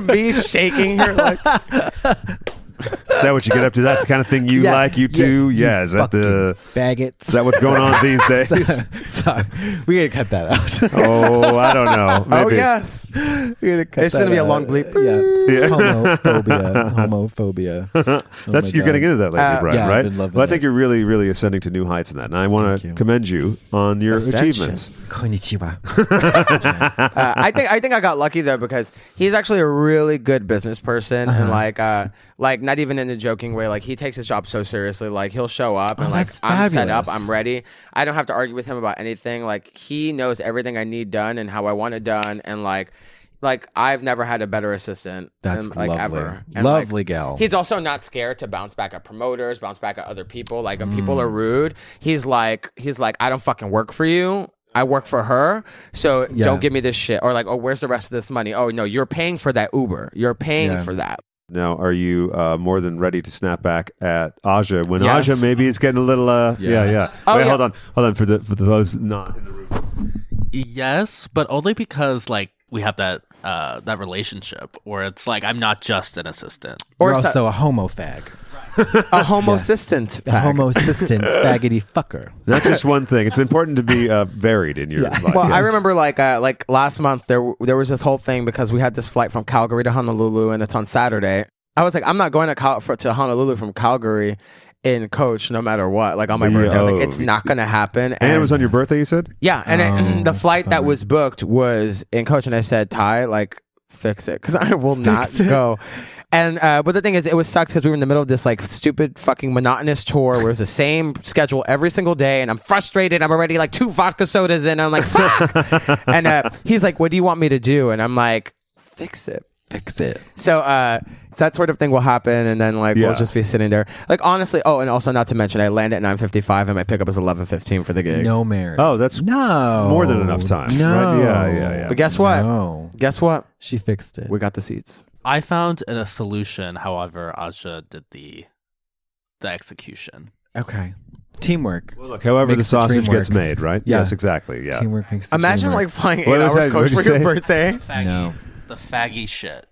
Me shaking her like Is that what you get up to? That's the kind of thing you Yeah, like, you yeah, too? you Yeah. Is that the fucking faggot? is that what's going on these days? sorry, we gotta cut that out. oh, I don't know. Oh Maybe. yes. We're gonna cut It's gonna that be a out. long bleep. Yeah. Yeah. Homophobia. Homophobia. Oh That's my you're God. getting into that lately, Uh, Brian, yeah, I've right? been loving well, I think it. you're really, really ascending to new heights in that, and I want Thank to you. commend you on your Ascension. achievements. Konnichiwa. Uh, I think I think I got lucky though because he's actually a really good business person Uh-huh. and like uh like not even in a joking way like he takes his job so seriously like he'll show up and Oh, like that's I'm set up fabulous. I'm ready I don't have to argue with him about anything like he knows everything I need done and how I want it done and like like I've never had a better assistant That's than, like lovely. ever like, Lovely gal. he's also not scared to bounce back at promoters bounce back at other people like when people Mm. are rude he's like he's like I don't fucking work for you. I work for her, so Yeah. don't give me this shit. Or like, oh, where's the rest of this money? Oh no, you're paying for that Uber. You're paying Yeah. for that. Now, are you uh, more than ready to snap back at Aja when Yes. Aja maybe is getting a little? Uh, yeah, yeah. Oh, Wait, yeah. hold on, hold on for the for those not in the room. Yes, but only because like we have that uh that relationship where it's like I'm not just an assistant. You're Or so- also a homo fag. a homo assistant. A homo assistant faggoty fucker. Not just one thing. It's important to be uh, varied in your life. Well, yeah. I remember like uh, like last month there w- there was this whole thing because we had this flight from Calgary to Honolulu and it's on Saturday. I was like, I'm not going to Cal- for, to Honolulu from Calgary in coach no matter what. Like on my Yeah, birthday, I was like, oh. it's not going to happen. and it was on your birthday. You said. Yeah, and it- Oh, the that's flight that bummer. was booked was in coach, and I said, Ty, like fix it because I will not go. And uh, but the thing is, it was sucks because we were in the middle of this like stupid fucking monotonous tour where it was the same schedule every single day, and I'm frustrated. I'm already like two vodka sodas in. I'm like fuck. and uh, he's like, What do you want me to do? And I'm like, Fix it. Fix it. So, uh, so that sort of thing will happen, and then like Yeah. we'll just be sitting there. Like honestly, oh, and also not to mention, I land at nine fifty five, and my pickup is eleven fifteen for the gig. No merit. Oh, that's no more than enough time. No. Right? Yeah, yeah, yeah. But guess what? No. Guess what? She fixed it. We got the seats. I found an- a solution. However, Aja did the the execution. Okay. Teamwork. Well, look, however the Makes the dream sausage gets work. made, right? Yeah. Yes, exactly. Yeah. Teamwork makes the Imagine dream like work. flying eight What was hours that? coach What'd for you your say? birthday. Faggy, No. the faggy shit.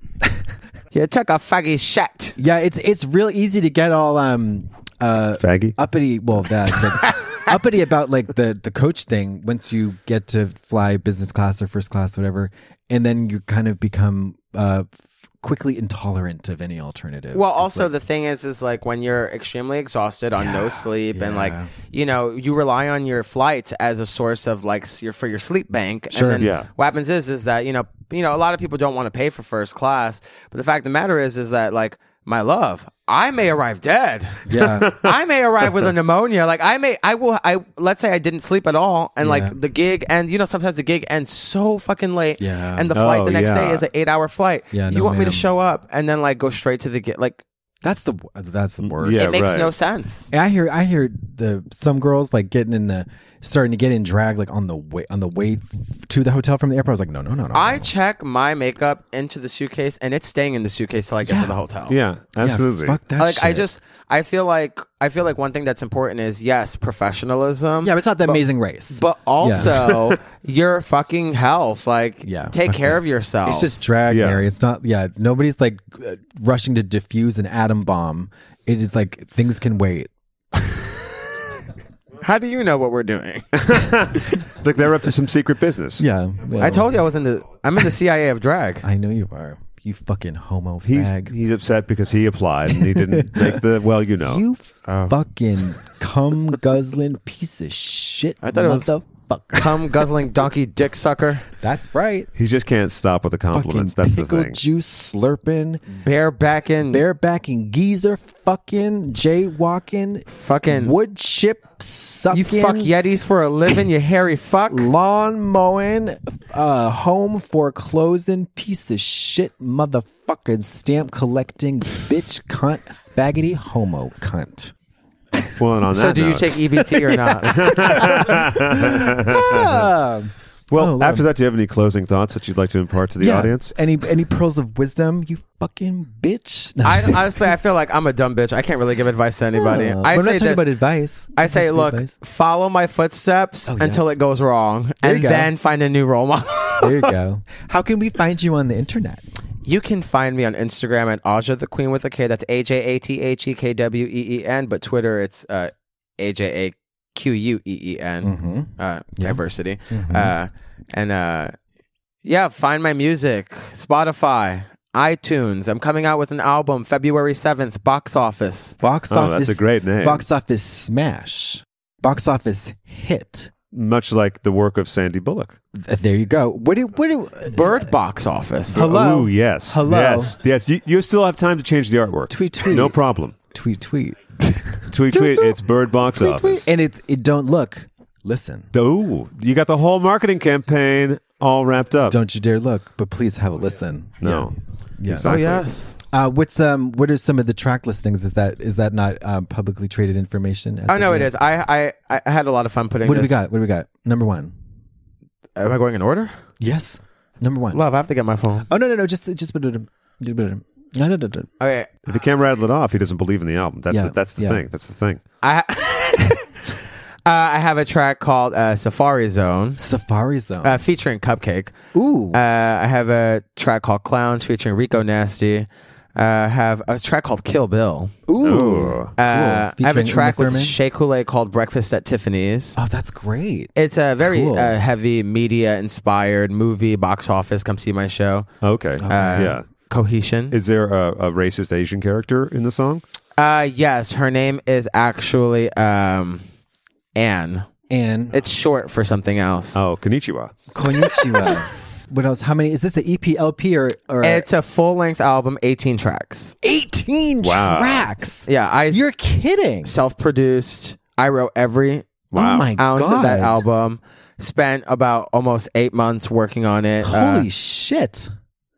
You took a faggy shit. Yeah, it's it's real easy to get all um uh Faggy. uppity well that but uppity about like the the coach thing once you get to fly business class or first class whatever and then you kind of become uh f- quickly intolerant of any alternative Well, It's also like- the thing is, is like when you're extremely exhausted on no sleep and like yeah. you know you rely on your flights as a source of like s- your for your sleep bank. Sure. And then Yeah. What happens is, is that you know you know a lot of people don't want to pay for first class, but the fact of the matter is, is that like my love, I may arrive dead. yeah I may arrive with a pneumonia. Like I may, I will. I let's say I didn't sleep at all, and Yeah. like the gig, and you know sometimes the gig ends so fucking late, Yeah. and the flight Oh, the next yeah. day is an eight-hour flight. Yeah, you no, want me to ma'am. show up and then like go straight to the gig? Like that's the that's the worst Yeah, it makes right. no sense. And I hear I hear the some girls like getting in the starting to get in drag like on the way on the way f- to the hotel from the airport. I was like, no, no, no, no. I no. check my makeup into the suitcase, and it's staying in the suitcase till I get to the hotel. Yeah, Yeah, absolutely. fuck that. Like I shit. just, I feel like, I feel like one thing that's important is yes, professionalism. yeah, but it's not the amazing race. but also your fucking health. Like, Yeah, take fuck care that. of yourself. it's just drag, Yeah. Mary. It's not. Yeah, nobody's like uh, rushing to defuse an atom bomb. It is like things can wait. how do you know what we're doing? Look, they're up to some secret business. Yeah, I told you I was in the, I'm in the CIA of drag. I know you are. You fucking homo He's fag. he's upset because he applied and he didn't make the well, you know. You Oh. fucking cum guzzling piece of shit. I thought it was- motherfucker. Come guzzling donkey dick sucker, That's right. he just can't stop with the compliments. fucking That's the pickle thing. juice slurping, barebacking, barebacking geezer, fucking jaywalking, fucking. wood chip sucking, you fuck yetis for a living, you hairy fuck. lawn mowing, uh, home foreclosing, piece of shit, motherfucking stamp collecting, bitch cunt, faggoty homo cunt. well, and on So that do you note- take EBT or not? Well, Oh, after that, do you have any closing thoughts that you'd like to impart to the Yeah. audience? Any any pearls of wisdom? You fucking bitch. No. I honestly, I feel like I'm a dumb bitch. I can't really give advice to anybody. Uh, I we're say not talking this- about advice. I We're say, not talking about look, advice. follow my footsteps Oh, until yes. it goes wrong, There you and go. then find a new role model. There you go. How can we find you on the internet? you can find me on Instagram at Aja the Queen with a K. That's A J A T H E K W E E N. But Twitter, it's uh, A J A Q U E E N. Mm-hmm. Uh, Yeah. Diversity. Uh, and uh, yeah, find my music, Spotify, iTunes. I'm coming out with an album February 7th, box office. Box Oh, office. that's a great name. Box office smash. Box office hit. Much like the work of Sandy Bullock. Th- There you go. What do what do Bird Box Office. Hello. Ooh, Oh, yes. Hello. Yes. Yes. You, you still have time to change the artwork. Tweet, tweet. No problem. tweet tweet. Tweet tweet. It's Bird Box Office. And it it don't look. Listen. Ooh, you got the whole marketing campaign all wrapped up. Don't you dare look, but please have a listen. no. Yeah. Oh, Exactly. yes. Uh, what's um what are some of the track listings? Is that is that not um, publicly traded information? as Oh of no, it yet? is. I I I had a lot of fun putting. What do we this- got? What do we got? Number one. Am I going in order? Yes. Number one. Love, I have to get my phone. Oh no no no just just put it. Just put it. No, no, no, no. Okay, If he can't rattle it off, he doesn't believe in the album. That's Yeah. the, that's the Yeah. thing. That's the thing. I uh, I have a track called uh, Safari Zone Safari Zone. uh, featuring Cupcake. Ooh. Uh, I have a track called Clowns featuring Rico Nasty. Uh, I have a track called Kill Bill. Ooh. Uh, I have a Featuring track Uma with Thurman? Shea Coulee called Breakfast at Tiffany's. oh, that's great. It's a very Cool. uh, heavy media inspired movie box office. Come see my show. Okay. Uh, yeah. Cohesion. Is there a, a racist Asian character in the song? Uh yes, her name is actually um Anne. And It's short for something else. Oh, Konnichiwa. Konnichiwa. what else? How many? Is this E an EPLP or, or It's a full-length album, 18 tracks. 18 Wow. tracks? Yeah, I You're kidding. self-produced. I wrote every Oh Wow. my ounce God. of that album. Spent about almost 8 months working on it. Holy uh, shit.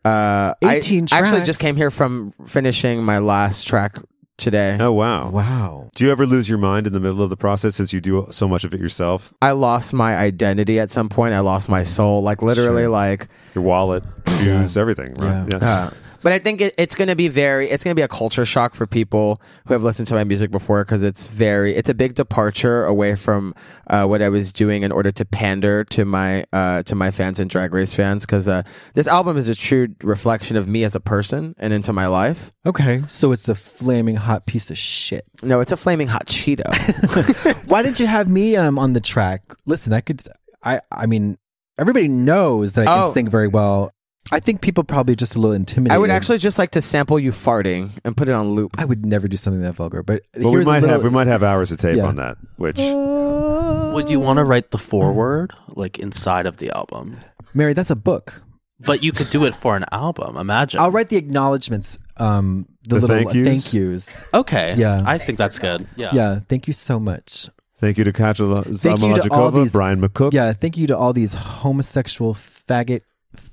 Uh, 18 I actually tracks. just came here from finishing my last track today. Oh wow. Wow. Do you ever lose your mind in the middle of the process since you do so much of it yourself? I lost my identity at some point. I lost my soul, like literally, like Your wallet, shoes, everything, right? Yes. Uh, but I think it, it's going to be very, it's going to be a culture shock for people who have listened to my music before because it's very, it's a big departure away from uh, what I was doing in order to pander to my uh, to my fans and Drag Race fans because uh, this album is a true reflection of me as a person and into my life. Okay, so it's the flaming hot piece of shit. No, it's a flaming hot Cheeto. Why didn't you have me um on the track? Listen, I could. I I mean, everybody knows that I Oh. can sing very well. I think people probably just a little intimidated. I would actually just like to sample you farting and put it on loop. I would never do something that vulgar, but Well, we here's a might little- have we might have hours of tape Yeah. on that, which Would you want to write the foreword like inside of the album? Mary, that's a book. But you could do it for an album. Imagine. I'll write the acknowledgments. Um, the, The little thank yous? thank yous. Okay. Yeah. I think that's good. Yeah. Yeah, thank you so much. thank you to Katja Lo- Thank you to all Zamalajikova, these- Brian McCook. Yeah, thank you to all these homosexual faggot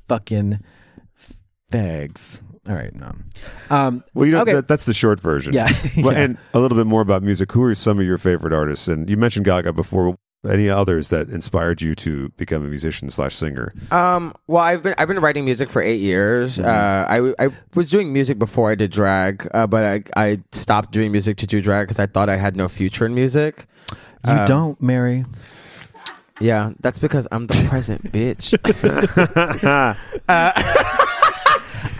fucking fags. All right, no. Um, Well, you don't, Okay. that, that's the short version. Yeah. Well, Yeah. and a little bit more about music. Who are some of your favorite artists? And you mentioned Gaga before. Any others that inspired you to become a musician slash singer? Um, well, I've been I've been writing music for eight years. Uh, I I was doing music before I did drag, uh, but I I stopped doing music to do drag because I thought I had no future in music. you uh, don't, Mary. Yeah, that's because I'm the present bitch.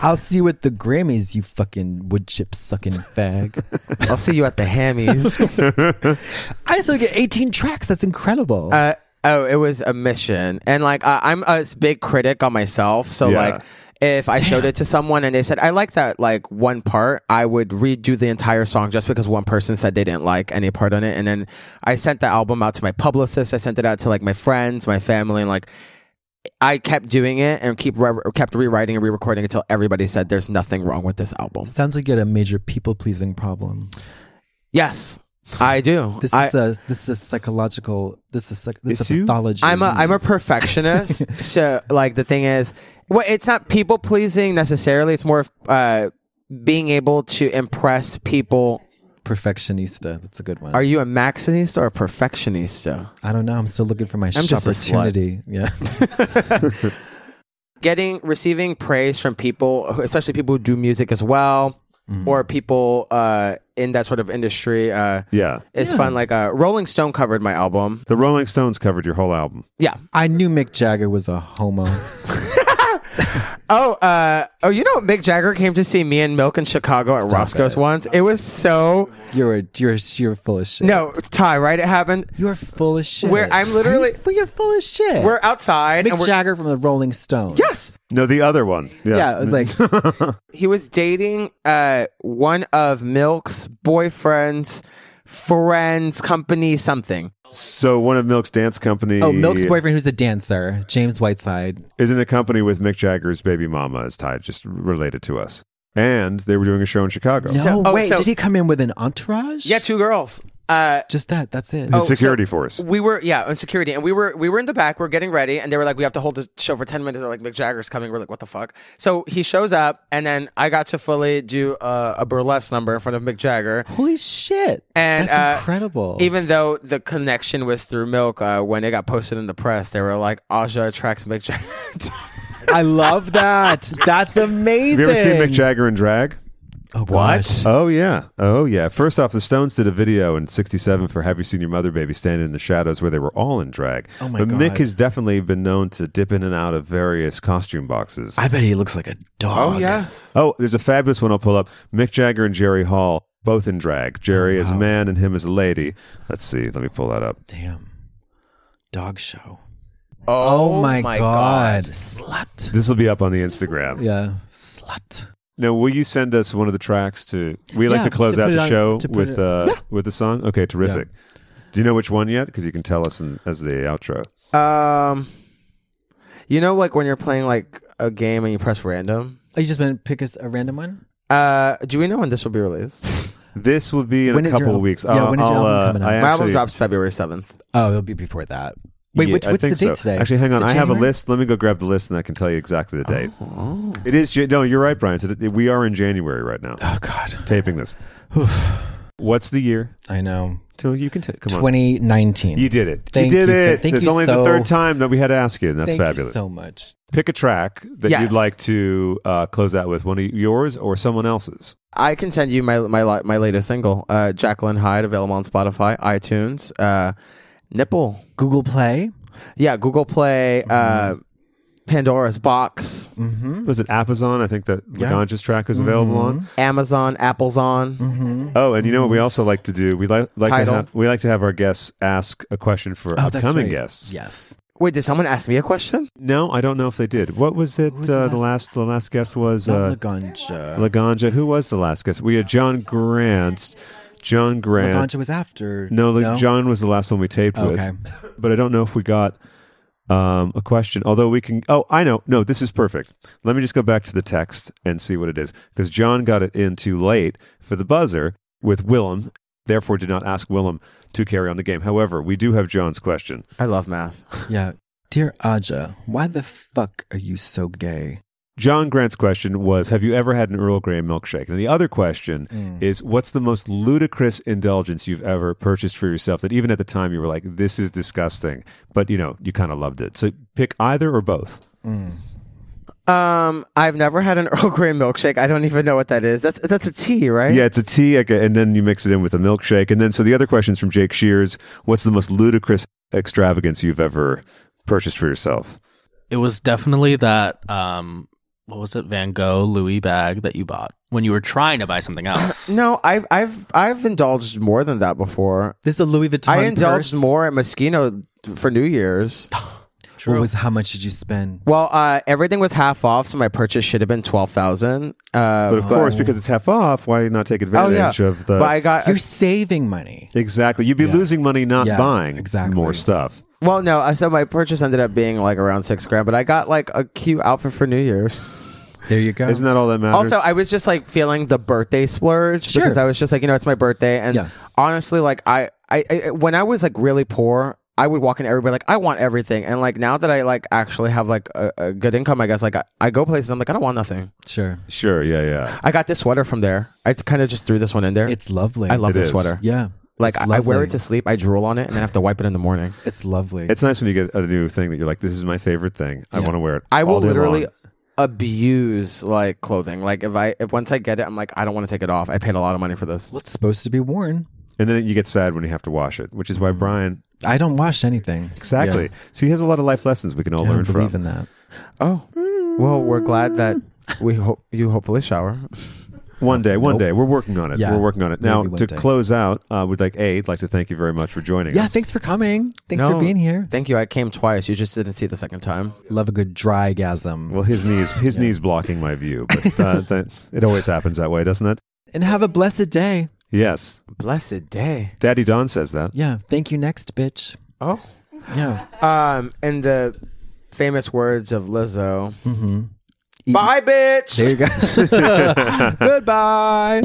I'll see you at the Grammys, you fucking wood chip sucking fag. I'll see you at the hammies. I still get 18 tracks. That's incredible. Uh, oh, it was a mission, and like I, I'm a s- big critic on myself, so Yeah. like. If I showed it to someone and they said I like that like one part, I would redo the entire song just because one person said they didn't like any part on it. And then I sent the album out to my publicist. I sent it out to like my friends, my family, and like I kept doing it and keep re- kept rewriting and re-recording until everybody said there's nothing wrong with this album. Sounds like you had a major people pleasing problem. Yes, I do. This I- is a this is a psychological. This is psych, this is a Issue? pathology. I'm a I'm a perfectionist. so like the thing is, well, it's not people pleasing necessarily. It's more of uh, being able to impress people. perfectionista. That's a good one. Are you a maxinista or a perfectionista? I don't know. I'm still looking for my I'm just a slut. opportunity. Yeah. Getting receiving praise from people, who- especially people who do music as well, or people uh, in that sort of industry. Uh, Yeah. It's fun. Like uh, Rolling Stone covered my album. The Rolling Stones covered your whole album. Yeah. I knew Mick Jagger was a homo. Oh, uh, oh, you know, Mick Jagger came to see me and Milk in Chicago at Roscoe's once. It was so you're a, you're you're full of shit. no Ty, right? It happened. you're full of shit. Where I'm Are literally- you, well, you're full of shit. We're outside. and Mick we're, Jagger from the Rolling Stones. Yes. No, the other one. Yeah. Yeah, it was like He was dating uh, one of Milk's boyfriend's friends, company, something. so one of Milk's dance company. oh, Milk's boyfriend who's a dancer, James Whiteside. isn't a company with Mick Jagger's baby mama is tied, just related to us. And they were doing a show in Chicago. No, So- oh, wait, so- did he come in with an entourage? Yeah, two girls. Uh, just that. That's it. The so- security force. we were yeah on security, and we were we were in the back. We're getting ready, and they were like, "We have to hold the show for ten minutes." They're like, "Mick Jagger's coming." We're like, "What the fuck?" So he shows up, and then I got to fully do uh, a burlesque number in front of Mick Jagger. Holy shit! And, that's uh, incredible. Even though the connection was through Milk, uh, when it got posted in the press, they were like, "Aja attracts Mick Jagger." I love that. That's amazing. Have you ever seen Mick Jagger in drag? Oh, what? Oh yeah, oh yeah. First off, the Stones did a video in '67 for "Have You Seen Your Mother, Baby?" standing in the shadows where they were all in drag. Oh my but God. Mick has definitely been known to dip in and out of various costume boxes. I bet he looks like a dog. yes. oh, there's a fabulous one I'll pull up: Mick Jagger and Jerry Hall, both in drag. Jerry as a man and him as a lady. Let's see. Let me pull that up. Damn. Dog show. Oh, Slut. This will be up on the Instagram. Yeah. Slut. Now, will you send us one of the tracks to? We like Yeah, to close to out put it the on- show to put with it- uh, with the song. Okay, terrific. Do you know which one yet? Because you can tell us in, as the outro. Um, you know, like when you're playing like a game and you press random. Are Oh, you just going to pick us a random one? Uh, do we know when this will be released? This will be in When a is your couple al- of weeks. uh, yeah, when is your album coming out? I My album actually- drops February seventh. Oh, it'll be before that. Wait, Yeah, what's- I what's the think date so. today? Actually, hang on. Is it I have a January? Oh. list. Let me go grab the list, and I can tell you exactly the date. It is. Ja- No, you're right, Brian. It's- We are in January right now. Oh God, taping this. What's the year? I know. So you can t- come on. 2019. You did it. Thank you did you. it. Thank it's you only so- the third time that we had to ask you, and that's Thank you fabulous. so much. Pick a track that Yes. you'd like to uh, close out with, one of yours or someone else's. I can send you my my li- my latest single, uh, Jacqueline Hyde, available on Spotify, iTunes, uh, Nipple, Google Play. Yeah, Google Play, uh, Pandora's box, Mm-hmm. Was it Apazon? I think that Hmm. Yeah. Mm-hmm. Lagrange's track is available on. Amazon, Apple's on. Oh, and you know what we also like to do? We like like to Title. have, we like to have our guests ask a question for Oh, that's upcoming right. guests. Yes. Wait, did someone ask me a question? No, I don't know if they did. What was it? uh, the last the last guest was uh, Laganja. Laganja. Who was the last guest? We had John Grant. John Grant. Laganja was after. No, like no? John was the last one we taped Okay. with. But I don't know if we got um, a question. Although we can. Oh, I know. No, this is perfect. Let me just go back to the text and see what it is because John got it in too late for the buzzer with Willem. Therefore, did not ask Willem to carry on the game. However, we do have John's question. I love math. Yeah. Dear Aja, why the fuck are you so gay? John Grant's question was Have you ever had an Earl Grey milkshake? And the other question is What's the most ludicrous indulgence you've ever purchased for yourself that even at the time you were like, This is disgusting, but you know, you kind of loved it? So pick either or both. Um, I've never had an Earl Grey milkshake. I don't even know what that is. That's that's a tea, right? Yeah, it's a tea, like, and then you mix it in with a milkshake. And then, so the other question is from Jake Shears What's the most ludicrous extravagance you've ever purchased for yourself? It was definitely that um what was it, Van Gogh Louis bag that you bought when you were trying to buy something else. No, I've I've I've indulged more than that before. This is a Louis Vuitton. I indulged purse? more at Moschino t- for New Year's. What was how much did you spend? Well, uh, everything was half off, so my purchase should have been twelve thousand. Uh, But of course, because it's half off, why not Oh, take advantage of the. But I got You're saving money. exactly. You'd be losing money not Yeah, buying more stuff. well, no. I- So my purchase ended up being like around six grand, but I got like a cute outfit for New Year's. There you go. Isn't that all that matters? Also, I was just like feeling the birthday splurge Sure. because I was just like, you know, it's my birthday, and Yeah. honestly, like I, I, I, when I was like really poor, I would walk in everybody like I want everything, and like now that I like actually have like a, a good income, I guess like I, I go places, I'm like I don't want nothing. Sure. Sure. Yeah. Yeah. I got this sweater from there. I kind of just threw this one in there. It's lovely. I love It this is. sweater. Yeah. Like It's I, I wear lovely. it to sleep. I drool on it, and then I have to wipe it in the morning. It's lovely. It's nice when you get a new thing that you're like, this is my favorite thing. I want to wear it. I will all day literally long." abuse like clothing. Like if I if once I get it, I'm like I don't want to take it off. I paid a lot of money for this. Well, it's supposed to be worn. And then you get sad when you have to wash it, which is Mm-hmm. why Brian. I don't wash anything. Exactly. So he has a lot of life lessons we can all I learn don't believe from. in that. Oh, well, we're glad that we hope you hopefully shower. One day, one day. We're working on it. Yeah. We're working on it. Now, Maybe one to day. close out, uh, we'd like, A, like to thank you very much for joining Yeah, us. thanks for coming. Thanks No. for being here. Thank you. I came twice. You just didn't see it the second time. Love a good dry gasm. Well, his knees, his knees blocking my view, but uh, th- it always happens that way, doesn't it? And have a blessed day. Yes. Blessed day. Daddy Don says that. Yeah. Thank you next, bitch. Oh, Yeah. um, and the famous words of Lizzo. Mm-hmm. Bye, bitch. There you go. Goodbye.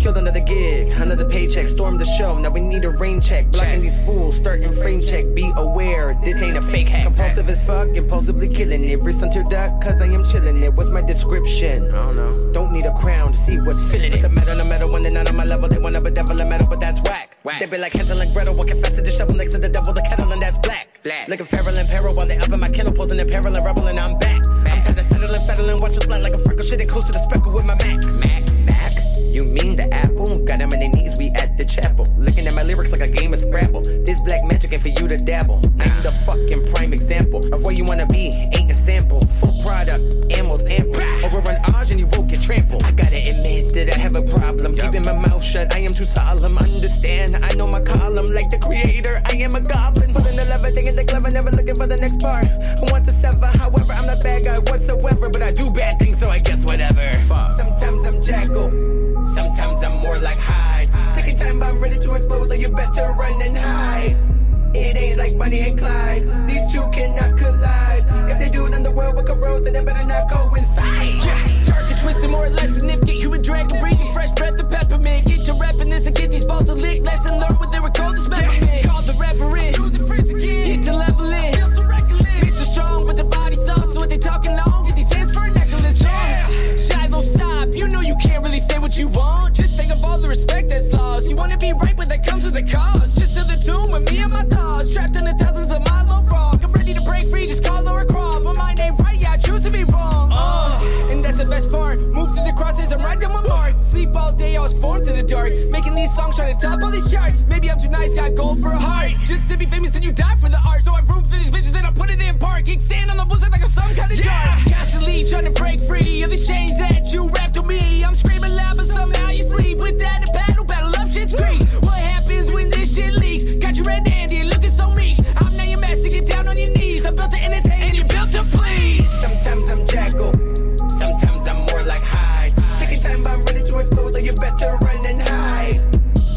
Killed another gig, another paycheck, stormed the show. Now we need a rain check. Blocking these fools, starting frame check. Be aware, this ain't a fake hack. Compulsive as fuck, impulsively killing it. Wrist until duck, cause I am chilling it. What's my description? I don't know. Don't need a crown to see what's filling it. It's a metal, no metal, when they're not on my level. They wanna bedevil a metal, but that's whack. They be like Hansel and Gretel, walking faster than shovel next to the devil, the kettle, and that's black. black. Looking feral and peril while they up in my kennel, posing in peril and rebel, and I'm back. I'm tired of settling, fettling, watch us fly like a freckle, shitting close to the speckle with my Mac. Mac, Mac. You mean the apple? Got them on their knees, we at the chapel. Looking at my lyrics like a game of Scrabble. This black magic ain't for you to dabble. Now you the fucking prime example of where you wanna be. Ain't a sample, full product, animals ample. Over an Oz and you won't get trampled. I gotta admit that I have a problem. Keeping my mouth shut, I am too solemn. Understand, I know my column like the creator. I am a goblin. Pulling the lever, thinking the clever, never looking for the next part. I want to sever, however, I'm not bad guy whatsoever. But I do bad things, so I guess whatever. Sometimes I'm jackal, sometimes I'm more like Hyde. Taking time, but I'm ready to explode, so you better run and hide. It ain't like Bonnie and Clyde. These two cannot collide. If they do, then the world will corrode, so they better not coincide. Yeah. Jerk it, twist it more or less, and if get you a dragon, breathing fresh breath of peppermint. Get your rapping this and get these balls a lick. Lesson learned when they were cold as peppermint. Call the referee. Losing friends again. Get to leveling. Feel so reckless. Mr. Strong with the body soft, so when they talking long, get these hands for a necklace. Yeah. Shy won't stop. You know you can't really say what you want. Just think of all the respect that's lost. You wanna be right, but that comes with a cost. Just to the tune with me and my thoughts. Trapped in the thousands of my low rock. I'm ready to break free, just call Laura Croft. When mine ain't right, yeah, I choose to be wrong. Uh, and that's the best part. Move through the crosses, I'm right on my mark. Sleep all day, I was formed in the dark. Making these songs, trying to top all these charts. Maybe I'm too nice, got gold for a heart. Just to be famous, and you die for the art. So I room for these bitches, and I put it in park. Kick sand on the bullseye like I'm some kind of yeah. jar. Constantly trying to break free of the chains that you wrapped on me. I'm screaming loud, but somehow you sleep with that and battle, battle up shit's great. What happens when this shit leaks? Got you red handed, looking so meek. I'm now your master, get down on your knees. I'm built to entertain, and you built to please. Sometimes I'm jackal, sometimes I'm more like hide. Taking time, I'm ready to explode, so you better run and hide.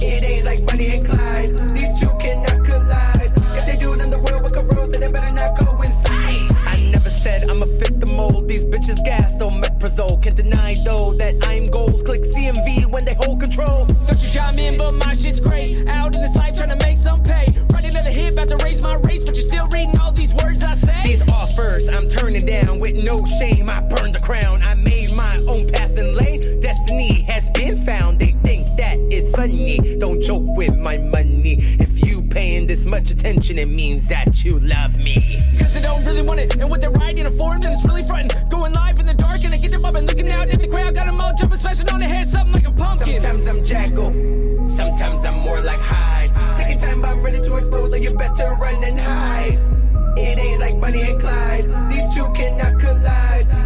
It ain't like Bunny and Clyde. These two cannot collide. If they do, then the world will corrode, so they better not coincide. I never said I'ma fit the mold. These bitches gas, though meprazole. Can't deny though that I'm goals. Click CMV when they hold control. Thought you chime in, but my shit's great. Out in this life trying to make some pay. Write another hit, about to raise my rates, but you're still reading all these words I say. These offers I'm turning down with no shame. I burned the crown. I made my own path and lane. Destiny has been found. They think that it's funny. Don't joke with my money. If you paying this much attention, it means that you love me. Cause they don't really want it. And what they're writing in a form that is really frontin'. Going live in the dark and I get up up and looking out at the crowd. Got 'em all jumping, smashing on their head, something like a pumpkin. Sometimes I'm jackal. Sometimes I'm more like Hyde. Taking time, I'm ready to expose. So you better run and hide. It ain't like Bunny and Clyde. These two cannot collide.